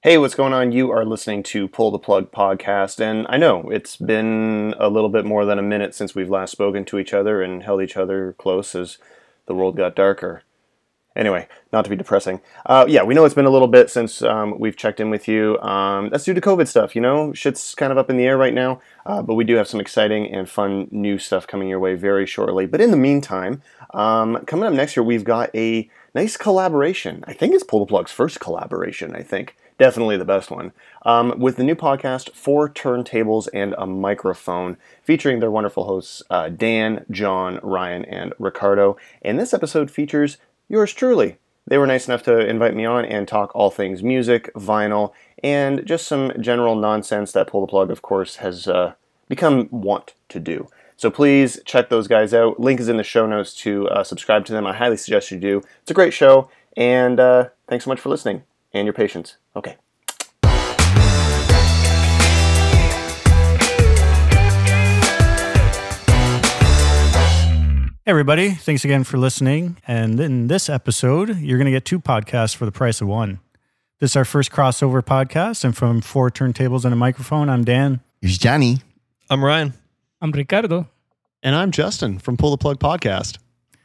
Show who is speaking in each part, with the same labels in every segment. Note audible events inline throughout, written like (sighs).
Speaker 1: Hey, what's going on? You are listening to Pull the Plug podcast, and I know it's been a little bit more than a minute since we've last spoken to each other and held each other close as the world got darker. Anyway, not to be depressing. Uh, yeah, we know it's been a little bit since um, we've checked in with you. Um, that's due to COVID stuff, you know? Shit's kind of up in the air right now, uh, but we do have some exciting and fun new stuff coming your way very shortly. But in the meantime, um, coming up next year, we've got a nice collaboration. I think it's Pull the Plug's first collaboration, I think. Definitely the best one. Um, with the new podcast, Four Turntables and a Microphone, featuring their wonderful hosts, uh, Dan, John, Ryan, and Ricardo. And this episode features yours truly. They were nice enough to invite me on and talk all things music, vinyl, and just some general nonsense that Pull the Plug, of course, has uh, become want to do. So please check those guys out. Link is in the show notes to uh, subscribe to them. I highly suggest you do. It's a great show, and uh, thanks so much for listening and your patience. Okay.
Speaker 2: Hey everybody, thanks again for listening. And in this episode, you're going to get two podcasts for the price of one. This is our first crossover podcast, and from four turntables and a microphone, I'm Dan.
Speaker 3: Here's Johnny.
Speaker 4: I'm Ryan.
Speaker 5: I'm Ricardo.
Speaker 6: And I'm Justin from Pull the Plug Podcast.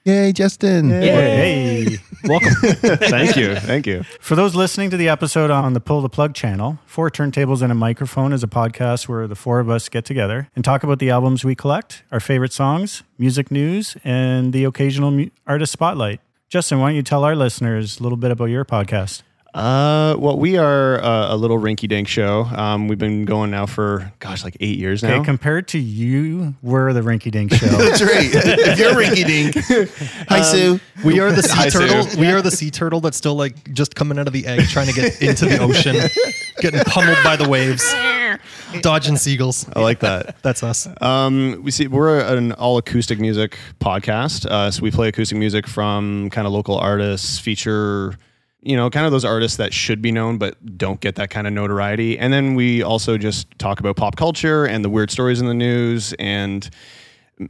Speaker 3: Yay, Justin.
Speaker 2: Hey.
Speaker 6: Welcome. (laughs) thank you. Thank you.
Speaker 2: For those listening to the episode on the Pull the Plug channel, Four Turntables and a Microphone is a podcast where the four of us get together and talk about the albums we collect, our favorite songs, music news, and the occasional mu- artist spotlight. Justin, why don't you tell our listeners a little bit about your podcast?
Speaker 6: Uh, well, we are uh, a little rinky dink show. Um, we've been going now for, gosh, like eight years now.
Speaker 2: Okay, compared to you, we're the Rinky Dink Show.
Speaker 3: That's right. if (laughs) you're rinky dink. Hi, Sue.
Speaker 4: We (laughs) are the sea
Speaker 6: Hi, Sue.
Speaker 4: turtle. We are the sea turtle that's still like just coming out of the egg, trying to get into the (laughs) ocean, getting pummeled by the (laughs) waves, dodging seagulls.
Speaker 6: I like that.
Speaker 4: That's us.
Speaker 6: Um, we see we're an all acoustic music podcast. Uh, so we play acoustic music from kind of local artists, feature, you know, kind of those artists that should be known but don't get that kind of notoriety. And then we also just talk about pop culture and the weird stories in the news and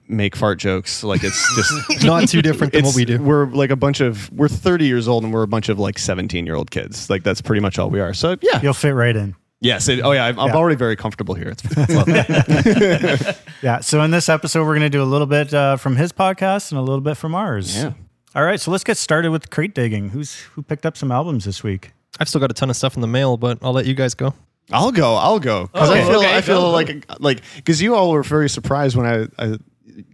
Speaker 6: make fart jokes. Like it's
Speaker 4: (laughs)
Speaker 6: just
Speaker 4: Not too different than what we do.
Speaker 6: We're like a bunch of we're 30 years old and we're a bunch of like 17 year old kids. Like that's pretty much all we are. So
Speaker 2: (laughs)
Speaker 6: yeah,
Speaker 2: You'll fit right in.
Speaker 6: yes. It, oh yeah, I'm, I'm already very comfortable here. It's,
Speaker 4: (laughs)
Speaker 6: it's lovely.
Speaker 2: Yeah. So in this episode, we're going to do a little bit uh, from his podcast and a little bit from ours.
Speaker 6: Yeah.
Speaker 2: All right. So let's get started with crate digging. Who's who picked up some albums this week?
Speaker 4: I've still got a ton of stuff in the mail, but I'll let you guys go.
Speaker 6: I'll go. I'll go because I
Speaker 4: Okay. Oh,
Speaker 6: feel
Speaker 4: Okay,
Speaker 6: I feel
Speaker 4: go.
Speaker 6: like like because you all were very surprised when I, I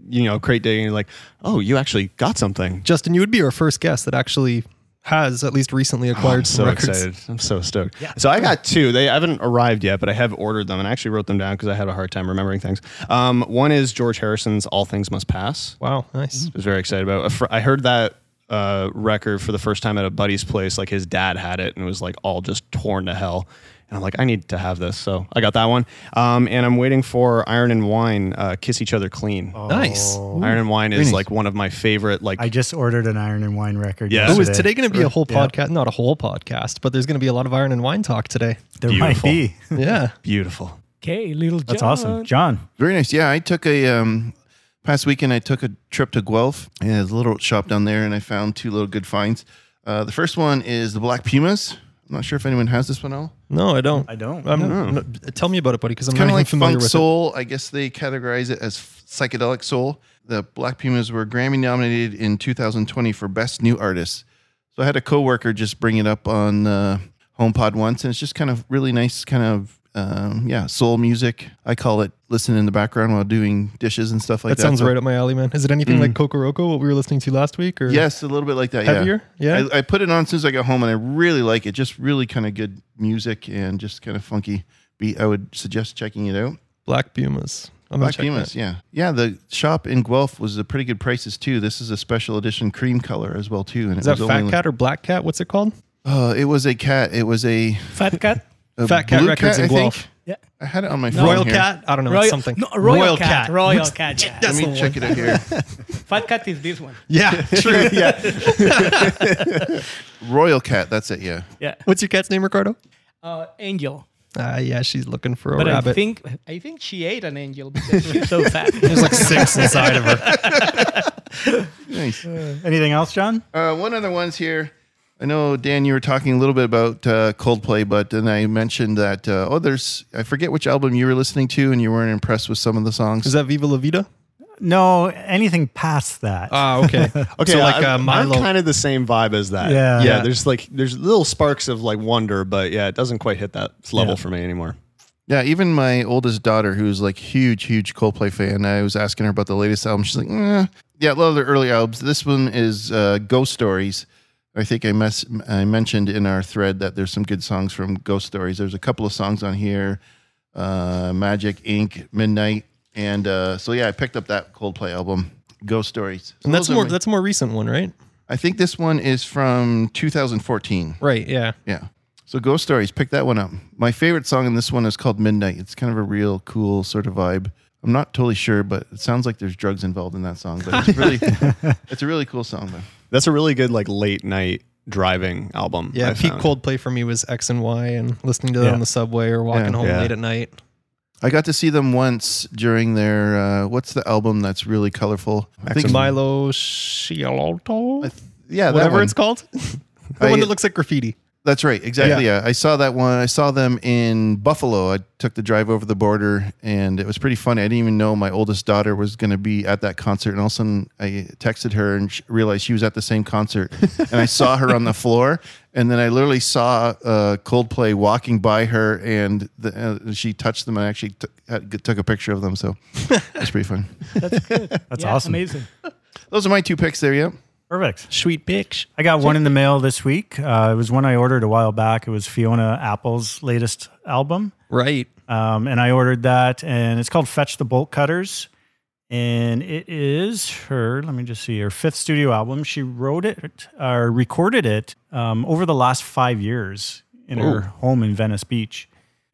Speaker 6: you know crate digging and like oh you actually got something.
Speaker 4: Justin, you would be our first guest that actually has at least recently acquired
Speaker 6: Oh, I'm
Speaker 4: some
Speaker 6: so
Speaker 4: records.
Speaker 6: excited. I'm so stoked. So I got two. They haven't arrived yet, but I have ordered them and I actually wrote them down because I had a hard time remembering things. Um, one is George Harrison's "All Things Must Pass."
Speaker 4: Wow, nice.
Speaker 6: I was very excited about. A fr- I heard that uh, record for the first time at a buddy's place. Like his dad had it and it was like all just torn to hell. And I'm like, I need to have this. So I got that one. Um, and I'm waiting for Iron and Wine, uh, Kiss Each Other Clean.
Speaker 4: Oh. Nice.
Speaker 6: Iron and Wine is like one of my favorite. Like,
Speaker 2: I just ordered an Iron and Wine record.
Speaker 6: Yeah.
Speaker 4: Oh,
Speaker 2: Yesterday.
Speaker 4: is today going to be a whole podcast? Not a whole podcast, but there's going to be a lot of iron and wine talk (laughs) today.
Speaker 2: There
Speaker 6: Beautiful.
Speaker 2: might be.
Speaker 4: Yeah.
Speaker 6: beautiful.
Speaker 5: Okay, little John.
Speaker 2: That's awesome, John.
Speaker 3: Very nice. Yeah, I took a um, past weekend. I took a trip to Guelph and there's a little shop down there, and I found two little good finds. Uh, the first one is the Black Pumas. I'm not sure if anyone has this one. All
Speaker 4: No, I don't.
Speaker 2: I don't.
Speaker 4: I'm, no, tell me about it, buddy, because I'm
Speaker 3: kind
Speaker 4: not
Speaker 3: of
Speaker 4: even
Speaker 3: like
Speaker 4: familiar
Speaker 3: funk
Speaker 4: with
Speaker 3: soul. I guess they categorize it as f- psychedelic soul. The Black Pumas were Grammy nominated in 2020 for Best New Artist. So I had a coworker just bring it up on uh, HomePod once, and it's just kind of really nice, kind of um, yeah, soul music. I call it listen in the background while doing dishes and stuff
Speaker 4: it.
Speaker 3: like
Speaker 4: That
Speaker 3: that.
Speaker 4: sounds
Speaker 3: So-
Speaker 4: right up my alley, man. Is it anything like Kokoroko, what we were listening to last week? Or
Speaker 3: Yes, a little bit like that.
Speaker 4: Heavier?
Speaker 3: Yeah.
Speaker 4: Yeah.
Speaker 3: I, I put it on as soon as I got home, and I really like it. Just really kind of good music and just kind of funky beat. I would suggest checking it out.
Speaker 4: Black Pumas. I'm gonna
Speaker 3: Black
Speaker 4: check
Speaker 3: Pumas,
Speaker 4: that.
Speaker 3: yeah. Yeah, the shop in Guelph was a pretty good prices too. This is a special edition cream color as well too. And
Speaker 4: Is that
Speaker 3: it was
Speaker 4: Fat Cat or Black Cat? What's it called?
Speaker 3: Uh, it was a cat. It was a,
Speaker 5: (laughs) Fat cat.
Speaker 3: a
Speaker 4: Fat Cat
Speaker 3: blue
Speaker 4: Records
Speaker 3: cat,
Speaker 4: in
Speaker 3: I
Speaker 4: Guelph.
Speaker 3: think.
Speaker 5: Yeah.
Speaker 3: I had it on my phone.
Speaker 4: Royal
Speaker 3: here.
Speaker 4: Cat? I don't know. it's something.
Speaker 5: No, royal, cat. Royal cat. yeah.
Speaker 4: That's
Speaker 3: Let me
Speaker 4: the
Speaker 3: check
Speaker 4: one.
Speaker 3: it out here.
Speaker 4: (laughs)
Speaker 5: Fat cat is this one.
Speaker 4: Yeah, true.
Speaker 3: Royal cat. That's it. Yeah.
Speaker 5: Yeah.
Speaker 4: (laughs) What's your cat's name, Ricardo?
Speaker 5: Uh, angel.
Speaker 4: Ah, yeah, she's looking for a
Speaker 5: But
Speaker 4: rabbit.
Speaker 5: I think I think she ate an angel because she's so fat.
Speaker 4: There's like six inside
Speaker 5: (laughs)
Speaker 4: of her.
Speaker 3: Nice.
Speaker 2: Anything else, John?
Speaker 3: Uh, one other one's here. I know Dan, you were talking a little bit about uh, Coldplay, but then I mentioned that uh, oh, there's I forget which album you were listening to, and you weren't impressed with some of the songs.
Speaker 4: Is that Viva La Vida?
Speaker 2: No, anything past that.
Speaker 4: Ah, okay. okay. So like uh,
Speaker 6: I'm,
Speaker 4: Milo.
Speaker 6: kind of the same vibe as that.
Speaker 2: Yeah.
Speaker 6: yeah.
Speaker 2: Yeah.
Speaker 6: There's like there's little sparks of like wonder, but yeah, it doesn't quite hit that level for me anymore.
Speaker 3: Yeah, even my oldest daughter, who's like huge, huge Coldplay fan, I was asking her about the latest album. She's like, eh. yeah, I love their early albums. This one is uh, Ghost Stories. I think I mess I mentioned in our thread that there's some good songs from Ghost Stories. There's a couple of songs on here, uh, Magic Ink, Midnight, and uh, so yeah, I picked up that Coldplay album, Ghost Stories. So
Speaker 4: and that's
Speaker 3: those are
Speaker 4: more
Speaker 3: my-
Speaker 4: that's a more recent one, right?
Speaker 3: I think this one is from 2014.
Speaker 4: Right. Yeah.
Speaker 3: Yeah. So Ghost Stories, pick that one up. My favorite song in this one is called Midnight. It's kind of a real cool sort of vibe. I'm not totally sure, but it sounds like there's drugs involved in that song. But it's really, it's a really cool song. Though.
Speaker 6: That's a really good like late night driving album.
Speaker 4: Yeah.
Speaker 6: I
Speaker 4: peak
Speaker 6: found.
Speaker 4: Coldplay for me was X and Y, and listening to that
Speaker 2: Yeah.
Speaker 4: on the subway or walking
Speaker 3: Yeah.
Speaker 4: home
Speaker 6: Yeah.
Speaker 4: late at night.
Speaker 3: I got to see them once during their uh, what's the album that's really colorful? I think,
Speaker 4: Milo Sciolto,
Speaker 3: yeah, that
Speaker 4: whatever
Speaker 3: one.
Speaker 4: it's called, (laughs) the
Speaker 3: I-
Speaker 4: one that looks like graffiti.
Speaker 3: That's right, exactly. Yeah. I saw that one. I saw them in Buffalo. I took the drive over the border, and it was pretty funny. I didn't even know my oldest daughter was going to be at that concert, and all of a sudden, I texted her and sh realized she was at the same concert.
Speaker 2: (laughs)
Speaker 3: and I saw her on the floor, and then I literally saw uh, Coldplay walking by her, and the, uh, she touched them and actually took had, took a picture of them. So that's
Speaker 2: (laughs)
Speaker 3: pretty fun.
Speaker 2: That's
Speaker 5: Yeah,
Speaker 2: awesome.
Speaker 5: Amazing.
Speaker 3: Those are my two picks. There, yeah.
Speaker 2: Perfect.
Speaker 4: Sweet bitch.
Speaker 2: I got one in the mail this week. Uh, it was one I ordered a while back. It was Fiona Apple's latest album.
Speaker 4: Right.
Speaker 2: Um, and I ordered that, and it's called Fetch the Bolt Cutters. And it is her, let me just see, her fifth studio album. She wrote it or recorded it um, over the last five years in her home in Venice Beach.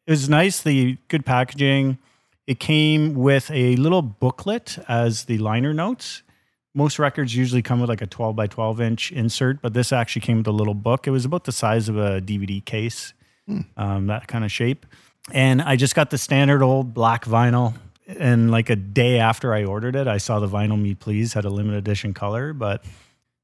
Speaker 2: It was nice, the good packaging. It came with a little booklet as the liner notes. Most records usually come with like a 12 by 12 inch insert, but this actually came with a little book. It was about the size of a DVD case, um, that kind of shape and I just got the standard old black vinyl. And like a day after I ordered it, I saw the vinyl Me Please had a limited edition color. But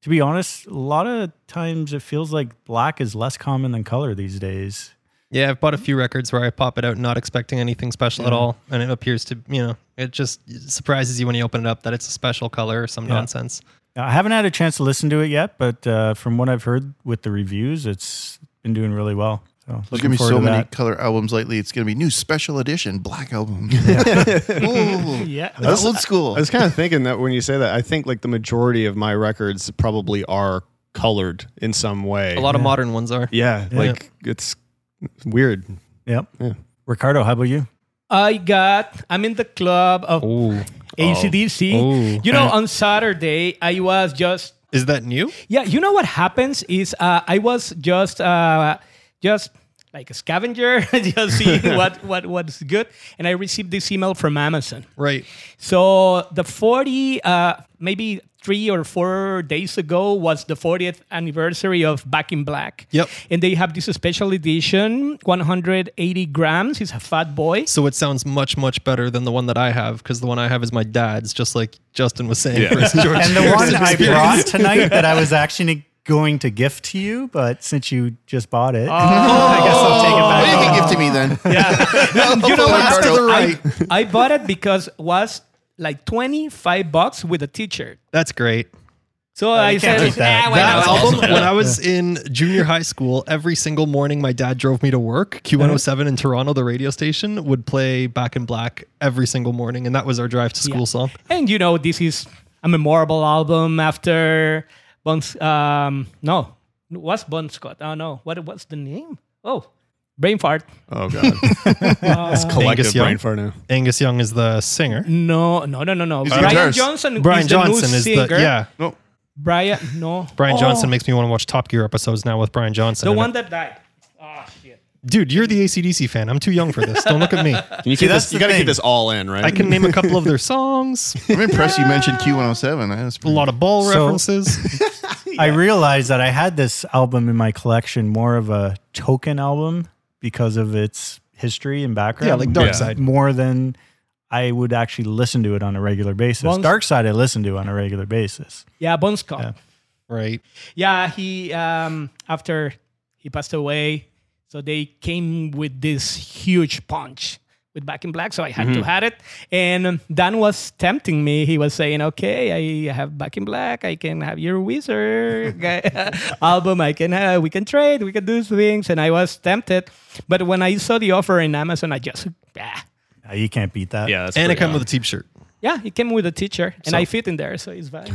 Speaker 2: to be honest, a lot of times it feels like black is less common than color these days.
Speaker 4: Yeah, I've bought a few records where I pop it out not expecting anything special at all, and it appears to you know it just surprises you when you open it up that it's a special color or some nonsense.
Speaker 2: Now, I haven't had a chance to listen to it yet, but uh, from what I've heard with the reviews, it's been doing really well. So
Speaker 3: There's gonna be
Speaker 2: looking forward
Speaker 3: so
Speaker 2: to
Speaker 3: many
Speaker 2: that.
Speaker 3: color albums lately. It's gonna be new special edition black album.
Speaker 2: (laughs)
Speaker 3: (laughs) Ooh,
Speaker 5: Yeah.
Speaker 3: that's old school.
Speaker 6: I was kind of thinking that when you say that, I think like the majority of my records probably are colored in some way.
Speaker 4: A lot of modern ones are.
Speaker 6: Yeah,
Speaker 4: Yeah.
Speaker 6: like it's weird.
Speaker 2: Yep.
Speaker 6: Yeah.
Speaker 2: Ricardo, how about you?
Speaker 5: I got, I'm in the club of ACDC.
Speaker 4: Oh.
Speaker 5: You know, on Saturday, I was just
Speaker 4: Is that new?
Speaker 5: Yeah, you know what happens is uh, I was just uh, just like a scavenger, (laughs) just seeing what, what what's good, and I received this email from Amazon.
Speaker 4: Right.
Speaker 5: So the forty, uh, maybe three or four days ago, was the 40th anniversary of Back in Black.
Speaker 4: Yep.
Speaker 5: and they have this special edition, 180 grams. He's a fat boy.
Speaker 4: So it sounds much much better than the one that I have because the one I have is my dad's, just like Justin was saying. for his (laughs) George
Speaker 2: And the
Speaker 4: Harrison
Speaker 2: one I
Speaker 4: experience.
Speaker 2: brought tonight that I was actually going to gift to you, but since you just bought it, I guess I'll take it back.
Speaker 3: What do you can give to me then?
Speaker 5: Oh. (laughs) Yeah.
Speaker 3: (laughs)
Speaker 5: No, you know what?
Speaker 3: Ricardo. To the
Speaker 5: I- I, bought it because was like 25 bucks with a t-shirt.
Speaker 4: That's great.
Speaker 5: So I said,
Speaker 2: can't beat that.
Speaker 5: "Ah, why
Speaker 4: That
Speaker 5: not?"
Speaker 4: album, when
Speaker 5: (laughs)
Speaker 4: I was in junior high school, every single morning my dad drove me to work. Q107 in Toronto, the radio station, would play Back in Black every single morning. And that was our drive to school song.
Speaker 5: And you know, this is a memorable album after Bon, um, no, what's Bon Scott? Oh no, what, what's the name? Oh, Brain Fart.
Speaker 6: Oh
Speaker 4: (laughs)
Speaker 6: god, it's collective
Speaker 4: Angus Young?
Speaker 6: brain fart now.
Speaker 4: Angus Young is the singer.
Speaker 5: No, no, no, no, no.
Speaker 3: He's the
Speaker 5: Brian
Speaker 3: guitarist.
Speaker 5: Johnson
Speaker 4: Brian
Speaker 5: is the
Speaker 4: Johnson
Speaker 5: new
Speaker 4: is
Speaker 5: singer.
Speaker 4: the, yeah.
Speaker 3: No,
Speaker 5: Brian, no.
Speaker 4: Brian
Speaker 5: Oh,
Speaker 4: Johnson makes me want to watch Top Gear episodes now with Brian Johnson.
Speaker 5: The
Speaker 4: in
Speaker 5: one
Speaker 4: it.
Speaker 5: that died. Oh, shit.
Speaker 4: Dude, you're the ACDC fan. I'm too young for this. Don't look
Speaker 5: (laughs)
Speaker 4: at me.
Speaker 6: Can you keep
Speaker 2: that's
Speaker 6: this? You
Speaker 2: the
Speaker 6: got to
Speaker 2: thing.
Speaker 6: keep this all in, right?
Speaker 4: I can name a couple of their songs,
Speaker 3: I'm impressed you mentioned Q107. That's
Speaker 4: a lot of ball
Speaker 2: So-
Speaker 5: (laughs)
Speaker 4: references.
Speaker 2: I realized that I had this album in my collection more of a token album because of its history and background.
Speaker 4: Yeah, like Dark
Speaker 6: Yeah.
Speaker 4: Side.
Speaker 2: more than I would actually listen to it on a regular basis.
Speaker 5: Well,
Speaker 2: Dark Side I listen to on a regular basis.
Speaker 5: Yeah, Bon Scott.
Speaker 4: right?
Speaker 5: Yeah, he um after he passed away, so they came with this huge punch with Back in Black, so I had to had it. And um, Dan was tempting me. He was saying, "Okay, I have Back in Black. I can have your Weezer (laughs) guy- album. I can have, we can trade. We can do things." And I was tempted, but when I saw the offer in Amazon, I just ah.
Speaker 2: Uh, you can't beat that.
Speaker 6: Yeah, that's
Speaker 4: and it
Speaker 6: pretty
Speaker 4: comes
Speaker 6: awesome.
Speaker 4: with a t-shirt.
Speaker 5: Yeah, he came with a teacher, and I fit in there, so it's valid.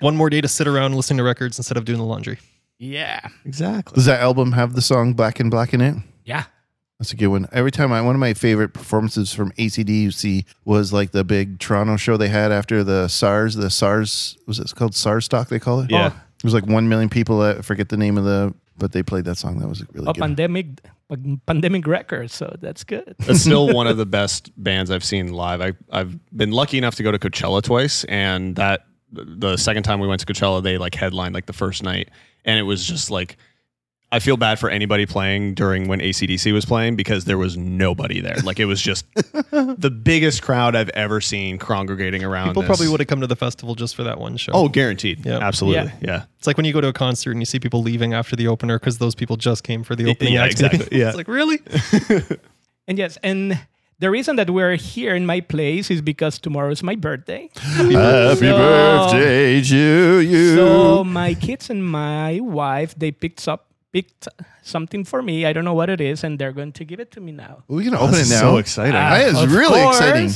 Speaker 4: One more day to sit around listening to records instead of doing the laundry.
Speaker 5: yeah,
Speaker 6: exactly.
Speaker 3: Does that album have the song Black and Black in it?
Speaker 5: yeah.
Speaker 3: That's a good one. Every time I, one of my favorite performances from ACDC was like the big Toronto show they had after the SARS, the SARS, was it called SARS stock they call it?
Speaker 6: Yeah. Oh.
Speaker 3: It was like 1 million people. I forget the name of the, but they played that song. That was really
Speaker 5: a
Speaker 3: good.
Speaker 5: pandemic pandemic record, so that's good.
Speaker 6: That's
Speaker 4: (laughs)
Speaker 6: still one of the best bands I've seen live. I, I've been lucky enough to go to Coachella twice, and that the second time we went to Coachella, they like headlined like the first night, and it was just like I feel bad for anybody playing during when ACDC was playing because there was nobody there. Like it was
Speaker 4: (laughs)
Speaker 6: just the biggest crowd I've ever seen congregating around.
Speaker 4: People
Speaker 6: this.
Speaker 4: probably would have come to the festival just for that one show.
Speaker 6: Oh, guaranteed.
Speaker 4: Yeah.
Speaker 6: Absolutely.
Speaker 5: Yeah.
Speaker 6: Yeah.
Speaker 4: It's like when you go to a concert and you see people leaving after the opener because those people just came for the opening.
Speaker 6: yeah,
Speaker 4: act. (laughs) Maybe.
Speaker 6: exactly. (laughs) Yeah.
Speaker 4: it's like really.
Speaker 5: And yes, and the reason that we're here in my place is because tomorrow's my birthday.
Speaker 3: (laughs) Happy
Speaker 5: So-
Speaker 3: birthday to you.
Speaker 5: So my kids and my wife they picked up picked something for me. I don't know what it is, and they're going to give it to me now.
Speaker 3: We're going to open it now.
Speaker 6: So exciting.
Speaker 3: That is
Speaker 5: Of
Speaker 3: really
Speaker 5: course.
Speaker 3: exciting.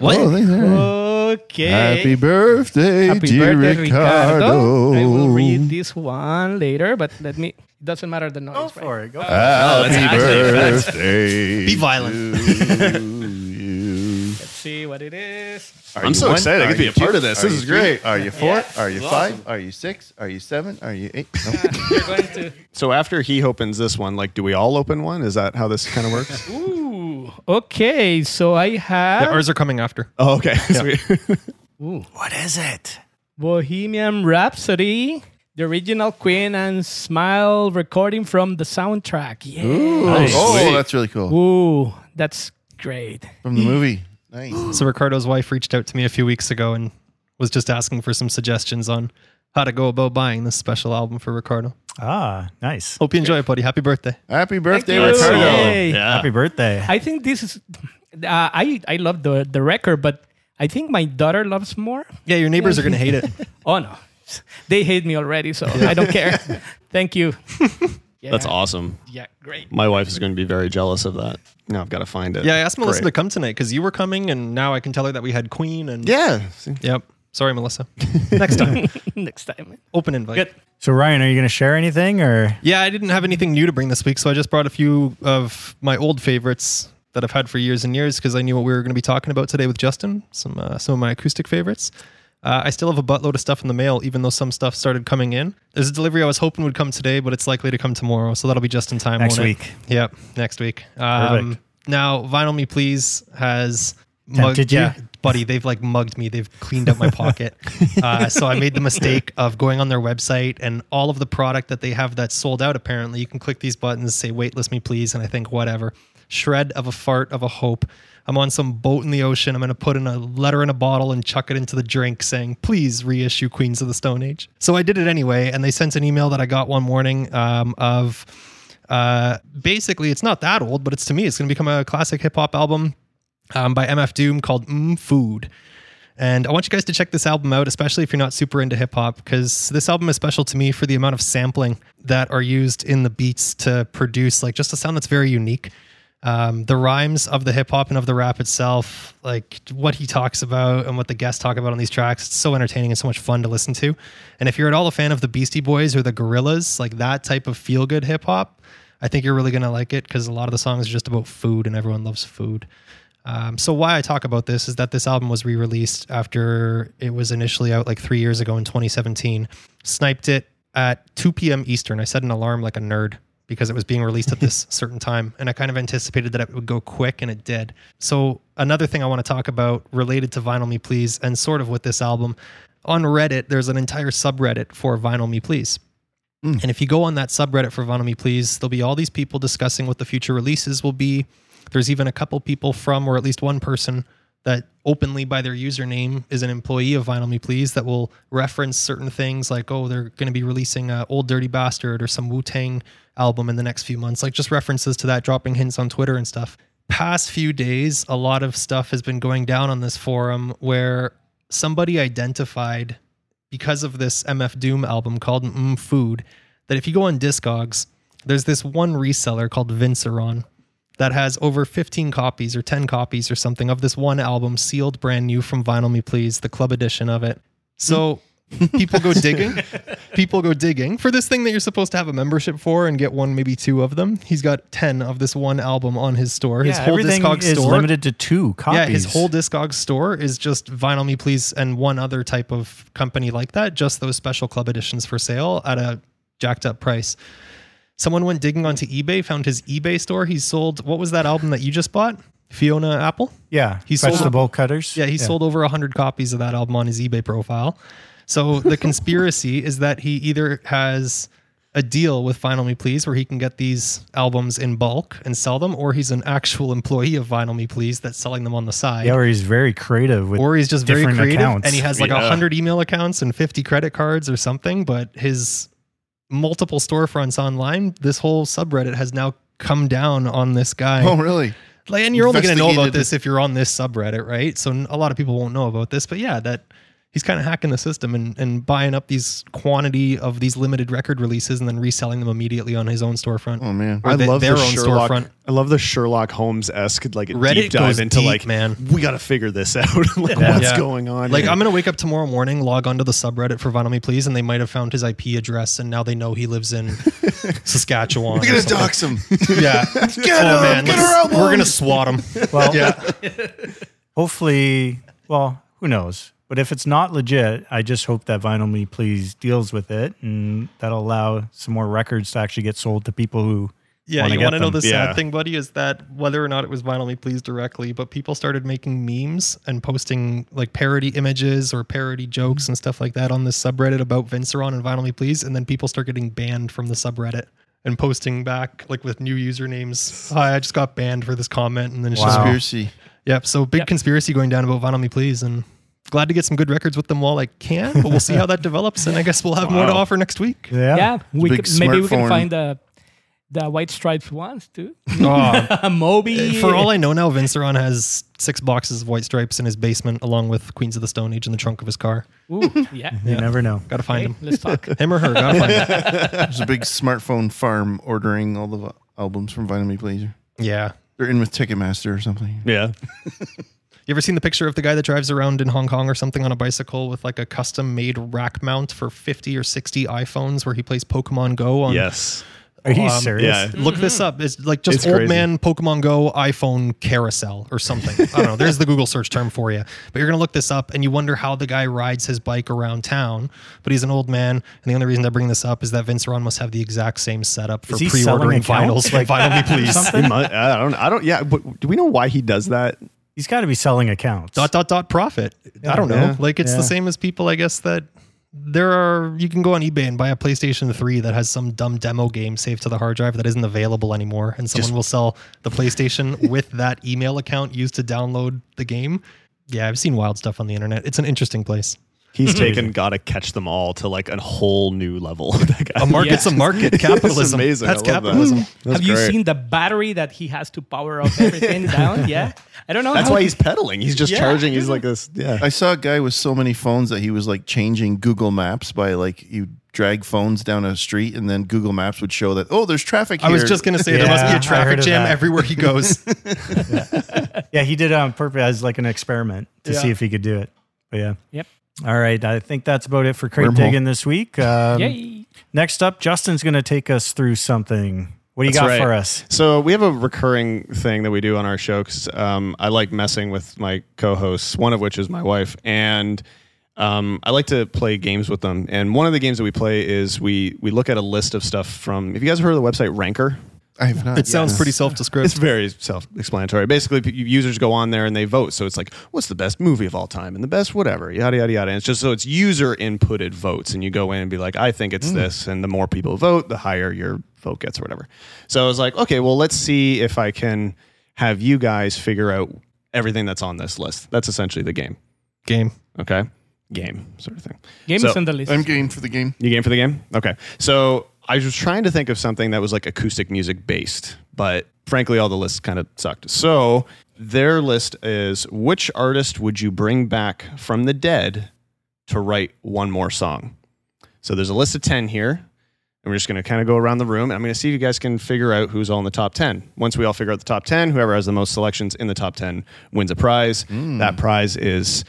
Speaker 3: Oh, thanks, all right.
Speaker 5: Okay.
Speaker 3: Happy birthday,
Speaker 5: Happy
Speaker 3: dear
Speaker 5: birthday,
Speaker 3: Ricardo.
Speaker 5: I will read this one later, but let me. It doesn't matter the noise. right?
Speaker 2: For it, go Oh,
Speaker 3: Happy birthday.
Speaker 4: Be
Speaker 3: (laughs)
Speaker 4: violent.
Speaker 3: to you.
Speaker 5: Let's see what it is.
Speaker 6: I'm so excited. I get to be a part of this. This is great.
Speaker 3: Are you four? Are you five? Are you six? Are you seven? Are you eight?
Speaker 5: (laughs)
Speaker 3: No.
Speaker 5: You're going to.
Speaker 6: So after he opens this one, like, do we all open one? Is that how this kind
Speaker 4: (laughs)
Speaker 6: of works?
Speaker 5: Ooh. Okay, so I have.
Speaker 4: Yeah, ours are coming after.
Speaker 6: oh, okay. (laughs) Sweet.
Speaker 2: What is it?
Speaker 5: Bohemian Rhapsody, the original Queen and Smile recording from the soundtrack. Yeah. Ooh,
Speaker 3: oh, that's really cool.
Speaker 5: that's great.
Speaker 3: From the movie.
Speaker 6: Oh.
Speaker 3: Nice.
Speaker 4: So Ricardo's wife reached out to me a few weeks ago and was just asking for some suggestions on how to go about buying this special album for Ricardo.
Speaker 2: Ah, nice.
Speaker 4: Hope you enjoy it, buddy. Happy birthday.
Speaker 3: Happy birthday,
Speaker 5: you.
Speaker 3: Ricardo.
Speaker 5: Yay.
Speaker 2: Happy birthday.
Speaker 5: I think this is. Uh, I I love the the record, but I think my daughter loves more.
Speaker 4: Yeah, your neighbors are going to
Speaker 6: (laughs)
Speaker 4: hate it.
Speaker 5: Oh no, (laughs) they hate me already, so I don't care. Thank you. Yeah.
Speaker 6: That's awesome.
Speaker 5: Yeah,
Speaker 6: (laughs)
Speaker 5: great.
Speaker 6: My wife is going to be very jealous of that. Now I've got to find it.
Speaker 4: Yeah, I asked Melissa
Speaker 6: Great.
Speaker 4: to come tonight because you were coming, and now I can tell her that we had Queen and
Speaker 6: Yeah.
Speaker 4: Yep. Sorry, Melissa. Next time,
Speaker 5: (laughs) Next time.
Speaker 4: open invite.
Speaker 5: Good.
Speaker 2: so Ryan, are you going to share anything or?
Speaker 4: Yeah, I didn't have anything new to bring this week, so I just brought a few of my old favorites that I've had for years and years because I knew what we were going to be talking about today with Justin. Some uh, some of my acoustic favorites. Uh, I still have a buttload of stuff in the mail, even though some stuff started coming in. There's a delivery I was hoping would come today, but it's likely to come tomorrow, so that'll be just in time.
Speaker 2: Next
Speaker 4: won't it?
Speaker 2: week.
Speaker 4: Yep, next week. Um,
Speaker 2: Perfect.
Speaker 4: now, Vinyl Me Please has
Speaker 2: Tempted you?
Speaker 4: buddy, they've like mugged me. They've cleaned up my pocket.
Speaker 2: (laughs)
Speaker 4: uh, so I made the mistake of going on their website and all of the product that they have that's sold out. Apparently, you can click these buttons, say "Wait, list me, please," and I think whatever. Shred of a fart of a hope. I'm on some boat in the ocean. I'm going to put in a letter in a bottle and chuck it into the drink saying, please reissue Queens of the Stone Age. So I did it anyway. And they sent an email that I got one morning um, of uh, basically, it's not that old, but it's to me, it's going to become a classic hip hop album um, by MF Doom called Mm Food. And I want you guys to check this album out, especially if you're not super into hip hop, because this album is special to me for the amount of sampling that are used in the beats to produce like just a sound that's very unique. Um, the rhymes of the hip hop and of the rap itself, like what he talks about and what the guests talk about on these tracks, it's so entertaining and so much fun to listen to. And if you're at all a fan of the Beastie Boys or the Gorillas, like that type of feel good hip hop, I think you're really gonna like it because a lot of the songs are just about food and everyone loves food. Um, so why I talk about this is that this album was re-released after it was initially out like three years ago in 2017. Sniped it at 2 p.m. Eastern. I set an alarm like a nerd because it was being released at this certain time, and I kind of anticipated that it would go quick, and it did. So another thing I want to talk about related to Vinyl Me Please and sort of with this album on Reddit, there's an entire subreddit for Vinyl Me Please. And if you go on that subreddit for Vinyl Me Please, there'll be all these people discussing what the future releases will be. There's even a couple people from, or at least one person that openly by their username is an employee of Vinyl Me Please that will reference certain things like, oh, they're going to be releasing uh, Old Dirty Bastard or some Wu Tang album in the next few months, like just references to that, dropping hints on Twitter and stuff. Past few days, a lot of stuff has been going down on this forum where somebody identified because of this MF Doom album called Mm Food that if you go on Discogs, there's this one reseller called Vinceron that has over 15 copies or 10 copies or something of this one album sealed brand new from Vinyl Me Please, the club edition of it. So
Speaker 2: Hmm.
Speaker 4: people
Speaker 2: (laughs)
Speaker 4: go digging. People go digging for this thing that you're supposed to have a membership for and get one, maybe two of them. He's got 10 of this one album on his store, his
Speaker 2: Yeah,
Speaker 4: whole
Speaker 2: everything
Speaker 4: Discogs
Speaker 2: is
Speaker 4: store.
Speaker 2: limited to two copies.
Speaker 4: Yeah, his whole Discogs store is just Vinyl Me Please and one other type of company like that, just those special club editions for sale at a jacked up price. Someone went digging onto eBay, found his eBay store. He sold, what was that album that you just bought? Fiona Apple?
Speaker 2: yeah.
Speaker 4: he
Speaker 2: He
Speaker 4: sold-
Speaker 2: vegetable cutters.
Speaker 4: Yeah, he sold over 100 copies of that album on his eBay profile. So the (laughs) conspiracy is that he either has a deal with Vinyl Me Please where he can get these albums in bulk and sell them, or he's an actual employee of Vinyl Me Please that's selling them on the side
Speaker 2: Yeah, where he's very creative with.
Speaker 4: or he's just very
Speaker 2: different
Speaker 4: creative
Speaker 2: accounts.
Speaker 4: and he has like a
Speaker 6: Yeah.
Speaker 4: 100 email accounts and 50 credit cards or something but his multiple storefronts online this whole subreddit has now come down on this guy
Speaker 3: Oh, really?
Speaker 4: like, and you're only going to know about
Speaker 3: investigated
Speaker 4: this if you're on this subreddit right so n- a lot of people won't know about this but yeah that he's kind of hacking the system and, and buying up these quantity of these limited record releases and then reselling them immediately on his own storefront
Speaker 3: Oh man.
Speaker 4: Or
Speaker 6: I
Speaker 4: the-
Speaker 6: love
Speaker 4: their
Speaker 6: the
Speaker 4: own
Speaker 6: Sherlock.
Speaker 4: storefront.
Speaker 6: I love the Sherlock Holmes esque like
Speaker 4: Reddit
Speaker 6: deep dive
Speaker 4: goes
Speaker 6: into
Speaker 4: deep,
Speaker 6: like
Speaker 4: man.
Speaker 6: We got to figure this (laughs) out. like what's
Speaker 4: Yeah.
Speaker 6: going on?
Speaker 4: Like
Speaker 6: here?
Speaker 4: I'm gonna wake up tomorrow morning, log onto the subreddit for Vinyl Me Please, and they might have found his IP address, and now they know he lives in Saskatchewan.
Speaker 3: We're
Speaker 4: or
Speaker 3: gonna
Speaker 4: something.
Speaker 3: dox him.
Speaker 4: Yeah, oh man,
Speaker 3: get
Speaker 4: let's-
Speaker 3: her out,
Speaker 4: we're
Speaker 3: Lauren.
Speaker 4: gonna swat him.
Speaker 2: well,
Speaker 4: Yeah,
Speaker 2: (laughs) hopefully, well, who knows? But if it's not legit, I just hope that Vinyl Me Please deals with it, and that'll allow some more records to actually get sold to people who.
Speaker 4: yeah.
Speaker 2: Wanna
Speaker 4: you
Speaker 2: get
Speaker 4: want to know
Speaker 2: them.
Speaker 4: the sad
Speaker 6: Yeah.
Speaker 4: thing, buddy, is that whether or not it was Vinyl Me Please directly, but people started making memes and posting like parody images or parody jokes and stuff like that on the subreddit about Vinceron and Vinyl Me Please, and then people start getting banned from the subreddit. And posting back like with new usernames. Hi, I just got banned for this comment, and then it's just
Speaker 2: Wow.
Speaker 3: Conspiracy.
Speaker 4: Yep. So big conspiracy going down about Vinyl Me Please, and glad to get some good records with them while I can. But we'll see how that develops, and I guess we'll have more to offer next week.
Speaker 2: Yeah.
Speaker 5: Yeah, we
Speaker 3: Big
Speaker 5: could, maybe we
Speaker 3: smartphone.
Speaker 5: can find the the white stripes ones too.
Speaker 4: Oh,
Speaker 5: (laughs) Moby.
Speaker 4: for all I know now, Vinceron has six boxes of White Stripes in his basement, along with Queens of the Stone Age in the trunk of his car.
Speaker 5: Ooh, yeah.
Speaker 2: You never know.
Speaker 4: Got to find
Speaker 5: Okay,
Speaker 4: him.
Speaker 5: let's talk.
Speaker 4: Him or her? Got to find him. (laughs)
Speaker 3: There's a big smartphone farm ordering all the v- albums from Vitamin Me Please.
Speaker 4: Yeah.
Speaker 3: They're in with Ticketmaster or something.
Speaker 6: (laughs) yeah,
Speaker 4: You ever seen the picture of the guy that drives around in Hong Kong or something on a bicycle with like a custom made rack mount for 50 or 60 iPhones where he plays Pokemon Go on
Speaker 6: yes,
Speaker 2: Are you
Speaker 4: Um,
Speaker 2: serious?
Speaker 6: yeah.
Speaker 4: Look this up. It's like just
Speaker 6: It's
Speaker 4: old
Speaker 6: crazy.
Speaker 4: man Pokemon Go iPhone carousel or something. I don't know. There's the Google search term for you. But you're gonna look this up and you wonder how the guy rides his bike around town. But he's an old man, and the only reason I bring this up is that Vince Ron must have the exact same setup for
Speaker 2: Is he
Speaker 4: pre-ordering
Speaker 2: selling
Speaker 4: finals.
Speaker 2: accounts?
Speaker 4: Like,
Speaker 2: Like-
Speaker 4: (laughs) Vinyl Me Please.
Speaker 2: Something?
Speaker 6: He mu- I don't. I don't. Yeah, but do we know why he does that?
Speaker 2: He's got to be selling accounts.
Speaker 4: dot dot dot profit. I don't know.
Speaker 6: Yeah.
Speaker 4: Like it's
Speaker 2: Yeah.
Speaker 4: the same as people, I guess that. There are you can go on eBay and buy a PlayStation 3 that has some dumb demo game saved to the hard drive that isn't available anymore, and someone will sell the PlayStation with that email account used to download the game. Yeah, I've seen wild stuff on the internet. It's an interesting place.
Speaker 6: He's
Speaker 4: Hmm.
Speaker 6: taken "Gotta Catch Them All" to like a whole new level. that guy.
Speaker 4: A market's a (laughs)
Speaker 6: (laughs)
Speaker 4: market. Capitalism.
Speaker 6: It's amazing.
Speaker 4: That's
Speaker 6: I love that.
Speaker 4: capitalism.
Speaker 6: That's
Speaker 5: Have you
Speaker 6: great.
Speaker 5: seen the battery that he has to power up
Speaker 6: (laughs)
Speaker 5: everything down? Yeah, I don't know.
Speaker 6: That's
Speaker 5: how-
Speaker 6: why he's pedaling. He's just
Speaker 5: Yeah.
Speaker 6: charging. He's like this. Yeah.
Speaker 3: I saw a guy with so many phones that he was like changing Google Maps by like you drag phones down a street and then Google Maps would show that oh there's traffic
Speaker 4: I
Speaker 3: here.
Speaker 4: was just gonna say there
Speaker 2: Yeah,
Speaker 4: must be
Speaker 2: I
Speaker 4: a
Speaker 2: heard
Speaker 4: traffic
Speaker 2: of
Speaker 4: jam
Speaker 2: that.
Speaker 4: everywhere he goes.
Speaker 2: Yeah, he did it on purpose as like an experiment to see
Speaker 4: Yeah.
Speaker 2: if he could do it. But yeah.
Speaker 5: Yep.
Speaker 2: All right. I think that's about it for Crate
Speaker 3: Wormhole.
Speaker 2: Digging this week. Um,
Speaker 5: Yay.
Speaker 2: Next up, Justin's going to take us through something. What do you got
Speaker 6: That's right.
Speaker 2: for us?
Speaker 6: So we have a recurring thing that we do on our show because um, I like messing with my co-hosts, one of which is my wife, and um, I like to play games with them. And one of the games that we play is we we look at a list of stuff from. Have you guys heard of the website Ranker?
Speaker 3: I have not.
Speaker 4: It sounds
Speaker 3: Yes.
Speaker 4: pretty self-descriptive.
Speaker 6: It's very self-explanatory. Basically, p- users go on there and they vote. So it's like, what's the best movie of all time and the best whatever, yada yada yada. And it's just so it's user inputted votes, and you go in and be like, I think it's
Speaker 5: Mm.
Speaker 6: this, and the more people vote, the higher your vote gets or whatever. So I was like, okay, well, let's see if I can have you guys figure out everything that's on this list. That's essentially the game.
Speaker 4: Game.
Speaker 6: Okay. Game sort of thing.
Speaker 5: Game
Speaker 6: So-
Speaker 5: is on the list.
Speaker 3: I'm game for the game.
Speaker 6: You game for the game? Okay. So I was trying to think of something that was like acoustic music based, but frankly, all the lists kind of sucked. So their list is which artist would you bring back from the dead to write one more song? So there's a list of 10 here. And we're just going to kind of go around the room. And I'm going to see if you guys can figure out who's all in the top 10. Once we all figure out the top 10, whoever has the most selections in the top 10 wins a prize.
Speaker 4: Mm.
Speaker 6: That prize is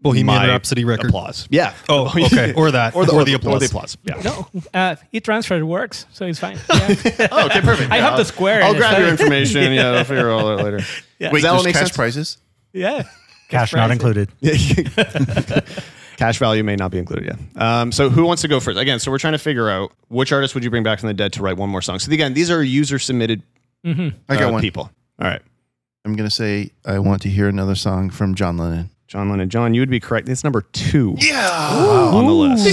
Speaker 4: Bohemian
Speaker 6: my
Speaker 4: Rhapsody record.
Speaker 6: Applause. (laughs) Yeah.
Speaker 4: Oh, okay. Or that. Or the, applause.
Speaker 6: Or the applause. Yeah.
Speaker 5: no, uh, e-transfer works, so it's
Speaker 6: (laughs)
Speaker 5: fine. Yeah.
Speaker 6: Oh, okay, perfect.
Speaker 5: I have the square.
Speaker 6: I'll
Speaker 5: in it,
Speaker 6: grab
Speaker 5: so-
Speaker 6: your information. yeah. I'll figure all that later.
Speaker 3: Wait,
Speaker 6: that all
Speaker 3: there's
Speaker 6: make
Speaker 3: cash
Speaker 6: sense?
Speaker 3: prizes.
Speaker 5: yeah.
Speaker 2: Cash not included.
Speaker 6: Cash value may not be included. Yeah. Um, so who wants to go first? Again, so we're trying to figure out which artist would you bring back from the dead to write one more song. So again, these are user submitted
Speaker 3: I
Speaker 4: Uh,
Speaker 3: got one.
Speaker 6: people. All right.
Speaker 3: I'm gonna say I want to hear another song from John Lennon.
Speaker 6: John Lennon. John, you would be correct. It's number two. Yeah. on the list.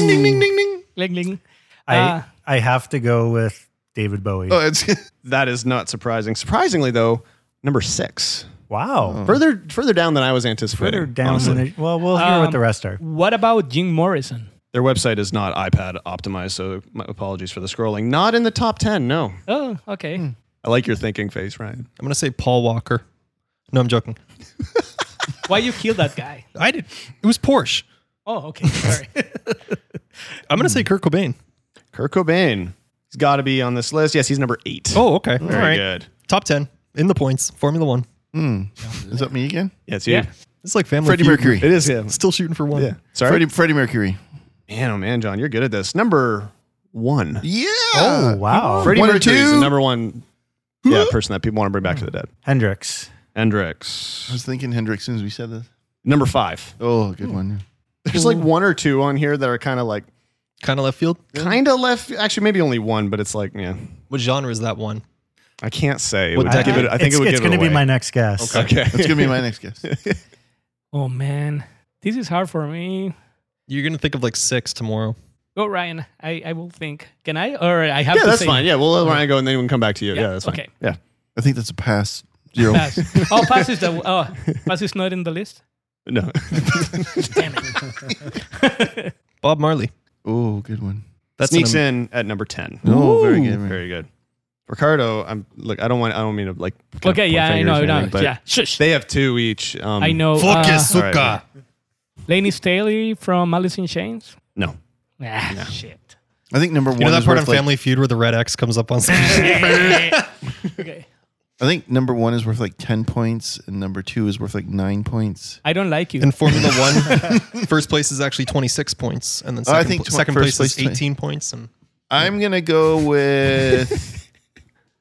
Speaker 5: Ling, ling.
Speaker 2: I
Speaker 5: Uh,
Speaker 2: I have to go with David Bowie.
Speaker 3: Oh, it's (laughs)
Speaker 6: That is not surprising. Surprisingly, though, number six.
Speaker 2: wow.
Speaker 6: Further further down than I was anticipating.
Speaker 2: Further down
Speaker 6: honestly.
Speaker 2: than it, well, we'll hear
Speaker 5: Um,
Speaker 2: what the rest are.
Speaker 5: What about Jim Morrison?
Speaker 6: Their website is not iPad optimized, so my apologies for the scrolling. Not in the top 10, no.
Speaker 5: Oh, okay.
Speaker 6: I like your thinking face, Ryan.
Speaker 4: I'm gonna say Paul Walker. No, I'm joking.
Speaker 5: Why you kill that guy?
Speaker 4: I did. It was Porsche.
Speaker 5: Oh,
Speaker 6: (laughs)
Speaker 5: okay. Sorry.
Speaker 4: I'm gonna say Kurt Cobain.
Speaker 6: Kurt Cobain. He's got to be on this list. Yes, he's number eight.
Speaker 4: Oh, okay. All
Speaker 6: very
Speaker 4: right.
Speaker 6: good.
Speaker 4: Top ten in the points. Formula One.
Speaker 3: Hmm. is that me again?
Speaker 6: Yes,
Speaker 5: Yeah.
Speaker 6: yeah.
Speaker 4: It's like family.
Speaker 3: Freddie
Speaker 4: Feud.
Speaker 3: Mercury.
Speaker 6: It is him.
Speaker 4: Still shooting for one.
Speaker 6: Yeah. Sorry.
Speaker 3: Freddie, Freddie Mercury.
Speaker 6: Man, oh man, John, you're good at this. Number one.
Speaker 3: Yeah. uh,
Speaker 2: Oh wow.
Speaker 6: Freddie
Speaker 3: One or
Speaker 6: Mercury is
Speaker 3: two?
Speaker 6: the number one yeah, person that people want to bring back to the dead.
Speaker 2: Hendrix.
Speaker 3: I
Speaker 6: Hendrix.
Speaker 3: was thinking Hendrix as soon as we said this.
Speaker 6: Number five.
Speaker 3: Oh, good
Speaker 4: Hmm.
Speaker 3: one.
Speaker 6: There's like one or two on here that are kind of like,
Speaker 4: Kind of left field.
Speaker 6: kind of left. Actually, maybe only one, but it's like, yeah.
Speaker 4: What genre is that one?
Speaker 6: I can't say. It
Speaker 4: What
Speaker 6: would
Speaker 4: decade?
Speaker 6: give it, I think
Speaker 2: it's
Speaker 6: it would
Speaker 2: it's
Speaker 6: give it
Speaker 2: gonna be
Speaker 6: away.
Speaker 2: my next guess.
Speaker 6: Okay.
Speaker 3: That's gonna be
Speaker 4: (laughs)
Speaker 3: my next guess.
Speaker 5: oh man, this is hard for me.
Speaker 4: You're gonna think of like six tomorrow.
Speaker 5: Go Ryan. I, I will think. Can I? Or I have
Speaker 6: yeah,
Speaker 5: to
Speaker 6: that's
Speaker 5: say-
Speaker 6: fine. Yeah, we'll let Ryan go and then we can come back to you. Yeah,
Speaker 5: Yeah,
Speaker 6: that's fine.
Speaker 5: okay.
Speaker 6: Yeah.
Speaker 3: I think that's a pass. Zero.
Speaker 5: Pass. Oh, pass is
Speaker 6: (laughs)
Speaker 5: the oh, pass is not in the list.
Speaker 6: No.
Speaker 5: Damn it.
Speaker 4: Bob Marley.
Speaker 3: Oh, good one.
Speaker 4: That
Speaker 6: Sneaks in at number 10.
Speaker 3: Oh, very good. Very
Speaker 6: Very good. Ricardo, I'm look. I don't want. I don't mean to like. kinda
Speaker 5: Okay.
Speaker 6: point
Speaker 5: Yeah, I
Speaker 6: fingers
Speaker 5: know.
Speaker 6: or
Speaker 5: No,
Speaker 6: anything, but
Speaker 5: yeah. Shush.
Speaker 6: They have two each. Um,
Speaker 5: I know.
Speaker 4: Focus,
Speaker 5: Uh,
Speaker 6: all right.
Speaker 4: suka.
Speaker 5: Laney Staley from Alice in Chains.
Speaker 6: No.
Speaker 5: Ah, shit.
Speaker 3: I think number one.
Speaker 4: You know that
Speaker 3: is
Speaker 4: part on
Speaker 3: worth like,
Speaker 4: Family Feud where the red X comes up on screen?
Speaker 5: Okay.
Speaker 3: I think number one is worth like ten points, and number two is worth like nine points.
Speaker 5: I don't like you.
Speaker 4: in Formula One, first place is actually 26 points, and then
Speaker 3: Oh,
Speaker 4: second,
Speaker 3: I think
Speaker 4: pla-
Speaker 3: twen-
Speaker 4: second
Speaker 3: first
Speaker 4: place is
Speaker 3: place is
Speaker 4: 18 points. And
Speaker 3: I'm gonna go with. (laughs)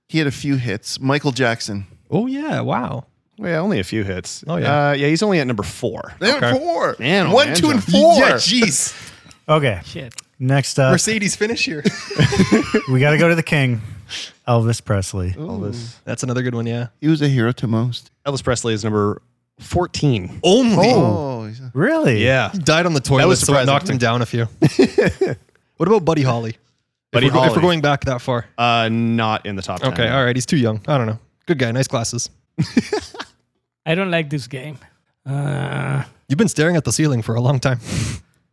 Speaker 3: he had a few hits. Michael Jackson.
Speaker 4: oh yeah, wow.
Speaker 6: Well, yeah, only a few hits.
Speaker 4: Oh, yeah.
Speaker 6: Uh, yeah, he's only at number four.
Speaker 3: They were four.
Speaker 6: Man, oh,
Speaker 3: one,
Speaker 6: man,
Speaker 3: two, and
Speaker 6: John.
Speaker 3: four.
Speaker 4: Yeah, jeez.
Speaker 2: Okay.
Speaker 5: shit.
Speaker 2: Next up,
Speaker 4: Mercedes finish here.
Speaker 2: we got to go to the king, Elvis Presley.
Speaker 6: Elvis.
Speaker 4: That's another good one. Yeah.
Speaker 3: He was a hero to most.
Speaker 6: Elvis Presley is number fourteen.
Speaker 4: Only
Speaker 3: Oh, he's a-
Speaker 2: Really?
Speaker 6: Yeah.
Speaker 4: died on the toilet,
Speaker 6: was
Speaker 4: so I
Speaker 6: surprising.
Speaker 4: knocked him down a few. (laughs) what about Buddy Holly?
Speaker 6: Buddy
Speaker 4: if we're, go- If
Speaker 6: Holly.
Speaker 4: we're going back that far.
Speaker 6: Uh, not in the top. 10.
Speaker 4: Okay. All right. He's too young. I don't know. Good guy. Nice glasses.
Speaker 5: I don't like this game. Uh,
Speaker 4: You've been staring at the ceiling for a long time.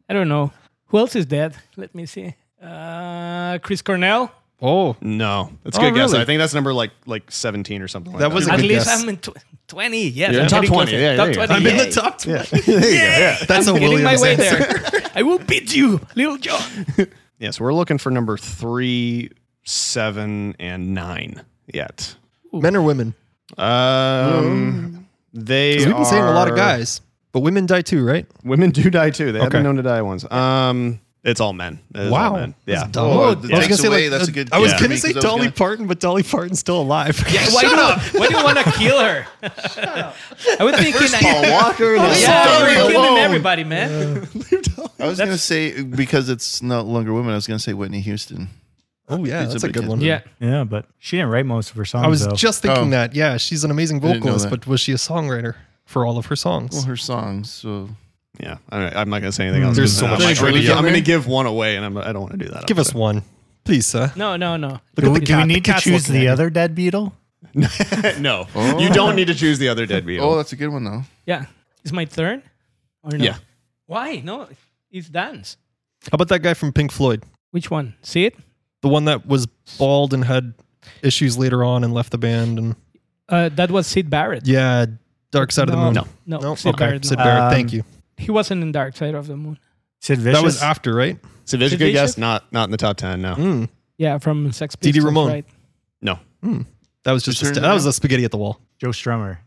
Speaker 5: I don't know. Who else is dead? Let me see. Uh, Chris Cornell.
Speaker 4: Oh,
Speaker 6: No, that's a
Speaker 4: Oh,
Speaker 6: good guess.
Speaker 4: really?
Speaker 6: I think that's number like like seventeen or something. Like that,
Speaker 4: That was a
Speaker 5: At
Speaker 4: good
Speaker 5: least
Speaker 4: guess.
Speaker 5: I'm in tw- 20. Yes.
Speaker 6: Yeah,
Speaker 5: I'm
Speaker 6: top
Speaker 5: getting
Speaker 6: 20.
Speaker 5: closer.
Speaker 6: Yeah,
Speaker 5: top
Speaker 6: there you go.
Speaker 5: 20.
Speaker 4: I'm in
Speaker 5: Yay.
Speaker 4: the top (laughs) 20. That's
Speaker 5: I'm
Speaker 4: a
Speaker 5: getting
Speaker 4: Williams
Speaker 5: my way
Speaker 4: answer.
Speaker 5: there.
Speaker 6: (laughs)
Speaker 5: I will beat you, Little John.
Speaker 6: yeah. So we're looking for number three, seven, and nine yet.
Speaker 4: Men or women?
Speaker 6: Um, they
Speaker 4: 'Cause we've been saying a lot of
Speaker 6: are-
Speaker 4: guys, but women die too, right?
Speaker 6: Women do die too. They have
Speaker 4: Okay.
Speaker 6: been known to die once. Um, it's all men. It is all men.
Speaker 4: That's
Speaker 6: Yeah.
Speaker 4: dumb.
Speaker 3: Oh,
Speaker 4: I
Speaker 3: that
Speaker 4: was
Speaker 3: takes
Speaker 4: gonna say,
Speaker 3: away-
Speaker 4: like,
Speaker 3: that's a
Speaker 4: uh,
Speaker 3: good
Speaker 4: I was
Speaker 3: guess for
Speaker 4: gonna
Speaker 3: me,
Speaker 4: say
Speaker 3: 'cause I was
Speaker 4: Dolly
Speaker 3: gonna-
Speaker 4: Parton, but Dolly Parton's still alive. (laughs)
Speaker 5: Why do, you, why do you
Speaker 6: (laughs)
Speaker 5: want to kill her? I was thinking. I,
Speaker 6: Walker. (laughs)
Speaker 5: yeah,
Speaker 3: Sorry,
Speaker 5: you were killing
Speaker 3: alone.
Speaker 5: everybody, man.
Speaker 3: I was gonna say because it's no longer women. I was gonna say Whitney Houston.
Speaker 4: Oh yeah,
Speaker 3: It's a
Speaker 4: that's a
Speaker 3: big
Speaker 4: good
Speaker 3: hit.
Speaker 4: one.
Speaker 5: yeah.
Speaker 2: Yeah, but she didn't write most of her songs.
Speaker 4: I was
Speaker 2: though.
Speaker 4: just thinking
Speaker 3: Oh.
Speaker 4: that. Yeah, she's an amazing
Speaker 3: didn't know
Speaker 4: vocalist,
Speaker 3: that.
Speaker 4: but was she a songwriter for all of her
Speaker 3: Well,
Speaker 4: songs?
Speaker 3: her songs. So
Speaker 6: Yeah. I don't know. I'm not gonna say anything else.
Speaker 4: There's
Speaker 6: 'cause
Speaker 4: so
Speaker 6: I'm
Speaker 4: much
Speaker 6: like,
Speaker 3: trivia
Speaker 6: I'm
Speaker 3: on
Speaker 6: gonna
Speaker 3: there.
Speaker 6: give one away, and I'm, I don't want to do that.
Speaker 4: Give us one, please, sir.
Speaker 5: No, no, no.
Speaker 2: do we,
Speaker 4: the
Speaker 2: do we
Speaker 4: cat. The
Speaker 2: need to
Speaker 4: cat's
Speaker 2: choose
Speaker 4: looking at
Speaker 2: the
Speaker 4: you.
Speaker 2: other dead beetle?
Speaker 6: (laughs) no, you don't need to choose the other dead
Speaker 3: Oh,
Speaker 6: beetle.
Speaker 3: that's a good one though.
Speaker 5: Yeah. It's my turn? Or no?
Speaker 6: yeah,
Speaker 5: Why? No, it's dance.
Speaker 4: How about that guy from Pink Floyd?
Speaker 5: Which one? See it?
Speaker 4: The one that was bald and had issues later on and left the band and
Speaker 5: Uh, that was Sid Barrett.
Speaker 4: yeah, Dark Side of the Moon.
Speaker 5: No. No.
Speaker 4: no,
Speaker 5: Sid
Speaker 4: okay.
Speaker 5: Barrett,
Speaker 4: Sid
Speaker 5: no.
Speaker 4: Barrett.
Speaker 2: Um,
Speaker 4: thank you.
Speaker 5: He wasn't in Dark Side of the Moon.
Speaker 2: Sid Vicious.
Speaker 4: That was after, right?
Speaker 6: it's a good
Speaker 5: Division?
Speaker 6: guess. Not not in the top ten. No,
Speaker 4: Mm,
Speaker 5: Yeah, from Sex
Speaker 4: Dee
Speaker 5: Pistols.
Speaker 4: Dee Ramone.
Speaker 5: Right?
Speaker 6: no,
Speaker 4: that was just a
Speaker 3: Return
Speaker 4: sta-
Speaker 3: to
Speaker 4: that was a spaghetti at the wall.
Speaker 2: Joe Strummer.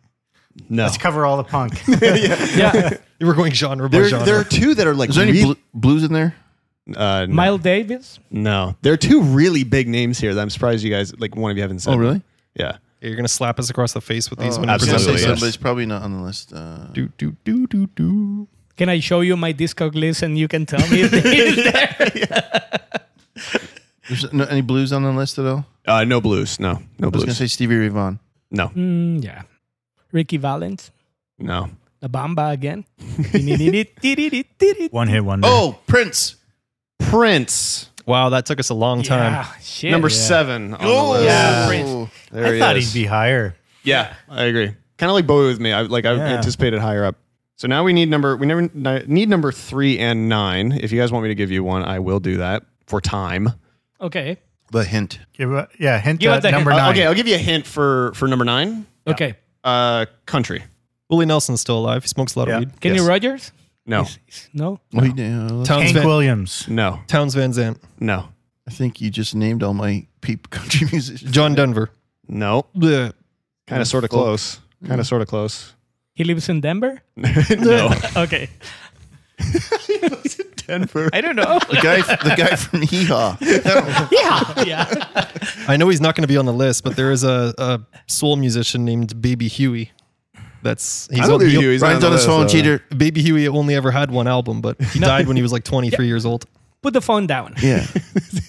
Speaker 6: no.
Speaker 2: Let's cover all the punk. (laughs)
Speaker 5: (laughs) Yeah.
Speaker 4: You were going genre by
Speaker 6: There,
Speaker 4: genre.
Speaker 6: there are two that are like
Speaker 3: Is there any
Speaker 6: re-
Speaker 3: blu- blues in there?
Speaker 6: uh, no.
Speaker 5: Miles Davis.
Speaker 6: no. There are two really big names here that I'm surprised you guys like one of you haven't said.
Speaker 3: Oh, really?
Speaker 6: Yeah.
Speaker 4: You're gonna slap us across the face with these.
Speaker 5: Oh,
Speaker 4: when
Speaker 3: I
Speaker 4: you
Speaker 3: was gonna
Speaker 4: present
Speaker 3: say
Speaker 4: these.
Speaker 6: absolutely,
Speaker 3: so,
Speaker 6: yes.
Speaker 3: but it's probably not on the list. Uh,
Speaker 6: Do do do do do.
Speaker 5: Can I show you my Discog list and you can tell me if
Speaker 2: (laughs)
Speaker 5: it's there?
Speaker 3: there's no, any blues on the list at all?
Speaker 6: Uh, no blues. No, no
Speaker 3: I was gonna
Speaker 6: blues.
Speaker 3: say Stevie Ray Vaughan.
Speaker 6: no,
Speaker 5: Mm, yeah. Ricky Valens.
Speaker 6: no.
Speaker 5: La
Speaker 2: (laughs)
Speaker 5: Bamba again. Time.
Speaker 2: One hit wonder.
Speaker 3: Oh, Prince.
Speaker 6: Prince,
Speaker 4: Wow, that took us a long time.
Speaker 5: Yeah, Ah, shit.
Speaker 6: number seven. On the list.
Speaker 5: Yeah,
Speaker 3: Oh, Prince.
Speaker 6: There
Speaker 2: I
Speaker 6: he
Speaker 2: thought
Speaker 6: is.
Speaker 2: he'd be higher.
Speaker 6: Yeah, I agree. Kind of like Bowie with me. I like I
Speaker 2: Yeah.
Speaker 6: anticipated higher up. So now we need number we never ni- need number three and nine. If you guys want me to give you one, I will do that for time.
Speaker 5: Okay.
Speaker 3: The hint.
Speaker 2: Give a, yeah, hint
Speaker 5: Give
Speaker 2: at
Speaker 5: us the
Speaker 2: number
Speaker 5: hint.
Speaker 6: Uh,
Speaker 2: nine.
Speaker 6: okay, I'll give you a hint for for number nine.
Speaker 5: Okay.
Speaker 6: Uh, country.
Speaker 4: Willie Nelson's still alive. He smokes a lot
Speaker 2: Yeah.
Speaker 4: of weed.
Speaker 5: Kenny
Speaker 6: Yes.
Speaker 5: Rogers?
Speaker 6: No,
Speaker 5: No.
Speaker 3: Oh, you did- uh,
Speaker 4: Towns
Speaker 2: Hank
Speaker 4: Van,
Speaker 2: Williams.
Speaker 6: no,
Speaker 4: Towns Van Zandt.
Speaker 6: no,
Speaker 3: I think you just named all my peep (laughs) country musicians.
Speaker 4: John Denver.
Speaker 6: no.
Speaker 4: Bleh.
Speaker 6: Kind of, sort of close. Kind of, sort of close.
Speaker 5: He lives in Denver?
Speaker 6: no,
Speaker 5: (laughs) Okay.
Speaker 6: Denver.
Speaker 5: I don't know.
Speaker 3: The guy, the guy from Hee Haw. (laughs)
Speaker 5: (laughs) yeah. Yeah.
Speaker 4: I know he's not going to be on the list, but there is a, a soul musician named Baby Huey. That's he's
Speaker 6: I don't
Speaker 4: on-
Speaker 6: think
Speaker 4: he-
Speaker 6: Huey's
Speaker 3: Ryan's on his phone,
Speaker 6: list,
Speaker 3: cheater.
Speaker 4: Baby Huey only ever had one album, but he died when
Speaker 2: (laughs)
Speaker 4: he was like 23 years old.
Speaker 5: Put the phone down.
Speaker 3: Yeah.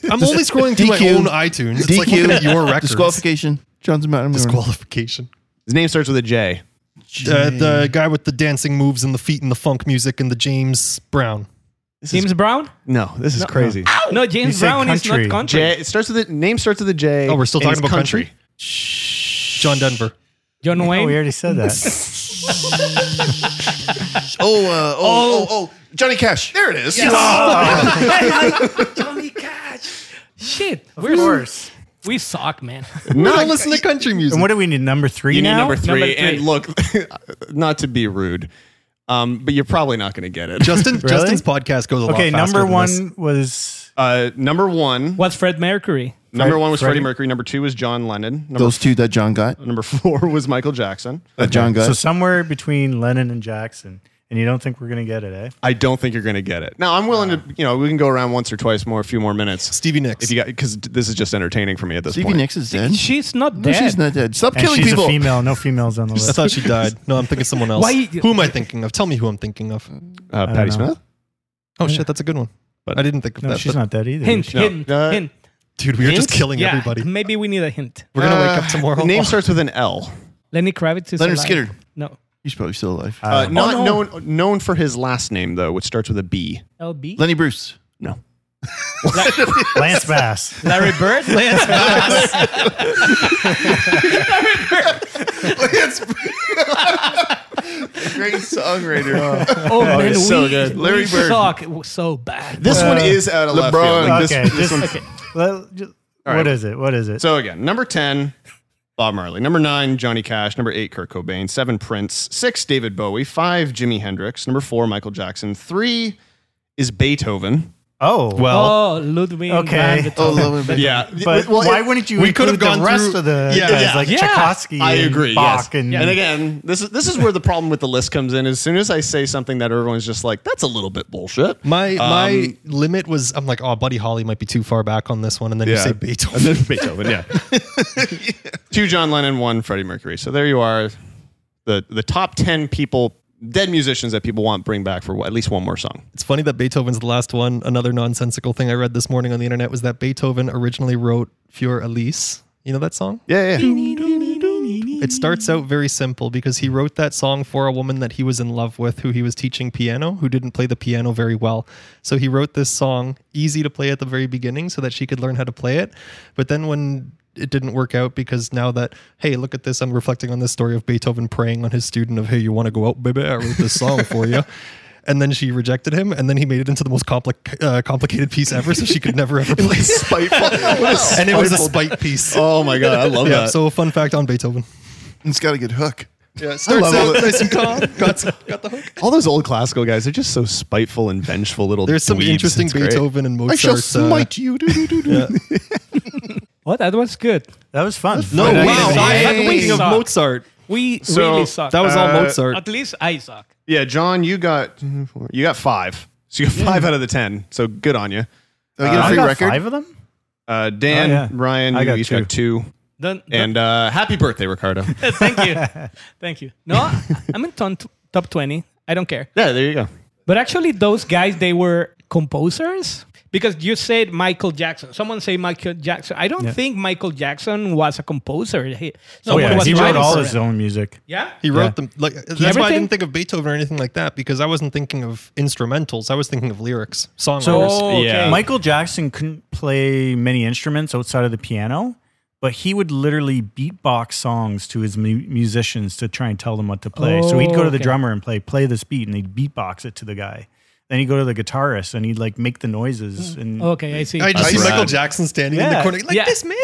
Speaker 4: I'm only scrolling through
Speaker 3: DQ.
Speaker 4: my own iTunes. It's like
Speaker 3: DQ.
Speaker 4: looking at (laughs) your records.
Speaker 3: Disqualification. John's Mountain.
Speaker 4: Disqualification.
Speaker 6: His name starts with a J.
Speaker 4: Uh, the guy with the dancing moves and the feet and the funk music and the James Brown.
Speaker 5: James Brown?
Speaker 6: No, this is crazy.
Speaker 5: No, James
Speaker 2: said
Speaker 5: Brown is
Speaker 2: country.
Speaker 5: not country.
Speaker 6: J. It starts with the name starts with a J.
Speaker 4: Oh, we're still
Speaker 6: and
Speaker 4: talking
Speaker 6: it's
Speaker 4: about country? John Denver.
Speaker 5: John
Speaker 2: Oh,
Speaker 5: Wayne?
Speaker 2: we already said
Speaker 6: (laughs)
Speaker 2: that.
Speaker 3: Oh, uh, oh, oh, oh, Johnny Cash. There it is.
Speaker 5: Johnny Cash. Shit.
Speaker 2: Of
Speaker 5: we're-
Speaker 2: course.
Speaker 5: We suck, man.
Speaker 4: No, I listen to country music.
Speaker 2: And what do we need? Number three
Speaker 6: You need
Speaker 2: now?
Speaker 6: number three.
Speaker 5: Number three.
Speaker 6: And look, (laughs) not to be rude, um, but you're probably not going to get it.
Speaker 2: (laughs)
Speaker 4: Justin
Speaker 2: Really?
Speaker 4: Justin's podcast goes a lot
Speaker 2: okay,
Speaker 4: faster
Speaker 2: number
Speaker 4: than this.
Speaker 2: one was
Speaker 6: Uh, number one.
Speaker 5: What's Fred Mercury?
Speaker 6: Number one was
Speaker 2: Freddie-
Speaker 6: Freddie Mercury. Number two was John Lennon. Number,
Speaker 3: Those two that John got.
Speaker 6: (laughs) number four was Michael Jackson.
Speaker 3: That John got.
Speaker 2: so somewhere between Lennon and Jackson. And you don't think we're going to get it, eh?
Speaker 6: I don't think you're going to get it. Now I'm willing to, you know, we can go around once or twice more, a few more minutes.
Speaker 4: Stevie Nicks.
Speaker 6: If you got, because this is just entertaining for me at this
Speaker 3: Stevie
Speaker 6: point.
Speaker 3: Nicks is dead.
Speaker 5: She's not
Speaker 3: No,
Speaker 5: dead.
Speaker 3: she's not dead. Stop
Speaker 2: And
Speaker 3: killing
Speaker 2: she's
Speaker 3: people.
Speaker 2: a female. No females on the
Speaker 4: I
Speaker 2: list.
Speaker 4: thought she died. No, I'm thinking someone else.
Speaker 5: Why-
Speaker 4: Who am I thinking of? Tell me who I'm thinking of.
Speaker 6: uh, Patty
Speaker 2: know.
Speaker 6: Smith.
Speaker 4: Oh shit, that's a good one. But I didn't think of
Speaker 2: No,
Speaker 4: that.
Speaker 2: she's
Speaker 4: but-
Speaker 2: not dead either.
Speaker 5: Hint,
Speaker 6: No.
Speaker 5: hint,
Speaker 6: Uh,
Speaker 5: hint.
Speaker 4: Dude, we are just killing
Speaker 5: Yeah,
Speaker 4: everybody.
Speaker 5: Maybe we need a hint.
Speaker 4: We're gonna wake
Speaker 6: Uh,
Speaker 4: up tomorrow.
Speaker 6: Name starts with an L.
Speaker 5: Lenny Kravitz is
Speaker 3: Leonard
Speaker 5: alive.
Speaker 3: Skinner.
Speaker 5: No.
Speaker 3: He's probably still alive.
Speaker 6: Uh, not
Speaker 5: no.
Speaker 6: known known for his last name though, which starts with a B.
Speaker 5: LB?
Speaker 3: Lenny Bruce.
Speaker 6: No.
Speaker 2: Lance
Speaker 6: (laughs)
Speaker 2: Bass.
Speaker 5: Larry Bird? Lance Bass.
Speaker 3: Great songwriter.
Speaker 5: Oh, man,
Speaker 6: so
Speaker 5: we,
Speaker 6: good.
Speaker 3: Larry
Speaker 5: Larry we
Speaker 3: Bird.
Speaker 5: suck so bad.
Speaker 6: This one is out of left
Speaker 3: LeBron.
Speaker 6: field. Like this,
Speaker 2: okay,
Speaker 6: this
Speaker 2: just,
Speaker 6: one-
Speaker 2: okay. Let- just- What is it? What is it?
Speaker 6: So again, number 10, Bob Marley. Number 9, Johnny Cash. Number 8, Kurt Cobain. 7, Prince. 6, David Bowie. 5, Jimi Hendrix. Number 4, Michael Jackson. 3 is Beethoven.
Speaker 2: oh,
Speaker 4: well,
Speaker 5: Oh, Ludwig.
Speaker 2: Okay.
Speaker 5: van Beethoven.
Speaker 3: oh, love it.
Speaker 6: Yeah.
Speaker 2: but
Speaker 6: Well,
Speaker 2: why
Speaker 6: it-
Speaker 2: wouldn't you
Speaker 4: we could have
Speaker 2: include
Speaker 4: gone
Speaker 2: the rest
Speaker 4: through-
Speaker 2: of the
Speaker 4: Yeah,
Speaker 2: guys
Speaker 6: yeah,
Speaker 2: like
Speaker 5: yeah.
Speaker 2: Tchaikovsky
Speaker 6: I
Speaker 2: and
Speaker 6: agree. yes.
Speaker 2: Bach and,
Speaker 6: And again, this is this is where the problem with the list comes in. As soon as I say something that everyone's just like, "That's a little bit bullshit,"
Speaker 4: my my
Speaker 6: Um,
Speaker 4: limit was I'm like, oh, Buddy Holly might be too far back on this one, and then you
Speaker 6: Yeah.
Speaker 4: say Beethoven.
Speaker 6: And then Beethoven, yeah. (laughs) Two John Lennon, one Freddie Mercury. So there you are, the the top ten people, dead musicians that people want bring back for at least one more song.
Speaker 4: It's funny that Beethoven's the last one. Another nonsensical thing I read this morning on the internet was that Beethoven originally wrote Für Elise. You know that song?
Speaker 6: Yeah, yeah.
Speaker 4: It starts out very simple because he wrote that song for a woman that he was in love with, who he was teaching piano, who didn't play the piano very well. So he wrote this song, easy to play at the very beginning, so that she could learn how to play it. But then when it didn't work out because now that hey, look at this, I'm reflecting on this story of Beethoven praying on his student of hey, you want to go out, baby? I wrote this song
Speaker 3: (laughs)
Speaker 4: for you. And then she rejected him, and then he made it into the most compli- uh, complicated piece ever, so she could
Speaker 3: (laughs)
Speaker 4: never ever play it.
Speaker 3: Spiteful.
Speaker 4: and it (laughs) was a spite piece.
Speaker 6: (laughs) Oh my god, I love
Speaker 4: yeah.
Speaker 6: that.
Speaker 4: So a fun fact on Beethoven.
Speaker 3: it's got a good hook.
Speaker 4: Yeah, it starts
Speaker 6: love
Speaker 4: out
Speaker 6: it.
Speaker 4: nice and calm. (laughs) Got, got the hook.
Speaker 6: All those old classical guys, they're just so spiteful and vengeful little.
Speaker 4: There's some
Speaker 6: dweebs.
Speaker 4: interesting
Speaker 6: It's great.
Speaker 4: Beethoven and Mozart.
Speaker 3: I shall
Speaker 4: uh,
Speaker 3: smite you. Do-do-do-do.
Speaker 5: What? Oh, That was good.
Speaker 2: That was fun.
Speaker 4: No,
Speaker 5: But
Speaker 4: wow.
Speaker 5: I suck.
Speaker 4: I'm
Speaker 5: We
Speaker 4: thinking of
Speaker 5: suck.
Speaker 4: Mozart.
Speaker 5: We
Speaker 6: So,
Speaker 5: really suck.
Speaker 4: That was all
Speaker 6: Uh,
Speaker 4: Mozart.
Speaker 5: At least I suck.
Speaker 6: (laughs) Yeah, John, you got you got five. So you got five out of the ten. So good on you.
Speaker 4: Oh,
Speaker 3: Do I get a
Speaker 2: I
Speaker 3: free
Speaker 2: got
Speaker 3: record?
Speaker 2: five of them.
Speaker 6: Uh, Dan,
Speaker 2: Oh, yeah.
Speaker 6: Ryan,
Speaker 2: I
Speaker 6: you
Speaker 2: got
Speaker 6: each
Speaker 2: two.
Speaker 6: got two.
Speaker 5: Don't- don't-
Speaker 6: And uh, happy birthday, Ricardo.
Speaker 5: (laughs) thank
Speaker 2: (laughs)
Speaker 5: you, thank you. No, I'm in ton- top twenty. I don't care.
Speaker 6: (laughs) yeah, there you go.
Speaker 5: But actually, those guys they were composers because you said Michael Jackson. Someone say Michael Jackson. I don't think Michael Jackson was a composer. He,
Speaker 2: Oh
Speaker 5: someone
Speaker 2: yeah,
Speaker 5: was
Speaker 2: he wrote
Speaker 5: writing
Speaker 2: all
Speaker 5: for
Speaker 2: his
Speaker 5: him.
Speaker 2: own music.
Speaker 5: Yeah.
Speaker 4: He wrote them. Like that's why I
Speaker 5: Everything?
Speaker 4: didn't think of Beethoven or anything like that because I wasn't thinking of instrumentals. I was thinking of lyrics, songwriters.
Speaker 5: Oh, okay.
Speaker 6: Yeah.
Speaker 2: Michael Jackson couldn't play many instruments outside of the piano, but he would literally beatbox songs to his mu- musicians to try and tell them what to play. so he'd go to the
Speaker 5: Okay.
Speaker 2: drummer and play play this beat, and he'd beatbox it to the guy. Then he'd go to the guitarist and he'd like make the noises and
Speaker 5: Hmm. Okay, I see.
Speaker 4: I just see
Speaker 3: That's
Speaker 4: Michael
Speaker 6: rad.
Speaker 4: Jackson standing in
Speaker 2: Yeah.
Speaker 4: the corner like
Speaker 5: Yeah.
Speaker 4: this man.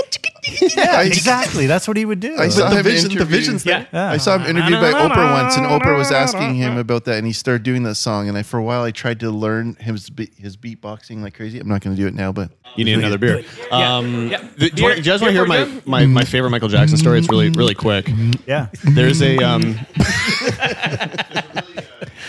Speaker 3: Yeah, I-
Speaker 2: exactly. That's what he would do.
Speaker 3: I saw
Speaker 4: The
Speaker 3: him
Speaker 4: vision, the
Speaker 3: interviewed-
Speaker 4: visions.
Speaker 5: yeah.
Speaker 4: Thing.
Speaker 2: Yeah.
Speaker 3: I saw him interviewed by Oprah once, and Oprah was asking him about that, and he started doing that song. And I, for a while, I tried to learn his be- his beatboxing like crazy. I'm not going to do it now, but
Speaker 6: You need another beer.
Speaker 5: Yeah.
Speaker 6: Um,
Speaker 5: Yeah.
Speaker 6: th- do you,
Speaker 5: Beer-
Speaker 6: want- do you guys want to
Speaker 5: beer
Speaker 6: hear
Speaker 5: for
Speaker 6: my,
Speaker 5: Jim?
Speaker 6: my, my favorite Michael Jackson story? It's really really quick.
Speaker 2: yeah.
Speaker 6: There's a um, (laughs)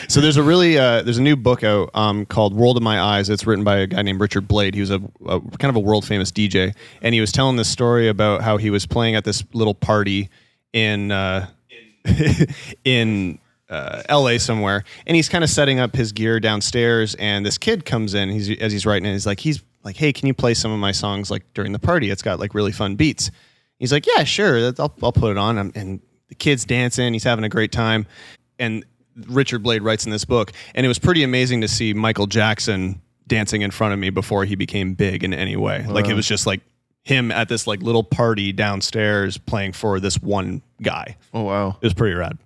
Speaker 6: so there's a really uh, there's a new book out um, called World of My Eyes. It's written by a guy named Richard Blade. He was a, a kind of a world famous DJ, and he was telling this story about how he was playing at this little party in uh, (laughs) in uh, L.A. somewhere, and he's kind of setting up his gear downstairs. And this kid comes in. He's as he's writing it. He's like he's like, hey, can you play some of my songs like during the party? It's got like really fun beats. He's like, yeah, sure, that- I'll, I'll put it on. And- And the kid's dancing. He's having a great time. And Richard Blade writes in this book, and it was pretty amazing to see Michael Jackson dancing in front of me before he became big in any way. Like it was just like him at this like little party downstairs playing for this one guy.
Speaker 3: oh wow,
Speaker 6: It was pretty rad.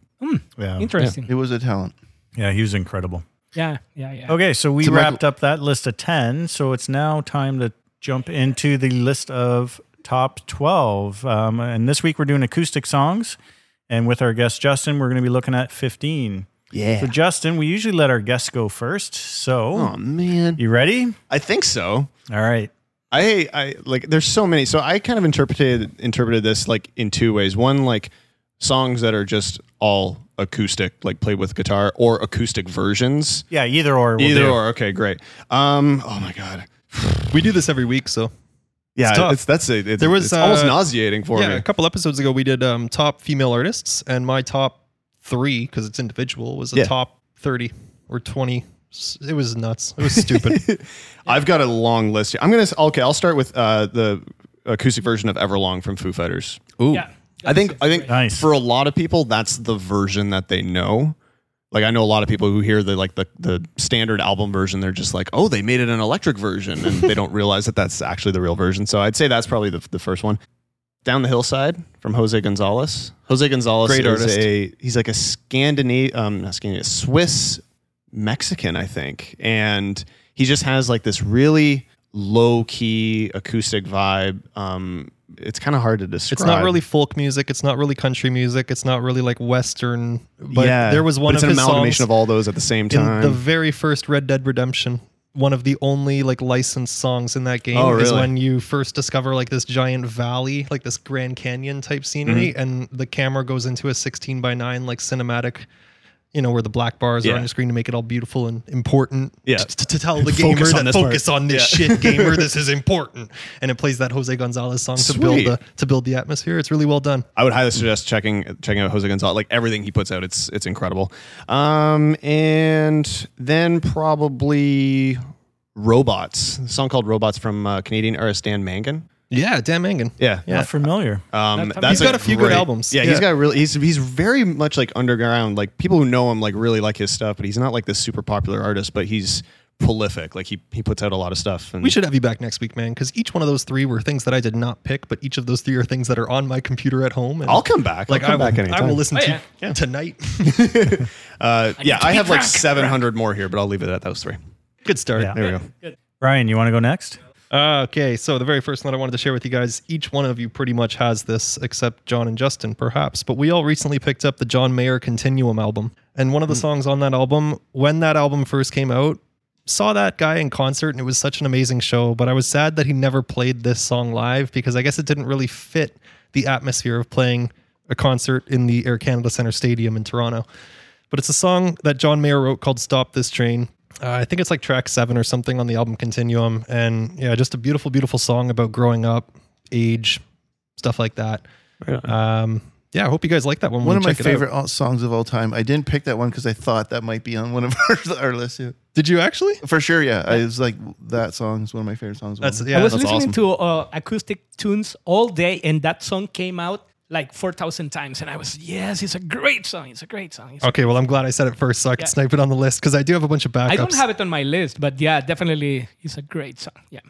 Speaker 2: Yeah.
Speaker 5: Interesting.
Speaker 3: it was a talent.
Speaker 2: Yeah. He was incredible.
Speaker 5: Yeah, yeah,
Speaker 4: Oh.
Speaker 5: yeah.
Speaker 2: Okay, so we
Speaker 3: To Michael-
Speaker 2: wrapped up that list of 10. So it's now time to jump into the list of top 12. Um, and this week we're doing acoustic songs. And with our guest Justin, we're going to be looking at 15. Yeah. So, Justin, we usually let our guests go first. So,
Speaker 6: man,
Speaker 2: you ready?
Speaker 6: I think so.
Speaker 2: All right.
Speaker 6: I I like there's so many. So I kind of interpreted interpreted this like in two ways. One like songs that are just all acoustic, like played with guitar, or acoustic versions.
Speaker 2: Yeah, either or. We'll
Speaker 6: Either
Speaker 2: do.
Speaker 6: or. Okay, great. Um. Oh my god.
Speaker 4: We do this every week, so
Speaker 6: Yeah,
Speaker 4: It's tough.
Speaker 6: it's that's it. It's,
Speaker 4: There was,
Speaker 6: it's almost
Speaker 4: uh,
Speaker 6: nauseating for
Speaker 4: yeah.
Speaker 6: me.
Speaker 4: A couple episodes ago, we did um, top female artists, and my top three because it's individual was a
Speaker 6: Yeah.
Speaker 4: top thirty or twenty. S- It was nuts. It was stupid.
Speaker 6: I've got a long list. here. I'm gonna s- okay. I'll start with uh, the acoustic version of Everlong from Foo Fighters. Ooh,
Speaker 5: Yeah.
Speaker 6: I think I think
Speaker 2: Nice.
Speaker 6: for a lot of people that's the version that they know. Like I know a lot of people who hear the like the the standard album version, they're just like, oh, they made it an electric version, and they don't realize that that's actually the real version. So I'd say that's probably the the first one. Down the hillside from Jose Gonzalez. Jose Gonzalez
Speaker 4: Great
Speaker 6: is
Speaker 4: artist.
Speaker 6: a he's like a Scandinavian, um, not Scandinavian, Swiss Mexican, I think, and he just has like this really low key acoustic vibe. Um, it's kind of hard to describe.
Speaker 4: It's not really folk music. It's not really country music. It's not really like Western. But there was one
Speaker 6: but it's
Speaker 4: of
Speaker 6: an
Speaker 4: his
Speaker 6: amalgamation
Speaker 4: songs
Speaker 6: of all those at the same
Speaker 4: in
Speaker 6: time.
Speaker 4: the very first Red Dead Redemption. One of the only like licensed songs in that game
Speaker 6: Oh,
Speaker 4: is
Speaker 6: really?
Speaker 4: when you first discover like this giant valley, like this Grand Canyon type
Speaker 6: Mm-hmm.
Speaker 4: scenery, and the camera goes into a 16 by 9 like cinematic, you know, where the black bars are
Speaker 6: Yeah.
Speaker 4: on your screen to make it all beautiful and important.
Speaker 6: Yeah.
Speaker 4: t- t- to tell the gamer
Speaker 6: Focus on
Speaker 4: that
Speaker 6: this part.
Speaker 4: focus on this
Speaker 6: (laughs)
Speaker 4: shit, gamer, this is important. And it plays that Jose Gonzalez song to
Speaker 6: Sweet.
Speaker 4: build the to build the atmosphere. It's really well done.
Speaker 6: I would highly suggest checking checking out Jose Gonzalez. Like everything he puts out, it's it's incredible. Um, and then probably robots. A song called Robots from uh, Canadian artist Dan Mangan.
Speaker 4: Yeah, Dan Mangan.
Speaker 6: Yeah,
Speaker 2: Not familiar.
Speaker 6: Um,
Speaker 5: That's-
Speaker 6: that's
Speaker 5: He's
Speaker 4: got a few good
Speaker 6: great-
Speaker 4: albums.
Speaker 6: Yeah, he's
Speaker 4: Yeah.
Speaker 6: got really he's he's very much like underground. Like people who know him like really like his stuff, but he's not like this super popular artist. But he's prolific. Like he he puts out a lot of stuff. And
Speaker 4: We should have you back next week, man, because each one of those three were things that I did not pick, but each of those three are things that are on my computer at home. And
Speaker 6: I'll come back.
Speaker 4: Like
Speaker 6: I'll come
Speaker 4: I,
Speaker 6: back
Speaker 4: will,
Speaker 6: anytime.
Speaker 4: I will listen
Speaker 5: Oh,
Speaker 4: to
Speaker 5: yeah.
Speaker 4: tonight. (laughs)
Speaker 6: Uh, yeah,
Speaker 5: to
Speaker 6: I
Speaker 5: be
Speaker 6: have like
Speaker 5: crack.
Speaker 6: 700 more here, but I'll leave it at those three.
Speaker 4: Good start.
Speaker 2: Yeah.
Speaker 6: There we go.
Speaker 2: Ryan, you want to go next?
Speaker 4: Uh, okay, so the very first one I wanted to share with you guys, each one of you pretty much has this, except John and Justin, perhaps. But we all recently picked up the John Mayer Continuum album. And one of the songs on that album, when that album first came out, saw that guy in concert and it was such an amazing show. But I was sad that he never played this song live because I guess it didn't really fit the atmosphere of playing a concert in the Air Canada Centre Stadium in Toronto but it's a song that John Mayer wrote called Stop This Train. Uh, I think it's like track seven or something on the album Continuum. And yeah, just a beautiful, beautiful song about growing up, age, stuff like that. Um, yeah, I hope you guys like that one.
Speaker 3: One
Speaker 4: when you
Speaker 3: of my
Speaker 4: check it out.
Speaker 3: favorite all- songs of all time. I didn't pick that one because I thought that might be on one of (laughs) our, our lists. Yeah.
Speaker 4: Did you actually?
Speaker 3: For sure, yeah. I was like, that song is one of my favorite songs. of all
Speaker 4: That's
Speaker 3: time.
Speaker 4: yeah.
Speaker 5: I was
Speaker 4: that's
Speaker 5: listening
Speaker 4: awesome.
Speaker 5: to uh, acoustic tunes all day, and that song came out like 4,000 times. And I was, yes, it's a great song. It's a great song. It's-
Speaker 4: Okay, well, I'm glad I said it first so I could
Speaker 5: Yeah.
Speaker 4: snipe it on the list because I do have a bunch of backups.
Speaker 5: I don't have it on my list, but yeah, definitely it's a great song. Yeah.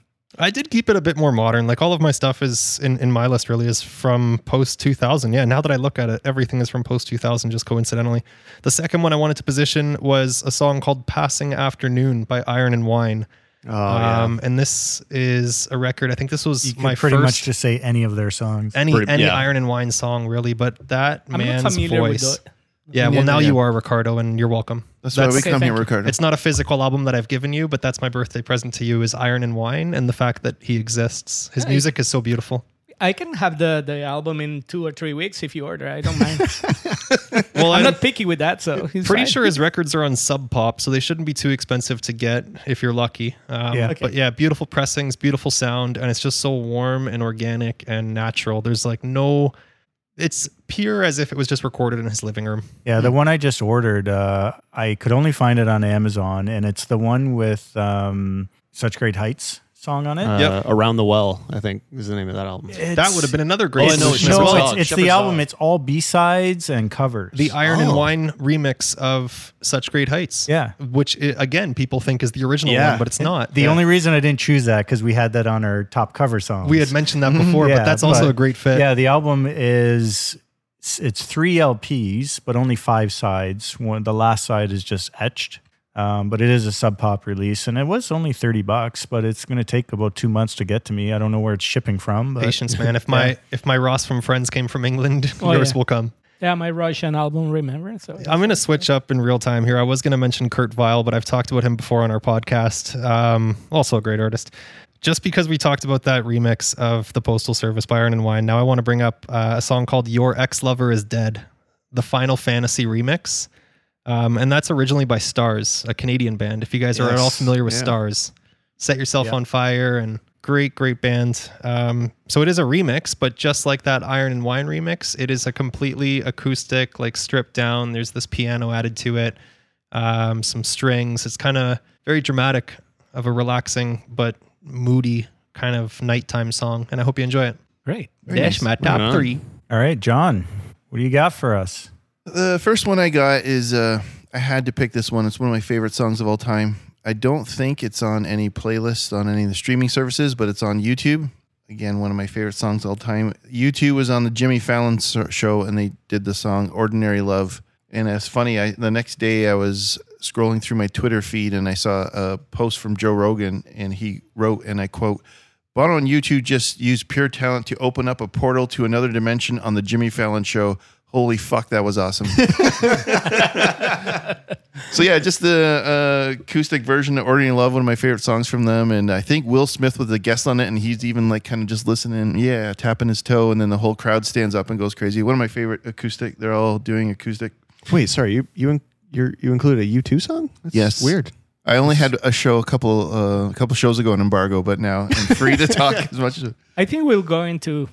Speaker 4: I did keep it a bit more modern. Like all of my stuff is in, in my list really is from post 2000. Yeah, now that I look at it, everything is from post 2000, just coincidentally. The second one I wanted to position was a song called Passing Afternoon by Iron and Wine. Oh, um, And this is a record. I think this was
Speaker 2: You could
Speaker 4: my
Speaker 2: pretty
Speaker 4: first.
Speaker 2: much just say any of their songs.
Speaker 4: any
Speaker 6: Pretty-
Speaker 4: any
Speaker 6: yeah.
Speaker 4: Iron and Wine song, really, but that
Speaker 5: I'm
Speaker 4: man's
Speaker 5: not familiar
Speaker 4: voice.
Speaker 5: with it.
Speaker 4: yeah, well,
Speaker 3: Yeah,
Speaker 4: now
Speaker 3: yeah.
Speaker 4: you are, Ricardo, and you're welcome.
Speaker 3: That's, why we
Speaker 5: Okay,
Speaker 3: come here,
Speaker 5: thank you.
Speaker 3: Ricardo.
Speaker 4: It's not a physical album that I've given you, but that's my birthday present to you is Iron and Wine and the fact that he exists. His music is so
Speaker 6: (laughs)
Speaker 4: beautiful.
Speaker 5: I can have the, the album in two or three weeks if you order. I don't mind.
Speaker 4: Well, I'm
Speaker 5: I'm
Speaker 6: (laughs)
Speaker 5: not picky with that, so it's
Speaker 4: pretty
Speaker 5: fine.
Speaker 4: sure his records are on Sub Pop, so they shouldn't be too expensive to get if you're lucky. Um,
Speaker 2: Yeah.
Speaker 4: But yeah, beautiful pressings, beautiful sound, and it's just so warm and organic and natural. There's like no, it's pure as if it was just recorded in his living room.
Speaker 2: Yeah,
Speaker 6: Hmm.
Speaker 2: the one I just ordered, uh, I could only find it on Amazon, and it's the one with um, "Such Great Heights" song on it.
Speaker 6: Uh,
Speaker 4: Yep.
Speaker 6: Around the Well, I think is the name of that album.
Speaker 4: that would have been another great.
Speaker 6: Oh, I know
Speaker 4: solution as
Speaker 6: what you
Speaker 2: no,
Speaker 6: mean.
Speaker 4: well.
Speaker 6: Shepherd's
Speaker 2: it's, it's the
Speaker 6: Dog.
Speaker 2: album. It's all B sides and covers.
Speaker 4: The Iron and
Speaker 6: Oh.
Speaker 4: Wine remix of Such Great Heights.
Speaker 2: Yeah.
Speaker 4: Which, i- again, people think is the original
Speaker 6: Yeah.
Speaker 4: one, but it's not.
Speaker 2: the
Speaker 4: Yeah.
Speaker 2: only reason I didn't choose that because we had that on our top cover songs.
Speaker 4: We had mentioned that before, but that's also a great fit.
Speaker 2: Yeah, the album is it's three LPs, but only five sides. One, the last side is just etched. Um, but it is a sub pop release, and it was only thirty bucks. But it's going to take about two months to get to me. I don't know where it's shipping from. But
Speaker 4: Patience, man. If my if my Ross from Friends came from England,
Speaker 5: Oh,
Speaker 4: yours
Speaker 5: yeah.
Speaker 4: will come.
Speaker 5: Yeah, my Russian album, remember? So
Speaker 4: I'm going to switch up in real time here. I was going to mention Kurt Vile, but I've talked about him before on our podcast. Um, also a great artist. Just because we talked about that remix of the Postal Service by Iron and Wine, now I want to bring up uh, a song called "Your Ex Lover Is Dead," the Final Fantasy remix, um, and that's originally by Stars, a Canadian band. If you guys are at all
Speaker 6: Yes.
Speaker 4: familiar with
Speaker 6: Yeah.
Speaker 4: Stars, Set Yourself on Fire and great, great band. Um, so it is a remix, but just like that Iron and Wine remix, it is a completely acoustic, like stripped down. There's this piano added to it, um, some strings. It's kind of very dramatic of a relaxing but moody kind of nighttime song. And I hope you enjoy it.
Speaker 5: great.
Speaker 4: That's my top
Speaker 6: on.
Speaker 4: three.
Speaker 2: all right, John, what do you got for us?
Speaker 3: The first one I got is uh, I had to pick this one. It's one of my favorite songs of all time. I don't think it's on any playlist on any of the streaming services, but it's on YouTube. Again, one of my favorite songs of all time. U2 was on the Jimmy Fallon so- show and they did the song Ordinary Love. And it's funny, I, the next day I was scrolling through my Twitter feed and I saw a post from Joe Rogan and he wrote, and I quote, Bono and U2 just used pure talent to open up a portal to another dimension on the Jimmy Fallon show. Holy fuck, that was awesome. so yeah, just the uh, acoustic version of "Ordinary Love," one of my favorite songs from them, and I think Will Smith was the guest on it, and he's even like kind of just listening, yeah, tapping his toe, and then the whole crowd stands up and goes crazy. One of my favorite acoustic. They're all doing acoustic.
Speaker 6: Wait, sorry, you you in- you're, you included a U2 song? That's
Speaker 3: Yes.
Speaker 6: Weird.
Speaker 3: I only had a show a couple uh, a couple shows ago in embargo, but now I'm free to
Speaker 4: (laughs)
Speaker 3: talk as much as
Speaker 5: I think we'll go into.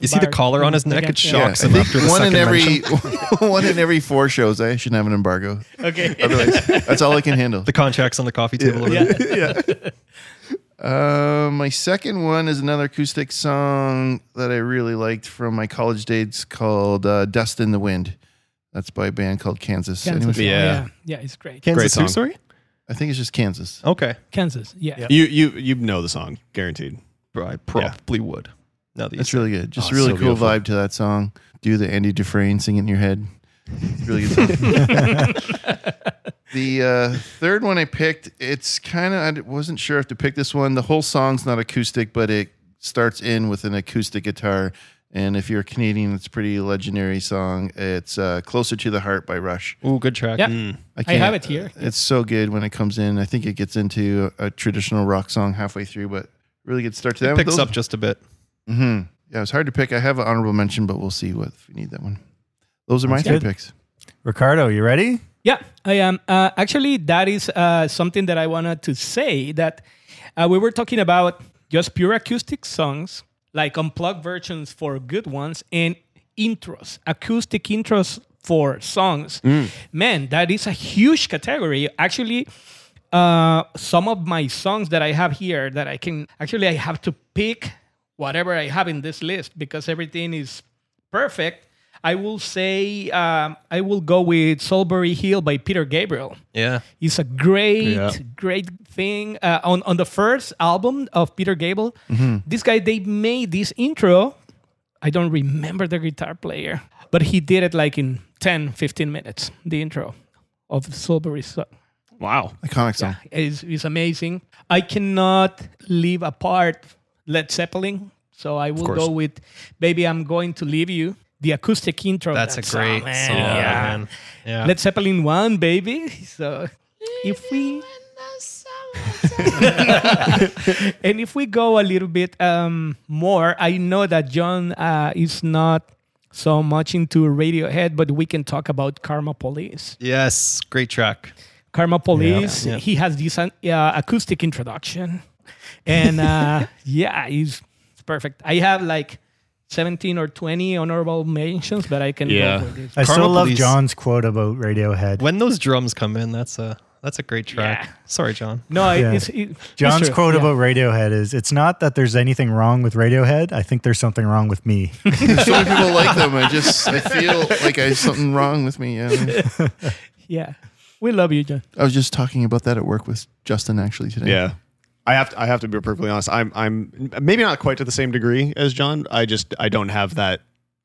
Speaker 4: You see the
Speaker 5: Bar-
Speaker 4: collar on his neck? It
Speaker 5: Yeah.
Speaker 4: shocks
Speaker 3: I
Speaker 4: him
Speaker 3: think
Speaker 4: after the
Speaker 3: one in
Speaker 4: second
Speaker 3: every
Speaker 4: mention.
Speaker 3: (laughs) one in every four shows. I should have an embargo.
Speaker 5: Okay. (laughs)
Speaker 3: Otherwise, that's all I can handle.
Speaker 4: The contracts on the coffee table. over there.
Speaker 3: Uh, my second one is another acoustic song that I really liked from my college days called uh, "Dust in the Wind." That's by a band called Kansas. Anyone-
Speaker 5: Kansas. yeah.
Speaker 6: Yeah.
Speaker 5: yeah. Yeah, it's great.
Speaker 4: Kansas
Speaker 6: Great
Speaker 4: City,
Speaker 6: song.
Speaker 4: sorry?
Speaker 3: I think it's just Kansas.
Speaker 4: Okay.
Speaker 5: Kansas. Yeah.
Speaker 2: Yeah.
Speaker 6: You you you know the song, guaranteed.
Speaker 4: Bro, I probably would. Now that you
Speaker 3: It's
Speaker 4: say-
Speaker 3: really good. Just
Speaker 6: Oh, it's
Speaker 3: really
Speaker 6: so
Speaker 3: cool
Speaker 6: beautiful.
Speaker 3: vibe to that song. Do the Andy Dufresne sing it in your head. It's really good. Song. the uh, third one I picked, it's kind of I d- wasn't sure if to pick this one. The whole song's not acoustic, but it starts in with an acoustic guitar. And if you're a Canadian, it's a pretty legendary song. It's uh, "Closer to the Heart" by Rush.
Speaker 4: Ooh, good track.
Speaker 5: Yeah. I
Speaker 3: can't-
Speaker 5: have it here.
Speaker 3: It's so good when it comes in. I think it gets into a traditional rock song halfway through, but really good start to that.
Speaker 4: It
Speaker 3: one.
Speaker 4: picks
Speaker 3: Those-
Speaker 4: up just a bit.
Speaker 3: hmm Yeah, it's hard to pick. I have an honorable mention, but we'll see what if we need that one. Those are my three
Speaker 2: good.
Speaker 3: picks.
Speaker 2: Ricardo, you ready?
Speaker 5: Yeah, I am. Uh, actually, that is uh, something that I wanted to say that uh, we were talking about just pure acoustic songs, like unplugged versions for good ones and intros, acoustic intros for songs. Man, that is a huge category. Actually, uh, some of my songs that I have here that I can actually I have to pick whatever I have in this list because everything is perfect. I will say um, I will go with Solbury Hill by Peter Gabriel.
Speaker 4: Yeah.
Speaker 5: It's a great,
Speaker 6: Yeah.
Speaker 5: great thing uh, on on the first album of Peter Gabriel. This guy they made this intro. I don't remember the guitar player, but he did it like in 10, 15 minutes. The intro of Solbury's song
Speaker 6: Wow.
Speaker 3: Iconic (laughs) song.
Speaker 5: is, is amazing. I cannot leave apart Led Zeppelin, so I will go with "Baby, I'm Going to Leave You." The acoustic intro. of
Speaker 4: That's a
Speaker 5: that
Speaker 4: great song,
Speaker 5: man.
Speaker 4: man. Yeah.
Speaker 5: Led Zeppelin one, baby. (laughs) So if we (laughs) and if we go a little bit um, more, I know that John uh, is not so much into Radiohead, but we can talk about Karma Police.
Speaker 4: yes. Great track.
Speaker 5: Karma Police.
Speaker 4: Yeah.
Speaker 5: He has this uh, acoustic introduction, and uh, yeah, he's it's perfect. I have like. 17 or 20 honorable mentions, but I can
Speaker 6: Yeah.
Speaker 5: go for this.
Speaker 2: I
Speaker 4: Karma
Speaker 2: still love
Speaker 4: Police.
Speaker 2: John's quote about Radiohead.
Speaker 4: When those drums come in, that's a that's a great track.
Speaker 5: Yeah.
Speaker 4: Sorry, John.
Speaker 5: No, it-
Speaker 2: Yeah.
Speaker 5: it's, it- it's
Speaker 2: John's
Speaker 5: true.
Speaker 2: quote
Speaker 5: Yeah.
Speaker 2: about Radiohead is it's not that there's anything wrong with Radiohead. I think there's something wrong with me. (laughs)
Speaker 3: so many people like them. I just I feel like I something wrong with me. Yeah.
Speaker 5: Yeah. We love you, John.
Speaker 3: I was just talking about that at work with Justin actually today.
Speaker 6: Yeah. I have to, I have to be perfectly honest. I'm I'm maybe not quite to the same degree as John. I just I don't have that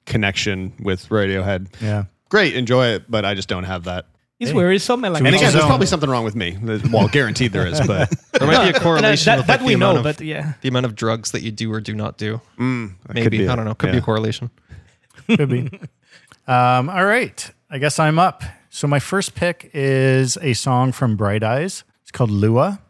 Speaker 6: connection with Radiohead.
Speaker 2: yeah.
Speaker 6: Great, enjoy it, but I just don't have that.
Speaker 5: It's worrisome. And like,
Speaker 6: And
Speaker 2: Each
Speaker 6: again,
Speaker 2: his
Speaker 6: there's
Speaker 2: own.
Speaker 6: probably something wrong with me. Well, guaranteed there is, but
Speaker 4: (laughs) There might be a correlation
Speaker 5: that,
Speaker 4: with
Speaker 5: that
Speaker 4: like,
Speaker 5: we
Speaker 4: the
Speaker 5: know,
Speaker 4: amount of
Speaker 5: but yeah.
Speaker 4: the amount of drugs that you do or do not do.
Speaker 6: that
Speaker 4: Maybe
Speaker 6: could be
Speaker 4: I
Speaker 6: it.
Speaker 4: don't know. Mm, Could be
Speaker 6: Yeah.
Speaker 4: a correlation.
Speaker 2: Could be. (laughs) um, all right. I guess I'm up. So my first pick is a song from Bright Eyes. It's called Lua.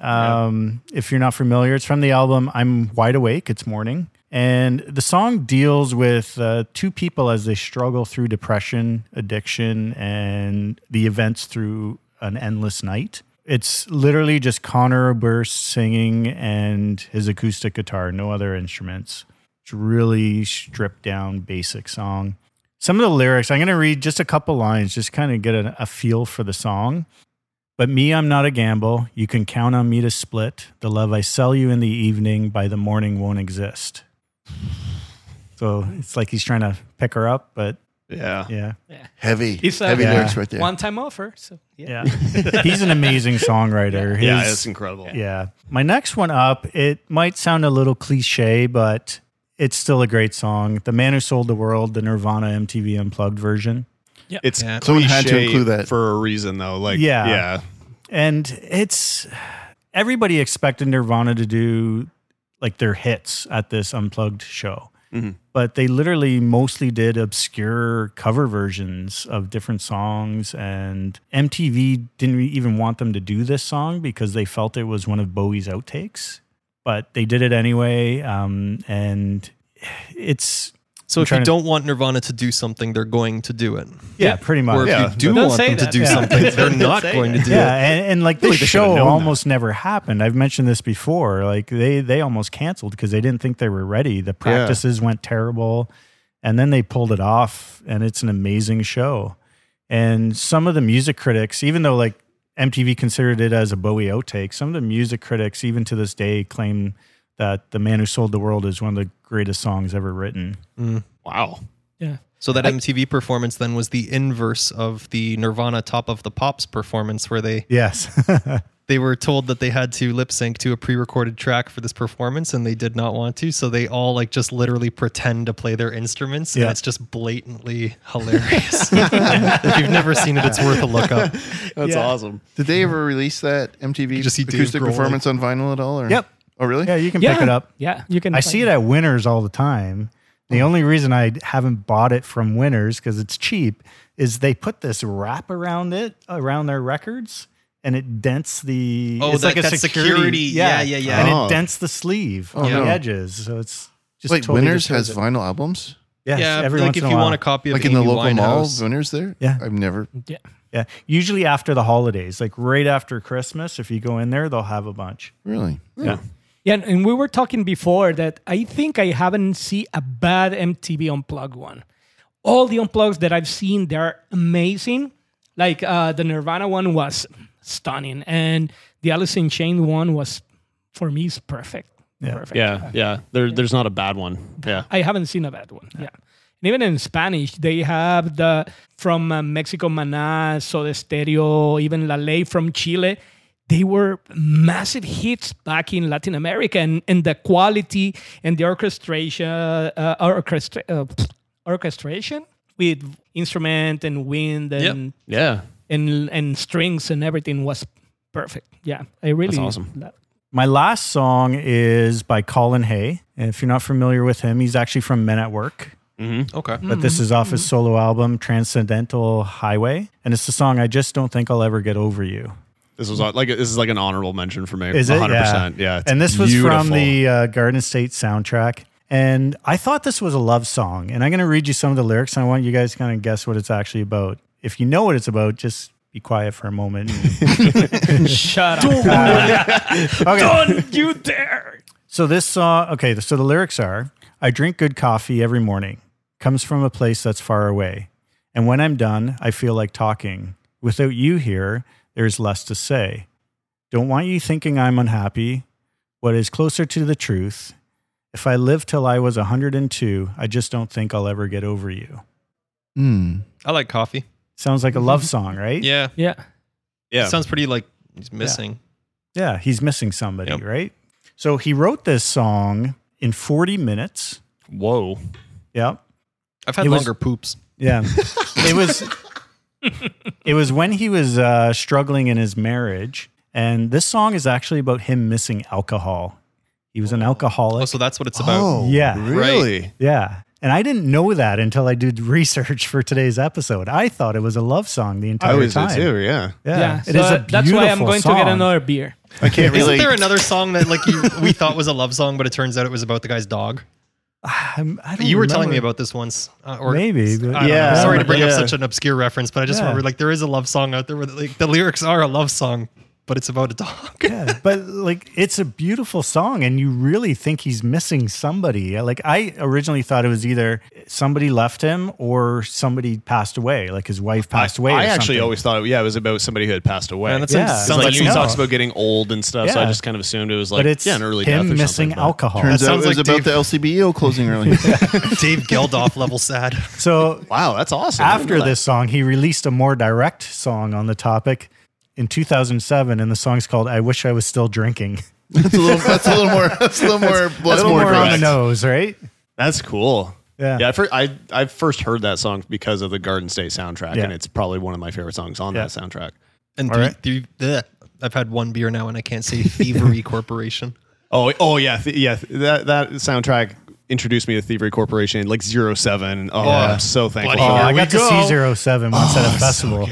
Speaker 2: um, If you're not familiar, it's from the album I'm Wide Awake. It's morning. And the song deals with uh, two people as they struggle through depression, addiction, and the events through an endless night. It's literally just Connor Burst singing and his acoustic guitar, no other instruments. It's really stripped down, basic song. Some of the lyrics, I'm going to read just a couple lines, just kind of get a, a feel for the song. But me, I'm not a gamble. You can count on me to split. The love I sell you in the evening by the morning won't exist. So it's like he's trying to pick her up, but
Speaker 6: yeah.
Speaker 2: yeah.
Speaker 3: Heavy.
Speaker 5: It's a-
Speaker 3: heavy
Speaker 2: Yeah.
Speaker 3: lyrics right there.
Speaker 5: One time offer. So, yeah.
Speaker 2: Yeah. he's an amazing songwriter.
Speaker 6: (laughs) Yeah,
Speaker 2: His-
Speaker 6: it's incredible.
Speaker 2: Yeah. My next one up, it might sound a little cliche, but it's still a great song. The Man Who Sold the World, the Nirvana MTV Unplugged version.
Speaker 6: It's
Speaker 4: Yeah.
Speaker 3: Someone had to
Speaker 6: cliche
Speaker 3: include that.
Speaker 6: for a reason though. Like
Speaker 2: Yeah.
Speaker 6: yeah.
Speaker 2: And it's everybody expected Nirvana to do like their hits at this unplugged show.
Speaker 4: Mm-hmm.
Speaker 2: But they literally mostly did obscure cover versions of different songs, and MTV didn't e-, even want them to do this song because they felt it was one of Bowie's outtakes. But they did it anyway, um, and it's
Speaker 4: So
Speaker 2: I'm
Speaker 4: if you
Speaker 2: trying to-
Speaker 4: don't want Nirvana to do something, they're going to do it.
Speaker 2: yeah, pretty much
Speaker 4: Or if
Speaker 6: Yeah.
Speaker 4: you do
Speaker 5: Don't
Speaker 4: want
Speaker 5: say
Speaker 4: them
Speaker 5: that.
Speaker 4: to do
Speaker 5: Yeah.
Speaker 4: something, they're not going to do
Speaker 2: yeah,
Speaker 4: it.
Speaker 2: and, and like
Speaker 6: Really,
Speaker 2: this
Speaker 6: they should've
Speaker 2: show
Speaker 6: known that.
Speaker 2: almost never happened. I've mentioned this before. Like they they almost canceled because they didn't think they were ready. The practices went terrible, and then they pulled it off, and it's an amazing show. And some of the music critics, even though like MTV considered it as a Bowie outtake, some of the music critics, even to this day, claim that "The Man Who Sold the World" is one of the greatest songs ever written.
Speaker 6: Wow.
Speaker 5: Yeah.
Speaker 4: So that MTV performance then was the inverse of the Nirvana Top of the Pops performance, where they
Speaker 2: Yes.
Speaker 4: they were told that they had to lip sync to a pre-recorded track for this performance, and they did not want to. So they all like just literally pretend to play their instruments,
Speaker 2: Yeah.
Speaker 4: and it's just blatantly hilarious. (laughs) if you've never seen it, it's worth a look up.
Speaker 6: That's
Speaker 2: Yeah.
Speaker 6: awesome.
Speaker 3: Did they ever release that MTV
Speaker 4: just see Dave
Speaker 3: acoustic
Speaker 4: Grohl, like-
Speaker 3: performance on vinyl at all? Or?
Speaker 2: Yep.
Speaker 3: Oh,
Speaker 2: (laughs)
Speaker 3: really?
Speaker 2: yeah, you can
Speaker 5: yeah,
Speaker 2: pick it up.
Speaker 5: Yeah, you can.
Speaker 2: I see it at Winners all the time. The only reason I haven't bought it from Winners because it's cheap is they put this wrap around it around their records and it dents the
Speaker 4: Oh,
Speaker 2: it's
Speaker 4: that-
Speaker 2: like a
Speaker 4: that's
Speaker 2: security,
Speaker 4: security. Yeah, yeah, yeah.
Speaker 2: and
Speaker 3: Oh.
Speaker 2: it dents the sleeve on
Speaker 4: no.
Speaker 2: the edges so it's just
Speaker 3: Wait,
Speaker 2: totally
Speaker 3: Winners
Speaker 2: deters
Speaker 3: has
Speaker 2: it.
Speaker 3: vinyl albums?
Speaker 2: yes,
Speaker 4: yeah,
Speaker 2: every
Speaker 4: like
Speaker 2: once
Speaker 4: if
Speaker 2: in a
Speaker 4: you
Speaker 2: while.
Speaker 4: want a copy of
Speaker 3: Like in the
Speaker 4: Amy
Speaker 3: local mall,
Speaker 4: Winehouse,
Speaker 3: Winners there?
Speaker 2: Yeah.
Speaker 3: I've never.
Speaker 5: Yeah.
Speaker 2: yeah usually after the holidays like right after Christmas if you go in there they'll have a bunch
Speaker 3: Really?
Speaker 2: yeah
Speaker 5: Yeah, and- and we were talking before that I think I haven't seen a bad MTV unplugged one. All the unplugs that I've seen, they're amazing. Like uh, the Nirvana one was stunning, and the Alice in Chain one was, for me, is perfect. Yeah. Perfect.
Speaker 6: Yeah, yeah. There, there's not a bad one. Yeah.
Speaker 5: I haven't seen a bad one. Yeah. And even in Spanish, they have the from uh, Mexico, Maná, Soda Stereo, even La Ley from Chile. They were massive hits back in Latin America, and, and the quality and the orchestration, uh, orchestra, uh, orchestration with instrument and wind and,
Speaker 6: Yeah.
Speaker 5: and and strings and everything was perfect. Yeah, I really
Speaker 6: awesome.
Speaker 5: lo-
Speaker 2: My last song is by Colin Hay. And if you're not familiar with him, he's actually from Men at Work,
Speaker 6: Mm-hmm.
Speaker 4: okay.
Speaker 2: but this is off his solo album, Transcendental Highway. And it's the song I Just Don't Think I'll Ever Get Over You.
Speaker 6: This was like this is like an honorable mention for me.
Speaker 2: Is it?
Speaker 6: 100%. Yeah. it's
Speaker 2: and this was from
Speaker 6: beautiful.
Speaker 2: the uh, Garden State soundtrack. And I thought this was a love song. And I'm going to read you some of the lyrics. And I want you guys to kind of guess what it's actually about. If you know what it's about, just be quiet for a moment.
Speaker 6: (laughs)
Speaker 5: Shut up!
Speaker 2: okay.
Speaker 5: Don't you dare!
Speaker 2: So this song, okay, so the lyrics are I drink good coffee every morning, comes from a place that's far away. And when I'm done, I feel like talking. Without you here, there's less to say. Don't want you thinking I'm unhappy. What is closer to the truth? If I lived till I was 102, I just don't think I'll ever get over you.
Speaker 3: Hmm.
Speaker 4: I like coffee.
Speaker 2: Sounds like a love song, right?
Speaker 4: Mm-hmm. Yeah.
Speaker 5: Yeah.
Speaker 6: yeah.
Speaker 4: Sounds pretty like he's missing.
Speaker 2: Yeah, he's missing somebody,
Speaker 4: Yep.
Speaker 2: right? So he wrote this song in 40 minutes.
Speaker 6: Whoa.
Speaker 2: Yep.
Speaker 4: I've had
Speaker 2: He was-
Speaker 4: longer poops.
Speaker 2: Yeah. it was it was when he was uh, struggling in his marriage and this song is actually about him missing alcohol. He was an
Speaker 4: Oh,
Speaker 2: alcoholic.
Speaker 4: so that's what it's about.
Speaker 2: yeah.
Speaker 3: Really?
Speaker 2: Yeah. And I didn't know that until I did research for today's episode. I thought it was a love song the entire
Speaker 6: I always did
Speaker 2: time. (laughs)
Speaker 6: too. Yeah.
Speaker 2: Yeah.
Speaker 5: Yeah,
Speaker 2: it is
Speaker 5: so
Speaker 2: a beautiful
Speaker 5: that's why I'm going to get
Speaker 2: song.
Speaker 5: another beer.
Speaker 3: I can't
Speaker 4: Isn't
Speaker 3: relate.
Speaker 4: there another song that like you, we thought was a love song, but it turns out it was about the guy's dog?
Speaker 2: I'm, I don't
Speaker 4: You were telling
Speaker 2: remember.
Speaker 4: me about this once, uh, or
Speaker 2: Maybe, but-
Speaker 4: I don't know.
Speaker 6: Yeah.
Speaker 4: Sorry to bring up
Speaker 6: Yeah.
Speaker 4: such an obscure reference, but I just
Speaker 2: Yeah.
Speaker 4: remember like there is a love song out there where like the lyrics are a love song, but it's about a dog.
Speaker 2: yeah, but like it's a beautiful song, and you really think he's missing somebody. Like I originally thought it was either somebody left him or somebody passed away, like his wife passed away.
Speaker 6: I
Speaker 2: or
Speaker 6: actually
Speaker 2: something.
Speaker 6: always thought, yeah, it was about somebody who had passed
Speaker 4: (laughs)
Speaker 6: away.
Speaker 4: Man, that
Speaker 2: Yeah.
Speaker 4: sounds,
Speaker 2: It's
Speaker 4: sounds
Speaker 6: like
Speaker 4: like,
Speaker 6: she
Speaker 2: you-
Speaker 6: talks (laughs) about getting old and stuff, so I
Speaker 2: Yeah.
Speaker 6: just kind of assumed it was like
Speaker 2: but it's
Speaker 6: yeah, an early
Speaker 2: him
Speaker 6: death or
Speaker 2: missing
Speaker 6: something, but-
Speaker 2: alcohol.
Speaker 3: Turns out
Speaker 4: Oh, sounds
Speaker 3: it was
Speaker 4: like
Speaker 3: about
Speaker 4: Dave-
Speaker 3: the LCBO E closing
Speaker 4: (laughs)
Speaker 3: early.
Speaker 4: Dave Geldof level sad.
Speaker 6: (laughs)
Speaker 2: So
Speaker 6: Wow, that's awesome. I didn't
Speaker 2: after
Speaker 6: know that.
Speaker 2: this song, he released a more direct song on the topic in 2007, and the song's called "I Wish I Was Still Drinking."
Speaker 3: that's, a little, that's a little more. (laughs) That's a little more.
Speaker 2: A
Speaker 3: blood
Speaker 2: little more on the
Speaker 6: correct.
Speaker 2: nose, right?
Speaker 6: that's cool.
Speaker 2: Yeah.
Speaker 6: yeah. I, fir- I I first heard that song because of the Garden State soundtrack,
Speaker 2: Yeah.
Speaker 6: and it's probably one of my favorite songs on
Speaker 2: Yeah.
Speaker 6: that soundtrack.
Speaker 4: And three, three, bleh. I've had one beer now, and I can't say thievery corporation.
Speaker 6: Oh, oh yeah, th- yeah. th- That that soundtrack introduced me to Thievery Corporation, like zero seven. Oh, I'm so thankful.
Speaker 2: Oh,
Speaker 6: for
Speaker 2: I
Speaker 6: it.
Speaker 2: got to see 07 once
Speaker 6: Oh,
Speaker 2: at a festival.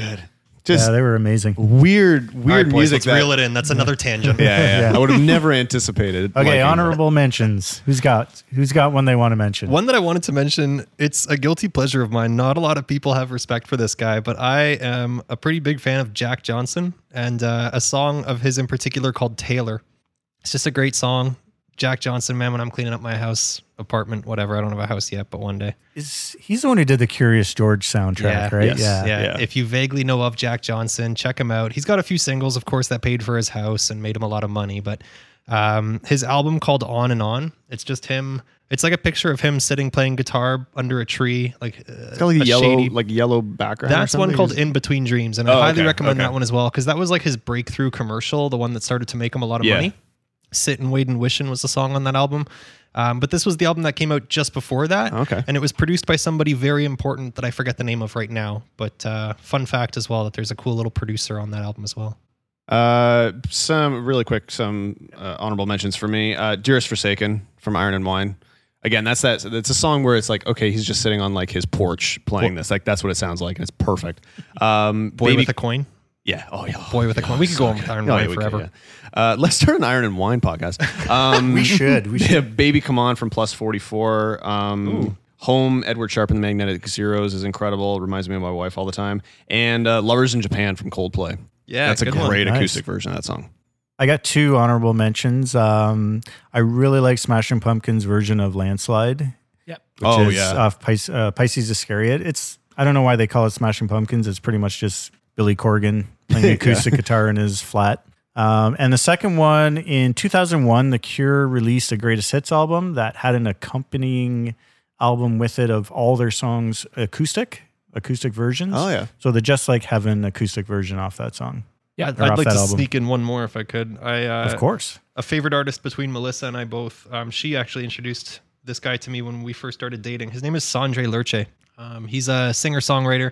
Speaker 6: Just
Speaker 2: yeah, they were amazing.
Speaker 6: weird,
Speaker 4: All right,
Speaker 6: weird
Speaker 4: boys,
Speaker 6: music.
Speaker 4: let's reel
Speaker 6: that-
Speaker 4: it in. That's another tangent.
Speaker 6: yeah, yeah, yeah.
Speaker 2: Yeah.
Speaker 6: I would have never anticipated.
Speaker 2: Okay,
Speaker 6: liking
Speaker 2: honorable mentions. Who's got who's got one they want to mention?
Speaker 4: One that I wanted to mention, it's a guilty pleasure of mine. Not a lot of people have respect for this guy, but I am a pretty big fan of Jack Johnson and uh, a song of his in particular called Taylor. It's just a great song. Jack Johnson, man, when I'm cleaning up my house, apartment, whatever. I don't have a house yet, but one day.
Speaker 2: Is he's the one who did the Curious George soundtrack, right?
Speaker 6: yes,
Speaker 2: Yeah.
Speaker 4: yeah.
Speaker 6: yeah.
Speaker 4: If you vaguely know of Jack Johnson, check him out. He's got a few singles, of course, that paid for his house and made him a lot of money, but Um, his album called On and On. It's just him. It's like a picture of him sitting playing guitar under a tree, like uh,
Speaker 6: It's got like a,
Speaker 4: a
Speaker 6: yellow,
Speaker 4: shady-
Speaker 6: like yellow background. or
Speaker 4: that's one
Speaker 6: something.
Speaker 4: called In Between Dreams, and I
Speaker 6: Oh,
Speaker 4: highly
Speaker 6: okay,
Speaker 4: recommend
Speaker 6: okay.
Speaker 4: that one as well because that was like his breakthrough commercial, the one that started to make him a lot of
Speaker 6: Yeah.
Speaker 4: money. Sit and Wait and Wishin' was the song on that album. Um, but this was the album that came out just before that.
Speaker 6: Okay.
Speaker 4: And it was produced by somebody very important that I forget the name of right now. But uh, fun fact as well that there's a cool little producer on that album as well.
Speaker 6: Uh, some really quick, some uh, honorable mentions for me. Uh, Dearest Forsaken from Iron and Wine. Again, that's that. It's a song where it's like, okay, he's just sitting on like his porch playing this. Like that's what it sounds like, and it's perfect. Um,
Speaker 4: Boy
Speaker 6: Baby-
Speaker 4: with a Coin.
Speaker 6: yeah, oh yeah, Oh,
Speaker 4: Boy
Speaker 6: (laughs)
Speaker 4: with a Coin. We could go on with Iron and Wine
Speaker 6: we could,
Speaker 4: forever.
Speaker 6: yeah. Uh, let's start an Iron and
Speaker 4: (laughs)
Speaker 6: Wine podcast. Um,
Speaker 2: We should. (laughs) We should.
Speaker 6: (laughs) Yeah, Baby Come On from Plus 44. Um, Home, Edward Sharpe and the Magnetic Zeros is incredible. It reminds me of my wife all the time. And uh, Lovers in Japan from Coldplay.
Speaker 4: Yeah,
Speaker 6: That's a
Speaker 4: good one.
Speaker 6: great
Speaker 2: Nice.
Speaker 6: acoustic version of that song.
Speaker 2: I got two honorable mentions. Um, I really like Smashing Pumpkins' version of Landslide.
Speaker 5: Yep.
Speaker 2: Which
Speaker 6: Oh,
Speaker 2: is
Speaker 6: yeah.
Speaker 2: off Pis- uh, Pisces Iscariot. It's I don't know why they call it Smashing Pumpkins. It's pretty much just Billy Corgan
Speaker 6: (laughs)
Speaker 2: playing acoustic guitar in his flat. Um, and the second one in 2001, The Cure released a greatest hits album that had an accompanying album with it of all their songs acoustic, acoustic versions.
Speaker 6: Oh, yeah.
Speaker 2: So the Just Like Heaven acoustic version off that song.
Speaker 4: Yeah, I'd,
Speaker 2: Or off
Speaker 4: like to
Speaker 2: that album.
Speaker 4: sneak in one more if I could. I uh,
Speaker 2: Of course.
Speaker 4: a favorite artist between Melissa and I both. Um, she actually introduced this guy to me when we first started dating. His name is Sandre Lerche. Um, he's a singer songwriter.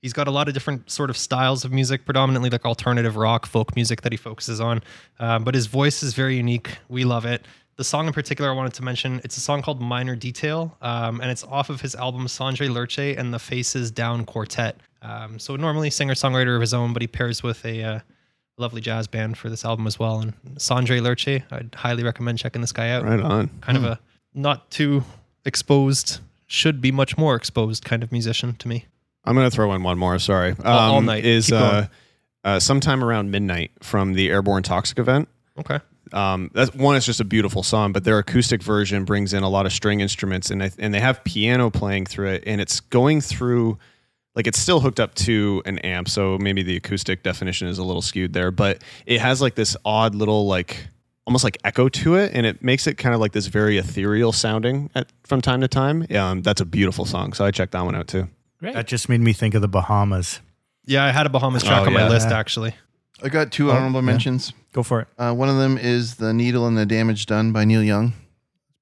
Speaker 4: He's got a lot of different sort of styles of music, predominantly like alternative rock, folk music that he focuses on. Um, but his voice is very unique. We love it. The song in particular I wanted to mention, it's a song called Minor Detail, um, and it's off of his album Sandre Lerche and the Faces Down Quartet. Um, so normally singer-songwriter of his own, but he pairs with a uh, lovely jazz band for this album as well. And Sandre Lerche, I'd highly recommend checking this guy out.
Speaker 6: Right Hmm. on.
Speaker 4: Kind of a not too exposed, should be much more exposed kind of musician to me.
Speaker 6: I'm going to throw in one more. Sorry. Um,
Speaker 4: all night.
Speaker 6: Is
Speaker 4: Keep
Speaker 6: uh, uh, sometime around midnight from the Airborne Toxic event.
Speaker 4: Okay.
Speaker 6: um, that's one it's just a beautiful song but their acoustic version brings in a lot of string instruments and, I, and they have piano playing through it and it's going through like it's still hooked up to an amp so maybe the acoustic definition is a little skewed there but it has like this odd little like almost like echo to it and it makes it kind of like this very ethereal sounding at, from time to time um, that's a beautiful song so i checked that one out too
Speaker 5: Great.
Speaker 2: That just made me think of the Bahamas.
Speaker 4: Yeah, I had a Bahamas track
Speaker 6: Oh,
Speaker 4: on my
Speaker 6: yeah.
Speaker 4: list actually.
Speaker 3: I got two
Speaker 5: Oh,
Speaker 3: honorable mentions.
Speaker 2: Go for it.
Speaker 3: Uh, one of them is The Needle and the Damage Done by Neil Young.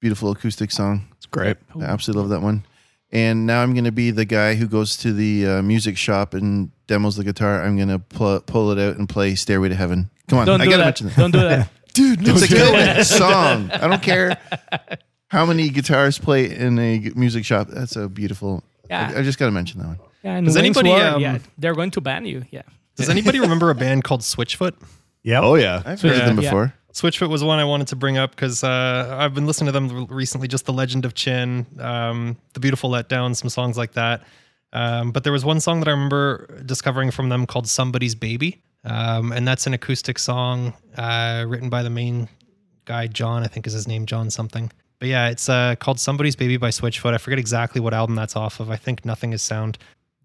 Speaker 3: Beautiful acoustic song.
Speaker 6: it's great
Speaker 5: Oh,
Speaker 3: I absolutely love that one. And now I'm going to be the guy who goes to the uh, music shop and demos the guitar. I'm going to pull, pull it out and play Stairway to Heaven. Come on,
Speaker 5: Don't
Speaker 3: I
Speaker 5: do
Speaker 3: got to
Speaker 5: that.
Speaker 3: mention that.
Speaker 5: Don't do that.
Speaker 3: Dude, it's a good song. I don't
Speaker 5: (laughs)
Speaker 3: care how many guitars play in a g- music shop. That's a beautiful.
Speaker 5: Yeah.
Speaker 3: I, I just got to mention that one.
Speaker 5: Yeah, and
Speaker 4: Does
Speaker 5: Wayne's
Speaker 4: anybody,
Speaker 5: World,
Speaker 4: um,
Speaker 5: yeah, they're going to ban you. Yeah.
Speaker 6: (laughs)
Speaker 4: Does anybody remember a band called Switchfoot?
Speaker 2: Yep.
Speaker 6: oh yeah
Speaker 3: I've heard
Speaker 4: Yeah.
Speaker 3: of them
Speaker 5: Yeah.
Speaker 3: before.
Speaker 4: Switchfoot was one I wanted to bring up because uh, I've been listening to them re- recently. Just the Legend of Chin, um, the Beautiful Letdown, some songs like that. Um, but there was one song that I remember discovering from them called "Somebody's Baby," um, and that's an acoustic song uh, written by the main guy John, I think is his name, John something. But yeah, it's uh, called "Somebody's Baby" by Switchfoot. I forget exactly what album that's off of. I think Nothing Is Sound.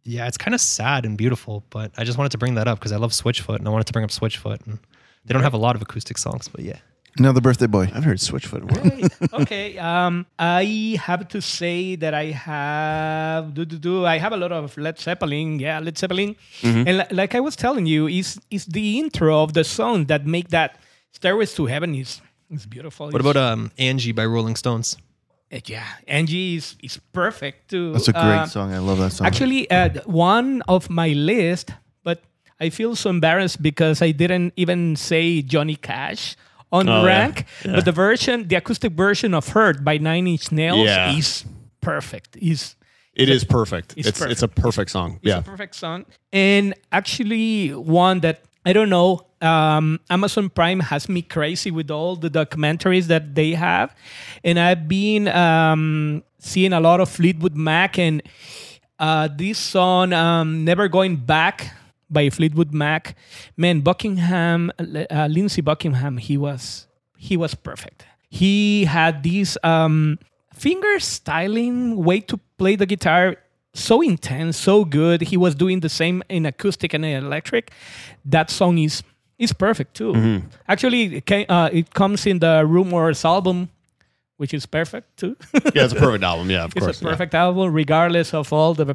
Speaker 4: Yeah, it's kind of sad and beautiful, but I just wanted to bring that up because I love Switchfoot and I wanted to bring up Switchfoot. And they don't have a lot of acoustic songs, but yeah.
Speaker 3: Another birthday boy.
Speaker 6: i've
Speaker 3: (laughs)
Speaker 6: heard switchfoot
Speaker 5: okay. Um, I have to say that I have do do do. I have a lot of Led Zeppelin. Yeah, Led Zeppelin. And li- like I was telling you, is is the intro of the song that make that Stairways to Heaven is is beautiful.
Speaker 4: What about um, Angie by Rolling Stones?
Speaker 5: yeah? Angie is is perfect too.
Speaker 3: That's a great
Speaker 5: Uh,
Speaker 3: song. I love that song.
Speaker 5: Actually, uh, th- one of my list, but I feel so embarrassed because I didn't even say Johnny Cash on
Speaker 6: Oh,
Speaker 5: rank. But the version, the acoustic version of "Hurt" by Nine Inch Nails,
Speaker 6: Yeah.
Speaker 5: is perfect. Is
Speaker 6: it is perfect
Speaker 5: It's
Speaker 6: it's, it's, a perfect song
Speaker 5: it's
Speaker 6: yeah
Speaker 5: a perfect song. And actually, one that I don't know. Um, Amazon Prime has me crazy with all the documentaries that they have, and I've been um, seeing a lot of Fleetwood Mac and uh, this song um, "Never Going Back" by Fleetwood Mac. Man, Buckingham, uh, Lindsey Buckingham, he was he was perfect. He had this um, finger styling way to play the guitar so intense, so good. He was doing the same in acoustic and in electric. That song is It's perfect too. Actually, it, came, uh, it comes in the Rumors album, which is perfect too. (laughs)
Speaker 6: Yeah, it's a perfect album. Yeah, of
Speaker 5: it's
Speaker 6: course.
Speaker 5: a
Speaker 6: yeah.
Speaker 5: perfect album, regardless of all the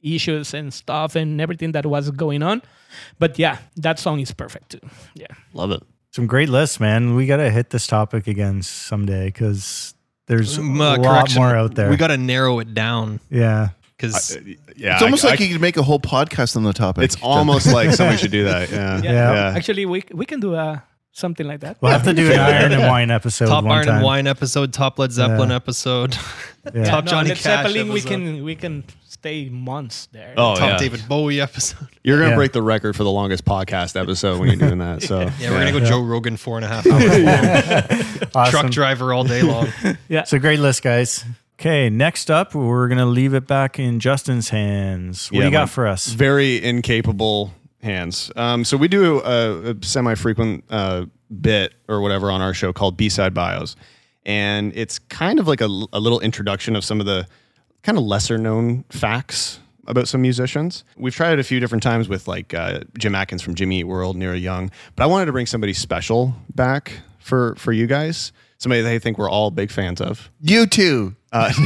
Speaker 5: issues and stuff and everything that was going on. But yeah, that song is perfect too. Yeah.
Speaker 6: Love it.
Speaker 2: Some great lists, man. We got to hit this topic again someday because there's
Speaker 4: Mm,
Speaker 2: a
Speaker 4: uh,
Speaker 2: lot
Speaker 4: correction.
Speaker 2: more out there.
Speaker 4: We got to narrow it down
Speaker 2: yeah.
Speaker 4: because
Speaker 6: Yeah,
Speaker 3: It's almost
Speaker 6: I-
Speaker 3: like
Speaker 6: I-
Speaker 3: you could make a whole podcast on the topic.
Speaker 6: it's (laughs) almost like someone should do that. Yeah,
Speaker 5: Yeah.
Speaker 2: Yeah.
Speaker 5: Actually, we, we can do uh, something like that.
Speaker 2: We'll have to
Speaker 4: (laughs)
Speaker 2: do an Iron and Wine episode
Speaker 4: top
Speaker 2: one
Speaker 4: Iron
Speaker 2: time.
Speaker 4: and Wine episode, top Led Zeppelin episode,
Speaker 2: (laughs) Yeah.
Speaker 4: top Johnny
Speaker 5: Led
Speaker 4: Cash
Speaker 5: Zeppelin, we
Speaker 4: episode,
Speaker 5: can we can stay months there.
Speaker 6: Oh
Speaker 4: top
Speaker 6: yeah.
Speaker 4: David Bowie episode.
Speaker 6: You're gonna
Speaker 2: Yeah.
Speaker 6: break the record for the longest podcast episode when you're doing that. So
Speaker 4: (laughs) Yeah, we're gonna go Joe Rogan four and
Speaker 2: (laughs)
Speaker 4: a half hours.
Speaker 2: Awesome.
Speaker 4: Truck driver all day long.
Speaker 2: It's a great list, guys. Okay, next up, we're going to leave it back in Justin's hands. What do
Speaker 6: Yeah,
Speaker 2: you got
Speaker 6: my
Speaker 2: for us?
Speaker 6: Very incapable hands. Um, so we do a, a semi-frequent uh, bit or whatever on our show called B-side bios, and it's kind of like a, a little introduction of some of the kind of lesser-known facts about some musicians. We've tried it a few different times with like uh, Jim Atkins from Jimmy Eat World, Neil Young, but I wanted to bring somebody special back for for you guys. Somebody that I think we're all big fans of.
Speaker 3: you too.
Speaker 6: Uh, (laughs)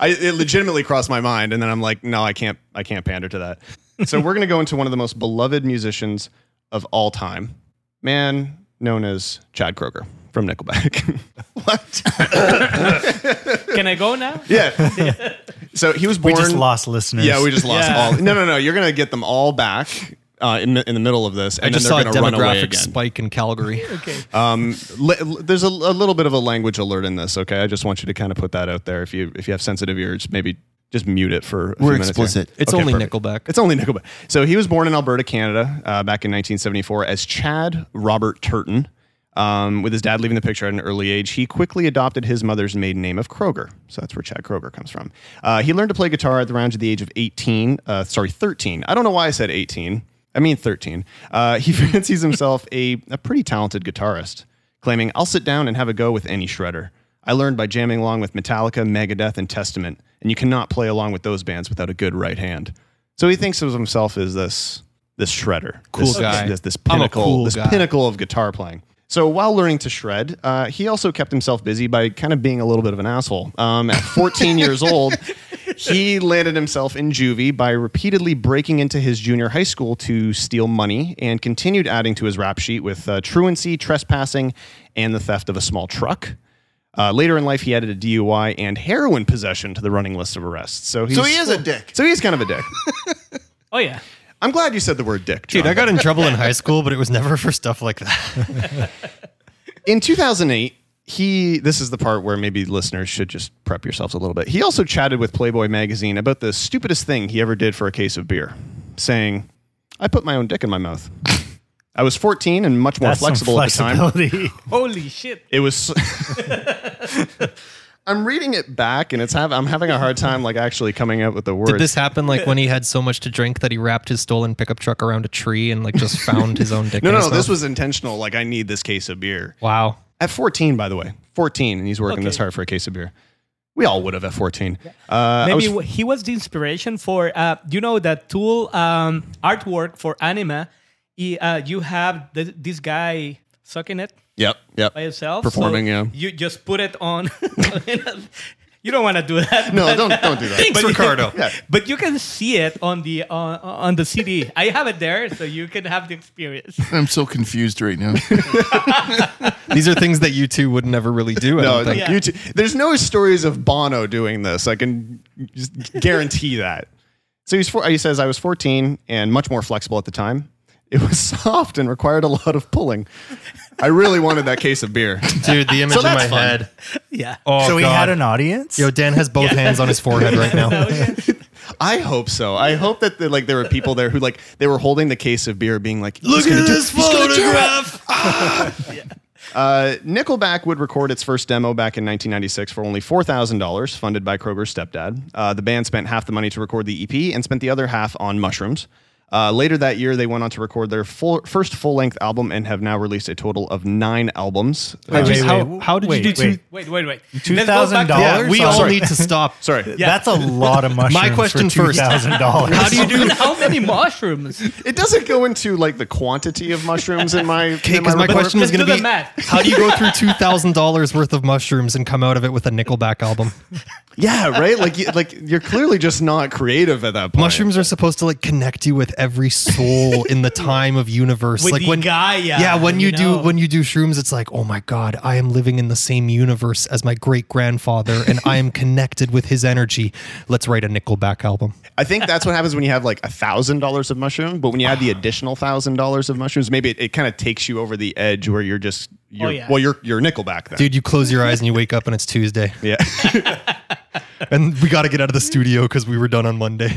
Speaker 6: I, it legitimately crossed my mind, and then I'm like, no, I can't, I can't pander to that. So we're gonna go into one of the most beloved musicians of all time, man known as Chad Kroger from Nickelback. (laughs)
Speaker 5: Can I go now?
Speaker 6: (laughs) yeah. So he was
Speaker 2: We
Speaker 6: born.
Speaker 2: just lost listeners.
Speaker 6: Yeah, we just lost
Speaker 5: Yeah.
Speaker 6: all. No, no, no. You're gonna get them all back uh, in the, in the middle of this, and
Speaker 4: I
Speaker 6: then
Speaker 4: just saw
Speaker 6: they're
Speaker 4: a
Speaker 6: gonna run away
Speaker 4: demographic
Speaker 6: again.
Speaker 4: spike in (laughs) Calgary.
Speaker 6: Um, li- li- there's a, a little bit of a language alert in this. Okay, I just want you to kind of put that out there. If you if you have sensitive ears, maybe just mute it for. A few
Speaker 3: We're
Speaker 6: minutes here.
Speaker 3: explicit.
Speaker 4: It's
Speaker 6: Okay,
Speaker 4: only
Speaker 6: perfect.
Speaker 4: Nickelback.
Speaker 6: It's only Nickelback. So he was born in Alberta, Canada, uh, back in 1974 as Chad Robert Turton. Um, with his dad leaving the picture at an early age, he quickly adopted his mother's maiden name of Kroger. So that's where Chad Kroger comes from. Uh, he learned to play guitar at the around the age of 18, uh, sorry, 13. I don't know why I said 18. I mean 13. Uh, he (laughs) fancies himself a, a pretty talented guitarist, claiming, I'll sit down and have a go with any shredder. I learned by jamming along with Metallica, Megadeth, and Testament, and you cannot play along with those bands without a good right hand. So he thinks of himself as this this shredder,
Speaker 4: Cool
Speaker 6: this,
Speaker 4: guy.
Speaker 6: this, this
Speaker 4: I'm a
Speaker 6: pinnacle,
Speaker 4: cool
Speaker 6: this
Speaker 4: guy.
Speaker 6: pinnacle of guitar playing. So while learning to shred, uh, he also kept himself busy by kind of being a little bit of an asshole. Um, at 14
Speaker 4: (laughs)
Speaker 6: years old, he landed himself in juvie by repeatedly breaking into his junior high school to steal money and continued adding to his rap sheet with uh, truancy, trespassing, and the theft of a small truck. Uh, later in life, he added a DUI and heroin possession to the running list of arrests. So, he's,
Speaker 3: So he is a dick.
Speaker 6: So he's kind of
Speaker 4: (laughs)
Speaker 6: a dick.
Speaker 5: Oh yeah.
Speaker 6: I'm glad you said the word dick,
Speaker 4: Dude,
Speaker 6: John.
Speaker 4: I got in trouble (laughs) in high school, but it was never for stuff like that.
Speaker 6: in 2008 he this is the part where maybe listeners should just prep yourselves a little bit he also chatted with playboy magazine about the stupidest thing he ever did for a case of beer saying i put my own dick in my mouth i was 14 and much more
Speaker 2: That's some
Speaker 6: flexible at the
Speaker 4: (laughs)
Speaker 6: time
Speaker 2: flexibility. (laughs)
Speaker 5: Holy shit.
Speaker 6: it was (laughs) i'm reading it back and it's have, i'm having a hard time like actually coming up with the words
Speaker 4: Did this happen like when he had so much to drink that he wrapped his stolen pickup truck around a tree and like just found his own dick?
Speaker 6: no
Speaker 4: in
Speaker 6: no
Speaker 4: his
Speaker 6: this
Speaker 4: mouth?
Speaker 6: was intentional like i need this case of beer
Speaker 4: wow.
Speaker 6: At 14, by the way. 14, and he's working this hard for a case of beer. We all would have at 14. Uh, I
Speaker 5: Maybe
Speaker 6: was-
Speaker 5: w he was the inspiration for uh, you know that tool um, artwork for anima. He, uh, you have th- this guy sucking it
Speaker 6: yep, yep.
Speaker 5: by himself,
Speaker 6: Performing,
Speaker 5: so
Speaker 6: yeah.
Speaker 5: You just put it on. (laughs) you don't want to do that.
Speaker 6: (laughs) No,
Speaker 3: (laughs)
Speaker 5: but-
Speaker 6: don't, don't do that.
Speaker 4: Thanks, Ricardo.
Speaker 5: But you can see it on the on, on the CD. I have it there, so you can have the experience.
Speaker 3: I'm so confused right
Speaker 6: (laughs)
Speaker 3: now.
Speaker 4: These are things that you two would never really do. I
Speaker 6: No,
Speaker 4: don't think.
Speaker 5: Yeah.
Speaker 6: you two- there's no stories of Bono doing this. I can
Speaker 5: (laughs)
Speaker 6: just guarantee that. So he's four, he says, I was 14 and much more flexible at the time. It was (laughs) soft and required a lot of pulling. I really wanted that case
Speaker 5: (laughs)
Speaker 6: of beer.
Speaker 4: Dude, the image in
Speaker 6: that's
Speaker 4: my
Speaker 6: fun.
Speaker 4: head.
Speaker 5: (laughs) Yeah.
Speaker 4: Oh,
Speaker 2: so he
Speaker 4: God.
Speaker 2: had an audience?
Speaker 4: Yo, Dan has both hands on his forehead right
Speaker 6: (laughs)
Speaker 4: now.
Speaker 6: I hope so. I hope that there, like there were people there who like they were holding the case of beer, being like, "Look at this photograph." uh, Nickelback would record its first demo back in 1996 for only four thousand dollars, E funded by Kroger's stepdad. Uh, the band spent half the money to record the EP and spent the other half on mushrooms. Uh, later that year, they went on to record their full, first full length album and have now released a total of nine albums.
Speaker 4: How,
Speaker 6: Uh,
Speaker 2: Wait, wait,
Speaker 4: how,
Speaker 2: wait.
Speaker 4: how did
Speaker 2: Wait,
Speaker 4: you do two?
Speaker 2: wait.
Speaker 5: Wait, wait, wait.
Speaker 2: Two
Speaker 5: Let's go
Speaker 2: thousand
Speaker 5: back to-
Speaker 2: dollars.
Speaker 4: We all
Speaker 6: Sorry.
Speaker 4: need (laughs) to stop.
Speaker 6: Sorry,
Speaker 2: That's a lot
Speaker 4: (laughs)
Speaker 2: of mushrooms.
Speaker 4: question
Speaker 2: for
Speaker 4: first.
Speaker 2: Thousand dollars.
Speaker 4: How
Speaker 2: (laughs)
Speaker 4: do
Speaker 6: (laughs)
Speaker 4: you do?
Speaker 5: (laughs) How many mushrooms?
Speaker 6: it doesn't go into like the quantity of mushrooms in my. in
Speaker 4: Because my
Speaker 6: report.
Speaker 4: question was
Speaker 5: Let's
Speaker 4: going to
Speaker 5: do the
Speaker 4: be
Speaker 5: math.
Speaker 4: how do you go through two thousand dollars worth of mushrooms and come out of it with a Nickelback album?
Speaker 6: Yeah, right. Like, you, like you're clearly just not creative at that point.
Speaker 4: Mushrooms are supposed to like connect you with every soul in the time of universe.
Speaker 5: With
Speaker 4: like
Speaker 5: the
Speaker 4: when
Speaker 5: Gaia,
Speaker 4: yeah, when you,
Speaker 5: you know?
Speaker 4: do when you do shrooms, it's like, oh my god, I am living in the same universe as my great grandfather, and I am connected with his energy. Let's write a Nickelback album.
Speaker 6: I think that's what happens when you have like a thousand dollars of mushroom, but when you add the additional thousand dollars of mushrooms, maybe it, it kind of takes you over the edge where you're just you're
Speaker 5: yeah.
Speaker 6: well, you're you're Nickelback then.
Speaker 4: Dude, you close your eyes and you wake up and it's Tuesday,
Speaker 6: Yeah, (laughs)
Speaker 4: and we got to get out of the studio because we were done on Monday.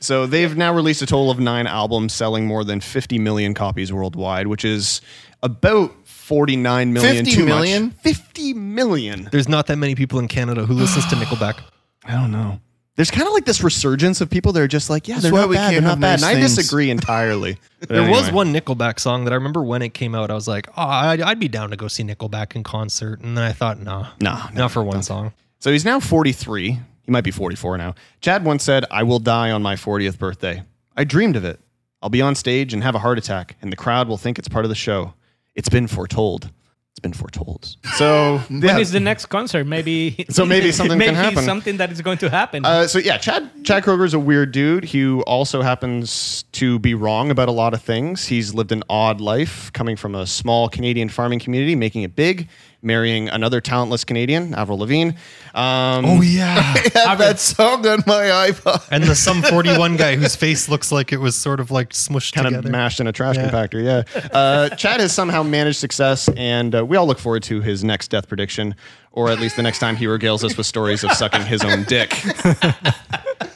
Speaker 6: so they've now released a total of nine albums, selling more than 50 million copies worldwide, which is about 49 million.
Speaker 3: 50
Speaker 6: too
Speaker 3: million?
Speaker 6: Much. 50 million.
Speaker 4: There's not that many people in Canada who listens to Nickelback.
Speaker 6: I don't know. There's kind of like this resurgence of people that are just like, yeah, they're
Speaker 3: why
Speaker 6: not
Speaker 3: we
Speaker 6: bad,
Speaker 3: can't
Speaker 6: they're not
Speaker 3: have
Speaker 6: bad.
Speaker 3: nice
Speaker 6: and I
Speaker 3: things. (laughs)
Speaker 6: disagree entirely. But
Speaker 4: There was
Speaker 6: anyway.
Speaker 4: one Nickelback song that I remember when it came out. I was like, oh, I'd, I'd be down to go see Nickelback in concert, and then I thought, nah,
Speaker 6: Nah,
Speaker 4: not for one song.
Speaker 6: So he's now 43. He might be 44 now. Chad once said, I will die on my 40th birthday. I dreamed of it. I'll be on stage and have a heart attack, and the crowd will think it's part of the show. It's been foretold. It's been foretold. So,
Speaker 5: When
Speaker 6: yeah.
Speaker 5: is the next concert? Maybe.
Speaker 6: So maybe
Speaker 5: (laughs)
Speaker 6: something
Speaker 5: maybe
Speaker 6: can happen.
Speaker 5: something that is going to happen.
Speaker 6: Uh, so yeah, Chad Chad Kroger's a weird dude who also happens to be wrong about a lot of things. He's lived an odd life, coming from a small Canadian farming community, making it big, marrying another talentless Canadian, Avril Lavigne. Um,
Speaker 3: Oh yeah, (laughs) I have that song on my iPod.
Speaker 4: And the Sum 41 guy whose face looks like it was sort of like smushed
Speaker 6: kind
Speaker 4: together.
Speaker 6: of mashed in a trash compactor. (laughs) Yeah. Uh, Chad has somehow managed success, and uh, we all look forward to his next death prediction, or at least the next time he regales us with stories of sucking his own (laughs) dick.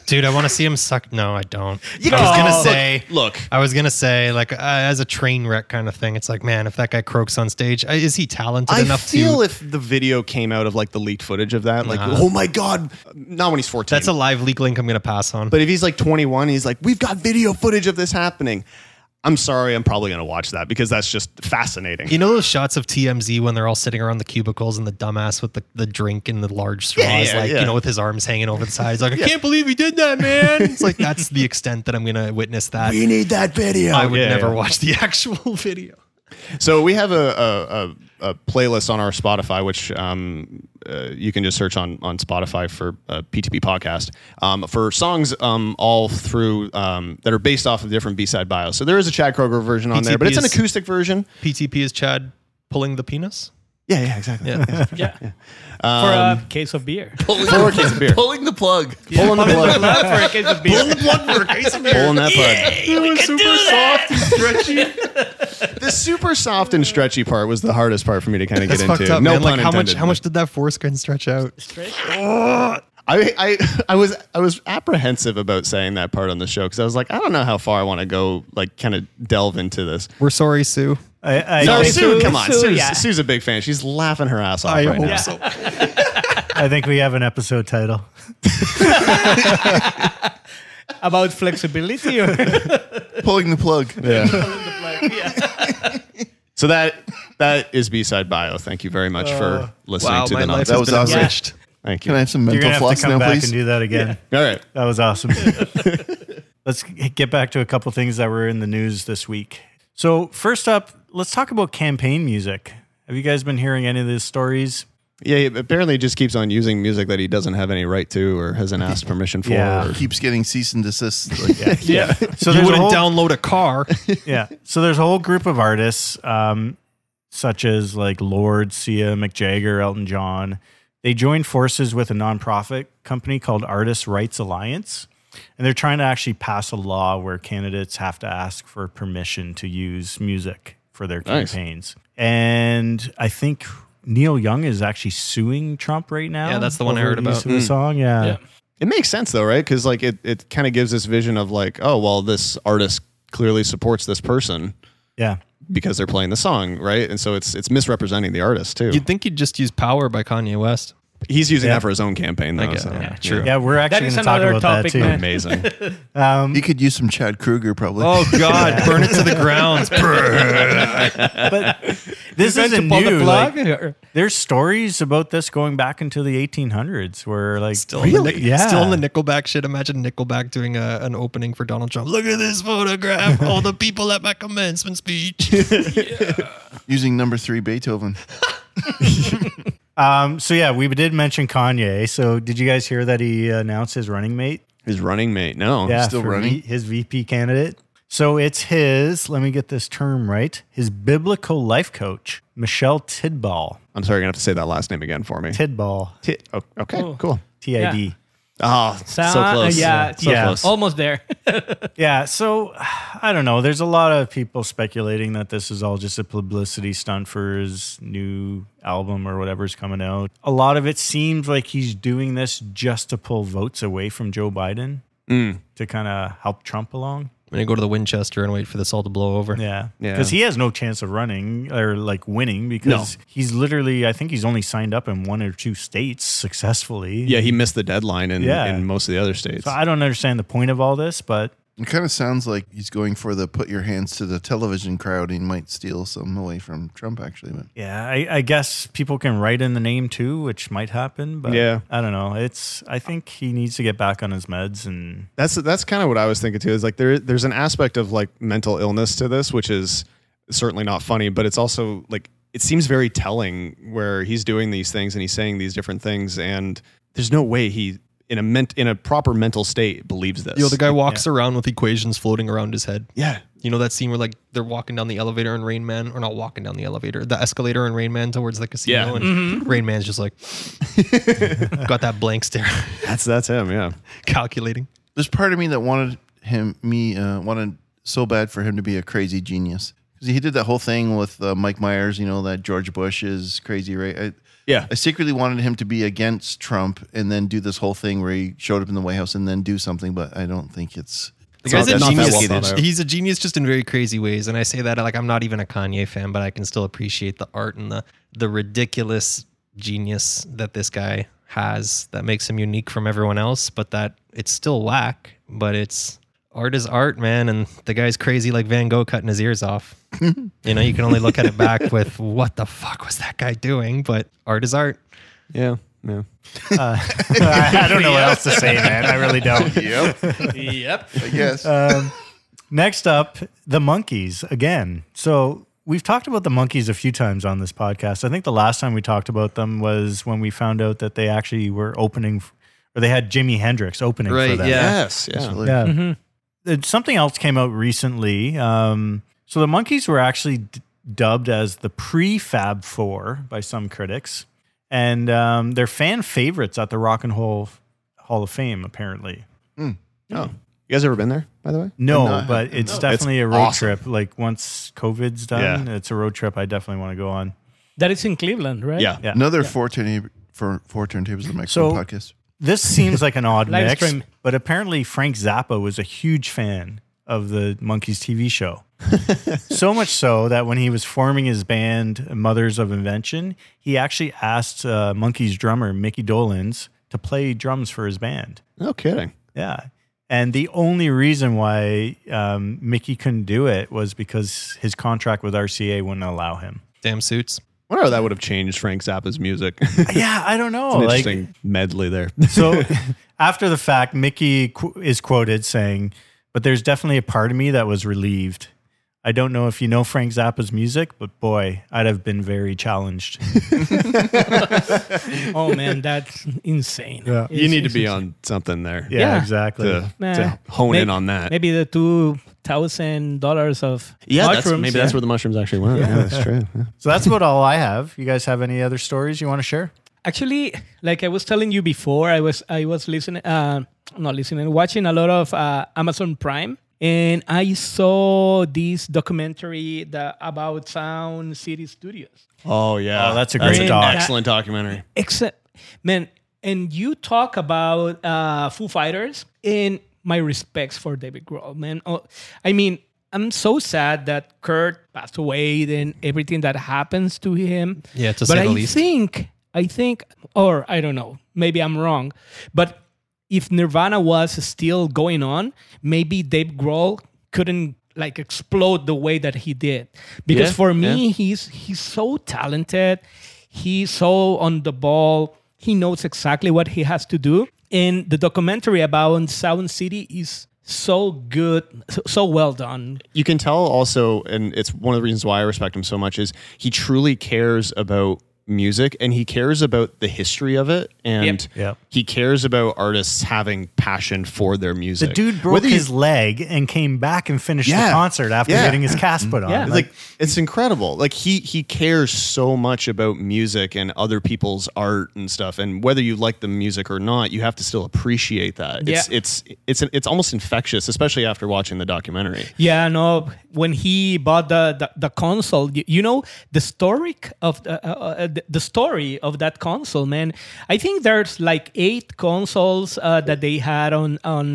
Speaker 4: Dude, I want to see him suck. No, I don't. I
Speaker 6: Oh,
Speaker 4: was going
Speaker 6: look-
Speaker 4: to say.
Speaker 6: look.
Speaker 4: I was gonna say, like, uh, as a train wreck kind of thing. It's like, man, if that guy croaks on stage, uh, is he talented
Speaker 6: I
Speaker 4: enough
Speaker 6: feel
Speaker 4: to?
Speaker 6: if the video came out of like the leaked footage of that, like, oh my god, not when he's fourteen.
Speaker 4: that's a live leak link I'm gonna pass on.
Speaker 6: but if he's like twenty one, he's like, we've got video footage of this happening. I'm sorry, I'm probably gonna watch that because that's just fascinating.
Speaker 4: You know those shots of TMZ when they're all sitting around the cubicles and the dumbass with the, the drink and the large straws,
Speaker 6: yeah,
Speaker 4: like,
Speaker 6: yeah.
Speaker 4: you know, with his arms hanging over the sides. Like, I can't believe he did that, man. It's like, that's the extent that I'm going to witness that.
Speaker 6: we need that video.
Speaker 4: I would
Speaker 6: Yeah,
Speaker 4: never
Speaker 6: yeah.
Speaker 4: watch the (laughs) actual video.
Speaker 6: So we have a, a, a, a playlist on our Spotify, which um, uh, you can just search on on Spotify for uh, PTP podcast um, for songs um, all through um, that are based off of different B side bios. So there is a Chad Kroger version on there, but it's an
Speaker 4: PTP is-
Speaker 6: acoustic version.
Speaker 4: PTP is Chad pulling the penis?
Speaker 6: Yeah, yeah, exactly. (laughs)
Speaker 5: yeah.
Speaker 6: Um,
Speaker 5: for a case of beer.
Speaker 6: Four case of beer.
Speaker 3: Pulling the plug.
Speaker 6: Pulling the plug.
Speaker 5: (laughs) for a case of beer.
Speaker 6: Pulling that plug. It was super soft and stretchy. the super soft and stretchy part was the hardest part for me to kind of get
Speaker 4: That's fucked
Speaker 6: into.
Speaker 4: up,
Speaker 6: no
Speaker 4: man.
Speaker 6: pun
Speaker 4: Like, how much,
Speaker 6: intended.
Speaker 4: how much did that foreskin stretch out?
Speaker 6: I, I I was I was apprehensive about saying that part on the show because I was like I don't know how far I want to go like kind of delve into this.
Speaker 4: We're sorry, Sue.
Speaker 2: I, I,
Speaker 6: No,
Speaker 2: think,
Speaker 6: Sue,
Speaker 5: Sue-
Speaker 6: come on,
Speaker 5: Sue,
Speaker 6: Sue's,
Speaker 5: yeah.
Speaker 6: Sue's a big fan. She's laughing her ass off
Speaker 4: I
Speaker 6: right
Speaker 4: hope (laughs)
Speaker 6: now.
Speaker 4: so.
Speaker 2: I think we have an episode title.
Speaker 5: (laughs) About flexibility. Or
Speaker 3: Pulling the plug.
Speaker 6: Yeah.
Speaker 5: (laughs)
Speaker 6: so that that is B side bio. Thank you very much for listening
Speaker 4: Uh, Wow,
Speaker 6: to
Speaker 4: my
Speaker 6: the
Speaker 4: life
Speaker 6: nonsense.
Speaker 3: That
Speaker 4: has
Speaker 3: was
Speaker 4: been
Speaker 3: awesome.
Speaker 4: enriched.
Speaker 6: Thank you.
Speaker 3: Can I have some
Speaker 2: You're
Speaker 3: mental
Speaker 2: gonna have to
Speaker 3: floss
Speaker 2: come
Speaker 3: now,
Speaker 2: back
Speaker 3: please?
Speaker 2: and do that again.
Speaker 6: All right.
Speaker 2: That was awesome.
Speaker 4: (laughs)
Speaker 2: let's g- get back to a couple things that were in the news this week. So, first up, let's talk about campaign music. Have you guys been hearing any of these stories?
Speaker 6: Yeah. He apparently just keeps on using music that he doesn't have any right to or hasn't asked permission for.
Speaker 2: Yeah.
Speaker 6: or-
Speaker 3: Keeps getting cease and desist. Like,
Speaker 2: Yeah. So
Speaker 4: You
Speaker 2: there's a
Speaker 4: wouldn't
Speaker 2: whole,
Speaker 4: download a (laughs) car.
Speaker 2: yeah. So there's a whole group of artists, um, such as like Lord, Sia, Mick Jagger, Elton John. They joined forces with a nonprofit company called Artists Rights Alliance, and they're trying to actually pass a law where candidates have to ask for permission to use music for their
Speaker 6: Nice.
Speaker 2: campaigns. And I think Neil Young is actually suing Trump right now.
Speaker 4: Yeah, that's the one I
Speaker 2: over
Speaker 4: heard
Speaker 2: use
Speaker 4: about.
Speaker 2: of the song. Yeah.
Speaker 5: Yeah.
Speaker 6: It makes sense though, right? Because like it, it kind of gives this vision of like, oh well, this artist clearly supports this person
Speaker 2: yeah.
Speaker 6: because they're playing the song, right? And so it's it's misrepresenting the artist too.
Speaker 4: You'd think you'd just use Power by Kanye West.
Speaker 6: He's using
Speaker 2: Yeah.
Speaker 6: that for his own campaign, though.
Speaker 4: I guess,
Speaker 6: so,
Speaker 4: yeah, true.
Speaker 2: Yeah, we're actually
Speaker 5: is
Speaker 2: going to talk
Speaker 5: another
Speaker 2: about
Speaker 5: topic,
Speaker 2: that
Speaker 5: man.
Speaker 2: too.
Speaker 6: Amazing.
Speaker 2: Um,
Speaker 3: You could use some Chad Kruger probably. (laughs)
Speaker 4: Oh God, burn it to the ground.
Speaker 2: but this
Speaker 5: Meant to
Speaker 2: isn't
Speaker 5: pull
Speaker 2: new.
Speaker 5: the
Speaker 2: like,
Speaker 5: plug? (laughs) or-
Speaker 2: there's stories about this going back into the 1800s, where like
Speaker 4: Still, in the
Speaker 2: really,
Speaker 4: Nic-
Speaker 2: yeah,
Speaker 4: still in the Nickelback shit. Imagine Nickelback doing a, an opening for Donald Trump. Look at this photograph. All the people at my commencement speech. (laughs)
Speaker 3: Using number three Beethoven.
Speaker 2: Um, so yeah, we did mention Kanye. So did you guys hear that he announced his running mate?
Speaker 6: his running mate. No.
Speaker 2: yeah,
Speaker 3: still
Speaker 2: for
Speaker 3: running?
Speaker 2: V- his VP candidate. So it's his. Let me get this term right. His biblical life coach, Michelle Tidball.
Speaker 6: I'm sorry. You're going to have to say that last name again for me.
Speaker 2: Tidball.
Speaker 6: Oh, okay. Cool.
Speaker 2: T I D.
Speaker 6: Oh, so,
Speaker 5: Uh,
Speaker 6: close.
Speaker 5: Yeah,
Speaker 6: So
Speaker 2: yeah.
Speaker 6: close.
Speaker 5: almost
Speaker 6: (laughs)
Speaker 5: there.
Speaker 2: Yeah. So (sighs) I don't know. There's a lot of people speculating that this is all just a publicity stunt for his new album or whatever's coming out. A lot of it seems like he's doing this just to pull votes away from Joe Biden
Speaker 6: Mm.
Speaker 2: to kind of help Trump along.
Speaker 4: I'm gonna go to the Winchester and wait for this all to blow over.
Speaker 2: Yeah.
Speaker 6: Yeah.
Speaker 2: Because he has no chance of running or like winning because he's literally, I think he's only signed up in one or two states successfully.
Speaker 6: Yeah, he missed the deadline in,
Speaker 2: Yeah.
Speaker 6: in most of the other states.
Speaker 2: So I don't understand the point of all this, but
Speaker 3: It kind of sounds like he's going for the put your hands to the television crowd and might steal some away from Trump actually. But
Speaker 2: yeah, I, I guess people can write in the name too, which might happen. But
Speaker 6: Yeah.
Speaker 2: I don't know. It's, I think he needs to get back on his meds and
Speaker 6: that's that's kind of what I was thinking too. Is like there there's an aspect of like mental illness to this, which is certainly not funny, but it's also like it seems very telling where he's doing these things and he's saying these different things, and there's no way he in a ment in a proper mental state believes this.
Speaker 4: You know, the guy walks around with equations floating around his head.
Speaker 6: yeah,
Speaker 4: You know that scene where like they're walking down the elevator in Rain Man, or not walking down the elevator, the escalator in Rain Man towards the casino,
Speaker 6: Yeah.
Speaker 4: and Rain Man's just like (laughs) got that blank stare, (laughs)
Speaker 6: that's that's him. Yeah,
Speaker 4: calculating.
Speaker 3: there's part of me that wanted him, me, uh, wanted so bad for him to be a crazy genius because he did that whole thing with uh, Mike Myers. You know that George Bush is crazy, right? I,
Speaker 6: yeah.
Speaker 3: I secretly wanted him to be against Trump and then do this whole thing where he showed up in the White House and then do something, but I don't think it's.
Speaker 4: The
Speaker 6: It's
Speaker 4: guy's a
Speaker 6: not that well
Speaker 4: genius.
Speaker 6: thought out.
Speaker 4: He's a genius just in very crazy ways. And I say that like I'm not even a Kanye fan, but I can still appreciate the art and the the ridiculous genius that this guy has that makes him unique from everyone else, but that it's still whack, but it's art is art, man, and the guy's crazy like Van Gogh cutting his ears off. you know, you can only look at it back with what the fuck was that guy doing? But art is art.
Speaker 6: yeah, yeah.
Speaker 2: (laughs) I, I don't know what else to say, man. I really don't.
Speaker 5: yep.
Speaker 3: (laughs) I guess.
Speaker 2: (laughs) Next up, the monkeys again. So we've talked about the monkeys a few times on this podcast. I think the last time we talked about them was when we found out that they actually were opening, f- or they had Jimi Hendrix opening for
Speaker 4: Right,
Speaker 2: them.
Speaker 4: yeah.
Speaker 6: Yes, yeah.
Speaker 2: Yeah. Uh, Something else came out recently. Um, so the monkeys were actually d- dubbed as the prefab four by some critics, and um, they're fan favorites at the Rock and Roll Hall of Fame, apparently.
Speaker 6: Oh, you guys ever been there? By the way,
Speaker 2: No,
Speaker 3: not-
Speaker 2: but it's definitely a road
Speaker 6: awesome.
Speaker 2: trip. Like once COVID's done, it's a road trip I definitely want to go on.
Speaker 5: That is in Cleveland, right?
Speaker 6: yeah.
Speaker 2: Yeah.
Speaker 3: Another four turn for four turntables of the
Speaker 2: So-
Speaker 3: microphone podcast.
Speaker 2: This seems like an odd
Speaker 5: (laughs) Live
Speaker 2: mix,
Speaker 5: stream.
Speaker 2: but apparently Frank Zappa was a huge fan of the Monkeys TV
Speaker 5: (laughs)
Speaker 2: show. so much so that when he was forming his band Mothers of Invention, he actually asked uh, Monkeys drummer Mickey Dolans to play drums for his band.
Speaker 6: No kidding.
Speaker 2: Yeah. And the only reason why um, Mickey couldn't do it was because his contract with RCA wouldn't allow him.
Speaker 4: Damn suits.
Speaker 6: Wonder how that would have changed Frank Zappa's music.
Speaker 2: (laughs) Yeah, I don't know. like,
Speaker 6: Interesting
Speaker 2: (laughs)
Speaker 6: medley there.
Speaker 2: so after the fact, Mickey qu- is quoted saying, "But there's definitely a part of me that was relieved. I don't know if you know Frank Zappa's music, but boy, I'd have been very challenged."
Speaker 5: Oh man, that's insane.
Speaker 2: Yeah.
Speaker 6: you
Speaker 5: It's-
Speaker 6: need
Speaker 5: it's-
Speaker 6: to be on something there.
Speaker 2: yeah,
Speaker 5: Yeah.
Speaker 2: exactly.
Speaker 6: to,
Speaker 5: Nah.
Speaker 6: to hone in
Speaker 5: May-
Speaker 6: on that.
Speaker 5: Maybe the two thousand dollars of
Speaker 6: yeah, that's,
Speaker 5: mushrooms.
Speaker 6: maybe that's where the mushrooms actually went. Yeah, that's true. Yeah.
Speaker 2: So that's what all I have. You guys have any other stories you want to share?
Speaker 5: actually like i was telling you before i was i was listening uh not listening watching a lot of uh, amazon prime and i saw this documentary that about sound city studios
Speaker 6: Oh
Speaker 2: (laughs)
Speaker 6: yeah,
Speaker 2: Oh, that's a great doc.
Speaker 6: excellent documentary.
Speaker 5: except man and you talk about uh foo fighters and my respects for david grohl man oh, i mean i'm so sad that kurt passed away and everything that happens to him
Speaker 4: Yeah, to
Speaker 5: but
Speaker 4: say
Speaker 5: I
Speaker 4: the least.
Speaker 5: think I think, or I don't know, maybe I'm wrong, but if Nirvana was still going on, maybe Dave Grohl couldn't like explode the way that he did. Because
Speaker 3: Yeah,
Speaker 5: for me, he's he's so talented, he's so on the ball, he knows exactly what he has to do. And the documentary about Sound City is so good, so- so well done.
Speaker 6: you can tell also, and it's one of the reasons why I respect him so much is he truly cares about music and he cares about the history of it and
Speaker 2: Yep. Yep.
Speaker 6: he cares about artists having passion for their music.
Speaker 2: The dude broke
Speaker 6: Whether you-
Speaker 2: his leg and came back and finished the
Speaker 6: Yeah.
Speaker 2: concert after
Speaker 6: Yeah.
Speaker 2: getting his cast put on.
Speaker 5: Yeah.
Speaker 6: It's like, it's incredible. Like he he cares so much about music and other people's art and stuff. And whether you like the music or not, you have to still appreciate that. It's
Speaker 5: Yeah.
Speaker 6: it's it's it's almost infectious, especially after watching the documentary.
Speaker 5: Yeah, no. When he bought the the, the console, you, you know the story of the, uh, uh, the- the story of that console, man. I think there's like eight consoles uh, that they had on on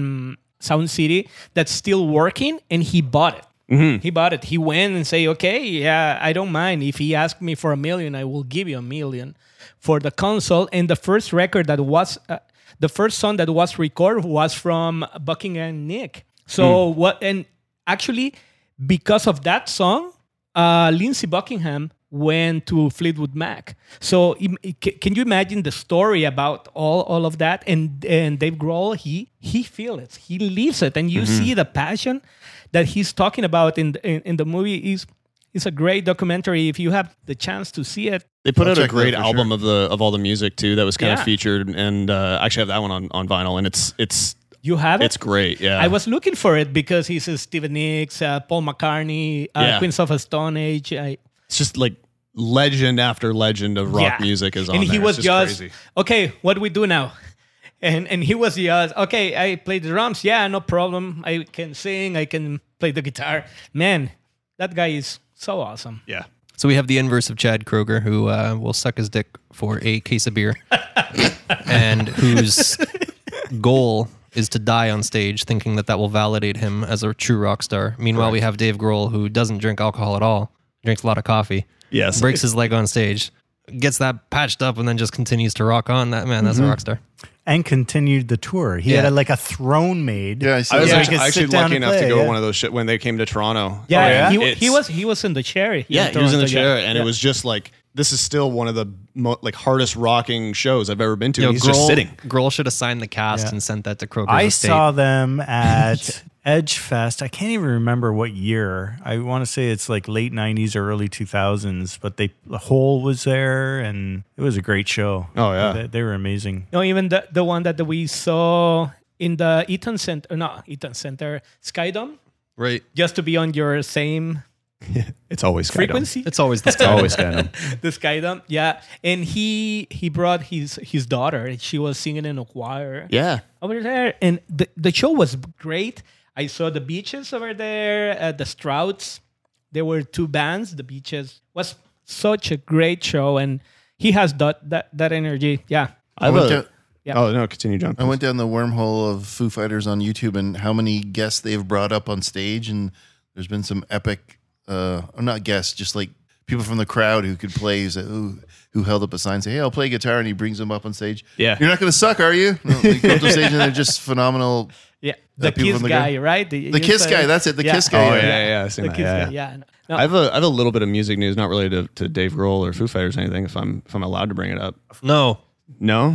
Speaker 5: Sound City that's still working, and he bought it. He bought it. He went and say, "Okay, yeah, I don't mind if he asked me for a million, I will give you a million for the console." And the first record that was uh, the first song that was recorded was from Buckingham Nick. So what? And actually, because of that song, uh, Lindsey Buckingham went to Fleetwood Mac. So im- ca- can you imagine the story about all, all of that? And and Dave Grohl, he he feels it, he lives it, and you see the passion that he's talking about in, the- in in the movie. is it's a great documentary. If you have the chance to see it,
Speaker 6: They put
Speaker 3: I'll
Speaker 6: out a
Speaker 3: check that
Speaker 6: great
Speaker 3: for
Speaker 6: album of the of all the music too that was kind
Speaker 5: Yeah.
Speaker 6: of featured and uh, I actually have that one on, on vinyl and it's it's
Speaker 5: you have it.
Speaker 6: it's great. Yeah.
Speaker 5: I was looking for it because he says Steven Nicks, uh, Paul McCartney, uh,
Speaker 6: Yeah.
Speaker 5: Queens of the Stone Age. I,
Speaker 6: it's just like legend after legend of rock
Speaker 5: Yeah.
Speaker 6: music is on
Speaker 5: and he
Speaker 6: there.
Speaker 5: was
Speaker 6: It's
Speaker 5: just,
Speaker 6: crazy.
Speaker 5: okay what do we do now and and he was just okay i play the drums yeah no problem i can sing i can play the guitar man that guy is so awesome
Speaker 6: Yeah.
Speaker 4: So we have the inverse of Chad Kroger, who uh, will suck his dick for a case of beer,
Speaker 6: (laughs)
Speaker 4: and whose goal is to die on stage, thinking that that will validate him as a true rock star. Meanwhile, we have Dave Grohl, who doesn't drink alcohol at all, drinks a lot of coffee,
Speaker 6: Yes.
Speaker 4: breaks his leg on stage, gets that patched up, and then just continues to rock on. That man,
Speaker 2: Mm-hmm.
Speaker 4: that's a rock star.
Speaker 2: and continued the tour. He
Speaker 4: Yeah.
Speaker 2: had a, like a throne made.
Speaker 3: Yeah, I see
Speaker 6: I was
Speaker 2: Yeah.
Speaker 6: actually,
Speaker 2: You could
Speaker 6: actually
Speaker 2: sit down
Speaker 6: lucky
Speaker 2: and
Speaker 6: enough
Speaker 2: play,
Speaker 6: to go to
Speaker 2: yeah.
Speaker 6: one of those sh- when they came to Toronto. Oh,
Speaker 5: yeah,
Speaker 2: yeah?
Speaker 5: He,
Speaker 6: It's-
Speaker 5: he was he was in the chair
Speaker 6: Yeah, he was in
Speaker 5: Toronto,
Speaker 6: the
Speaker 5: yeah.
Speaker 6: chair, and it was just like this is still one of the mo- like hardest rocking shows I've ever been to.
Speaker 4: You know,
Speaker 6: and he's just sitting.
Speaker 4: Grohl should have signed the cast
Speaker 2: Yeah.
Speaker 4: and sent that to Kroger.
Speaker 2: I
Speaker 4: State.
Speaker 2: saw
Speaker 6: (laughs)
Speaker 2: them at Edgefest. I can't even remember what year. I want to say it's like late '90s or early 2000s. But they the Hole was there, and it was a great show.
Speaker 6: Oh, yeah.
Speaker 2: they, they were amazing.
Speaker 5: no even the, the one that we saw in the eaton center no eaton center skydome
Speaker 4: right.
Speaker 5: just to be on your same
Speaker 6: It's always
Speaker 5: frequency
Speaker 4: It's always this guy.
Speaker 6: Always kind of.
Speaker 5: the skydome yeah and he he brought his his daughter and she was singing in a choir
Speaker 6: Yeah.
Speaker 5: over there, and the, the show was great. I saw the beaches over there, uh, the Strouts. There were two bands. The beaches was such a great show, and he has that that, that energy. Yeah,
Speaker 6: I
Speaker 3: went
Speaker 6: love
Speaker 3: down-
Speaker 5: Yeah.
Speaker 6: (laughs) Oh no, continue, John.
Speaker 3: I went down the wormhole of Foo Fighters on YouTube and how many guests they've brought up on stage, and there's been some epic, uh, or not guests, just like people from the crowd who could play, who, said- who, who held up a sign, say, "Hey, I'll play guitar," and he brings them up on stage.
Speaker 6: Yeah.
Speaker 3: you're not going to suck, are you? No, they go up to stage and they're just phenomenal.
Speaker 5: yeah. The
Speaker 3: people
Speaker 5: Kiss
Speaker 3: from the
Speaker 5: guy,
Speaker 3: group?
Speaker 5: right? The,
Speaker 3: The Kiss guy, that's it. The
Speaker 5: Yeah.
Speaker 3: Kiss guy.
Speaker 6: Oh, yeah, yeah, yeah, I've seen
Speaker 5: The
Speaker 6: that,
Speaker 5: Kiss
Speaker 6: yeah,
Speaker 5: guy. Yeah. No,
Speaker 6: I have a I have a little bit of music news, not related to, to Dave Grohl or Foo Fighters or anything. If I'm if I'm allowed to bring it up,
Speaker 4: (laughs) No.
Speaker 3: (laughs)
Speaker 6: no.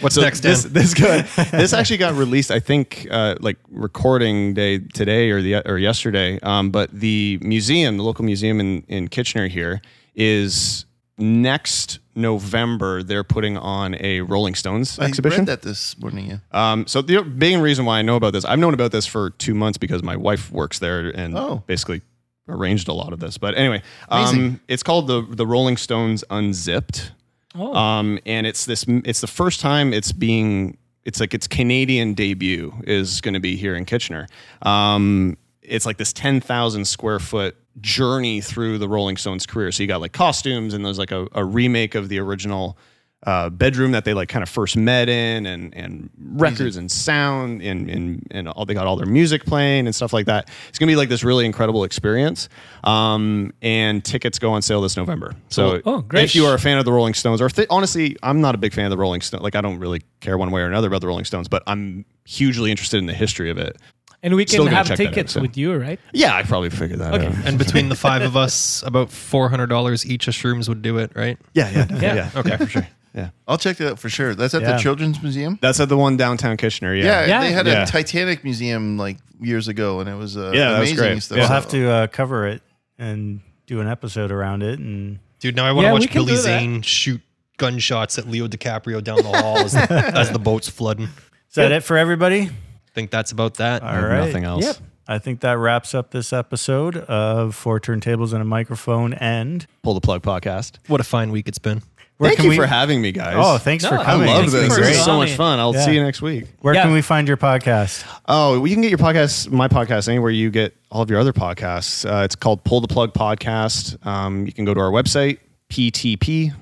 Speaker 4: What's next?
Speaker 6: this
Speaker 4: Dan?
Speaker 6: this got this actually got released. I think uh, like recording day today or the or yesterday. Um, but the museum, the local museum in in Kitchener here, is next November. They're putting on a Rolling Stones
Speaker 3: I
Speaker 6: (laughs) exhibition.
Speaker 3: read that this morning. Yeah.
Speaker 6: Um, so the main reason why I know about this, I've known about this for two months because my wife works there and
Speaker 3: Oh.
Speaker 6: basically arranged a lot of this. But anyway,
Speaker 3: Amazing.
Speaker 6: um, it's called the the Rolling Stones Unzipped.
Speaker 5: Oh.
Speaker 6: Um, and it's this. It's the first time it's being. It's like its Canadian debut is going to be here in Kitchener. Um, it's like this ten thousand square foot journey through the Rolling Stones career. So you got like costumes and there's like a, a remake of the original uh, bedroom that they like kind of first met in, and and records
Speaker 5: Mm-hmm.
Speaker 6: and sound, and and and all they got all their music playing and stuff like that. It's gonna be like this really incredible experience. Um, and tickets go on sale this November. So
Speaker 5: Oh, great.
Speaker 6: if you are a fan of the Rolling Stones, or if they, honestly, I'm not a big fan of the Rolling Stones. Like I don't really care one way or another about the Rolling Stones, but I'm hugely interested in the history of it.
Speaker 5: And we
Speaker 6: Still
Speaker 5: can
Speaker 6: gonna
Speaker 5: have
Speaker 6: check that out,
Speaker 5: tickets
Speaker 6: so.
Speaker 5: with you, right?
Speaker 6: Yeah, I probably figured that out.
Speaker 4: (laughs) And between the five of us, about four hundred dollars each of shrooms would do it, right?
Speaker 6: Yeah, yeah, yeah,
Speaker 5: Yeah.
Speaker 6: Okay, for sure. Yeah,
Speaker 3: I'll check that out for sure. That's at
Speaker 2: Yeah.
Speaker 3: the Children's Museum.
Speaker 6: that's at the one downtown Kitchener.
Speaker 3: Yeah,
Speaker 6: Yeah,
Speaker 5: Yeah.
Speaker 3: they had
Speaker 6: Yeah.
Speaker 3: a Titanic museum like years ago, and it was uh,
Speaker 6: Yeah, that was
Speaker 3: amazing
Speaker 6: great.
Speaker 3: stuff.
Speaker 6: Yeah.
Speaker 2: We'll
Speaker 3: So-
Speaker 2: have to uh, cover it and do an episode around it. And
Speaker 4: Dude, now I want to
Speaker 5: Yeah, we
Speaker 4: watch
Speaker 5: can
Speaker 4: Billy
Speaker 5: do that.
Speaker 4: Zane shoot gunshots at Leo DiCaprio down the hall
Speaker 6: (laughs)
Speaker 4: as, as the boat's flooding.
Speaker 2: is that it for everybody?
Speaker 4: Think that's about that.
Speaker 2: All right.
Speaker 6: Nothing else.
Speaker 5: Yep.
Speaker 2: I think that wraps up this episode of Four Turntables and a Microphone. And
Speaker 6: Pull the plug podcast.
Speaker 4: What a fine week it's been.
Speaker 2: where
Speaker 6: Thank
Speaker 2: can
Speaker 6: you
Speaker 2: we-
Speaker 6: for having me, guys.
Speaker 2: Oh, thanks for
Speaker 5: No, I
Speaker 6: I
Speaker 2: coming.
Speaker 5: mean,
Speaker 6: love
Speaker 5: it's been
Speaker 6: this.
Speaker 5: great.
Speaker 6: This is so much
Speaker 5: Yeah.
Speaker 6: fun. I'll
Speaker 2: Yeah.
Speaker 6: see you next week.
Speaker 2: Where
Speaker 5: Yeah.
Speaker 2: can we find your podcast?
Speaker 6: Oh, well, you can get your podcast, my podcast, anywhere you get all of your other podcasts. Uh, it's called Pull the Plug Podcast. Um, you can go to our website,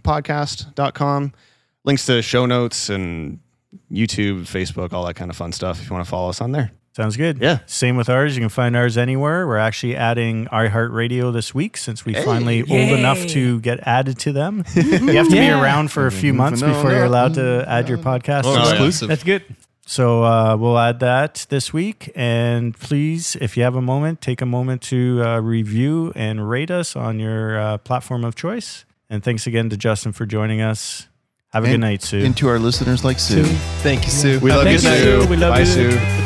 Speaker 6: ptppodcast.com. Links to show notes and YouTube, Facebook, all that kind of fun stuff if you want to follow us on there.
Speaker 2: Sounds good.
Speaker 6: Yeah.
Speaker 2: Same with ours. You can find ours anywhere. We're actually adding iHeartRadio this week since we finally old
Speaker 5: Yay.
Speaker 2: enough to get added to
Speaker 3: (laughs)
Speaker 2: them. you have to
Speaker 5: Yeah.
Speaker 2: be around for a few months
Speaker 3: Mm-hmm. No,
Speaker 2: before
Speaker 3: no, Mm-hmm.
Speaker 2: you're allowed to add your podcast.
Speaker 6: Oh, yeah.
Speaker 3: exclusive.
Speaker 5: That's good.
Speaker 2: So uh, we'll add that this week. And please, if you have a moment, take a moment to uh, review and rate us on your uh, platform of choice. And thanks again to Justin for joining us. Have a good
Speaker 3: And-
Speaker 2: night, Sue.
Speaker 3: And to our listeners like Sue.
Speaker 4: Thank you, Sue.
Speaker 6: We love you,
Speaker 5: Thank you,
Speaker 6: Sue.
Speaker 5: Sue. We love
Speaker 6: Bye,
Speaker 5: you.
Speaker 6: Sue.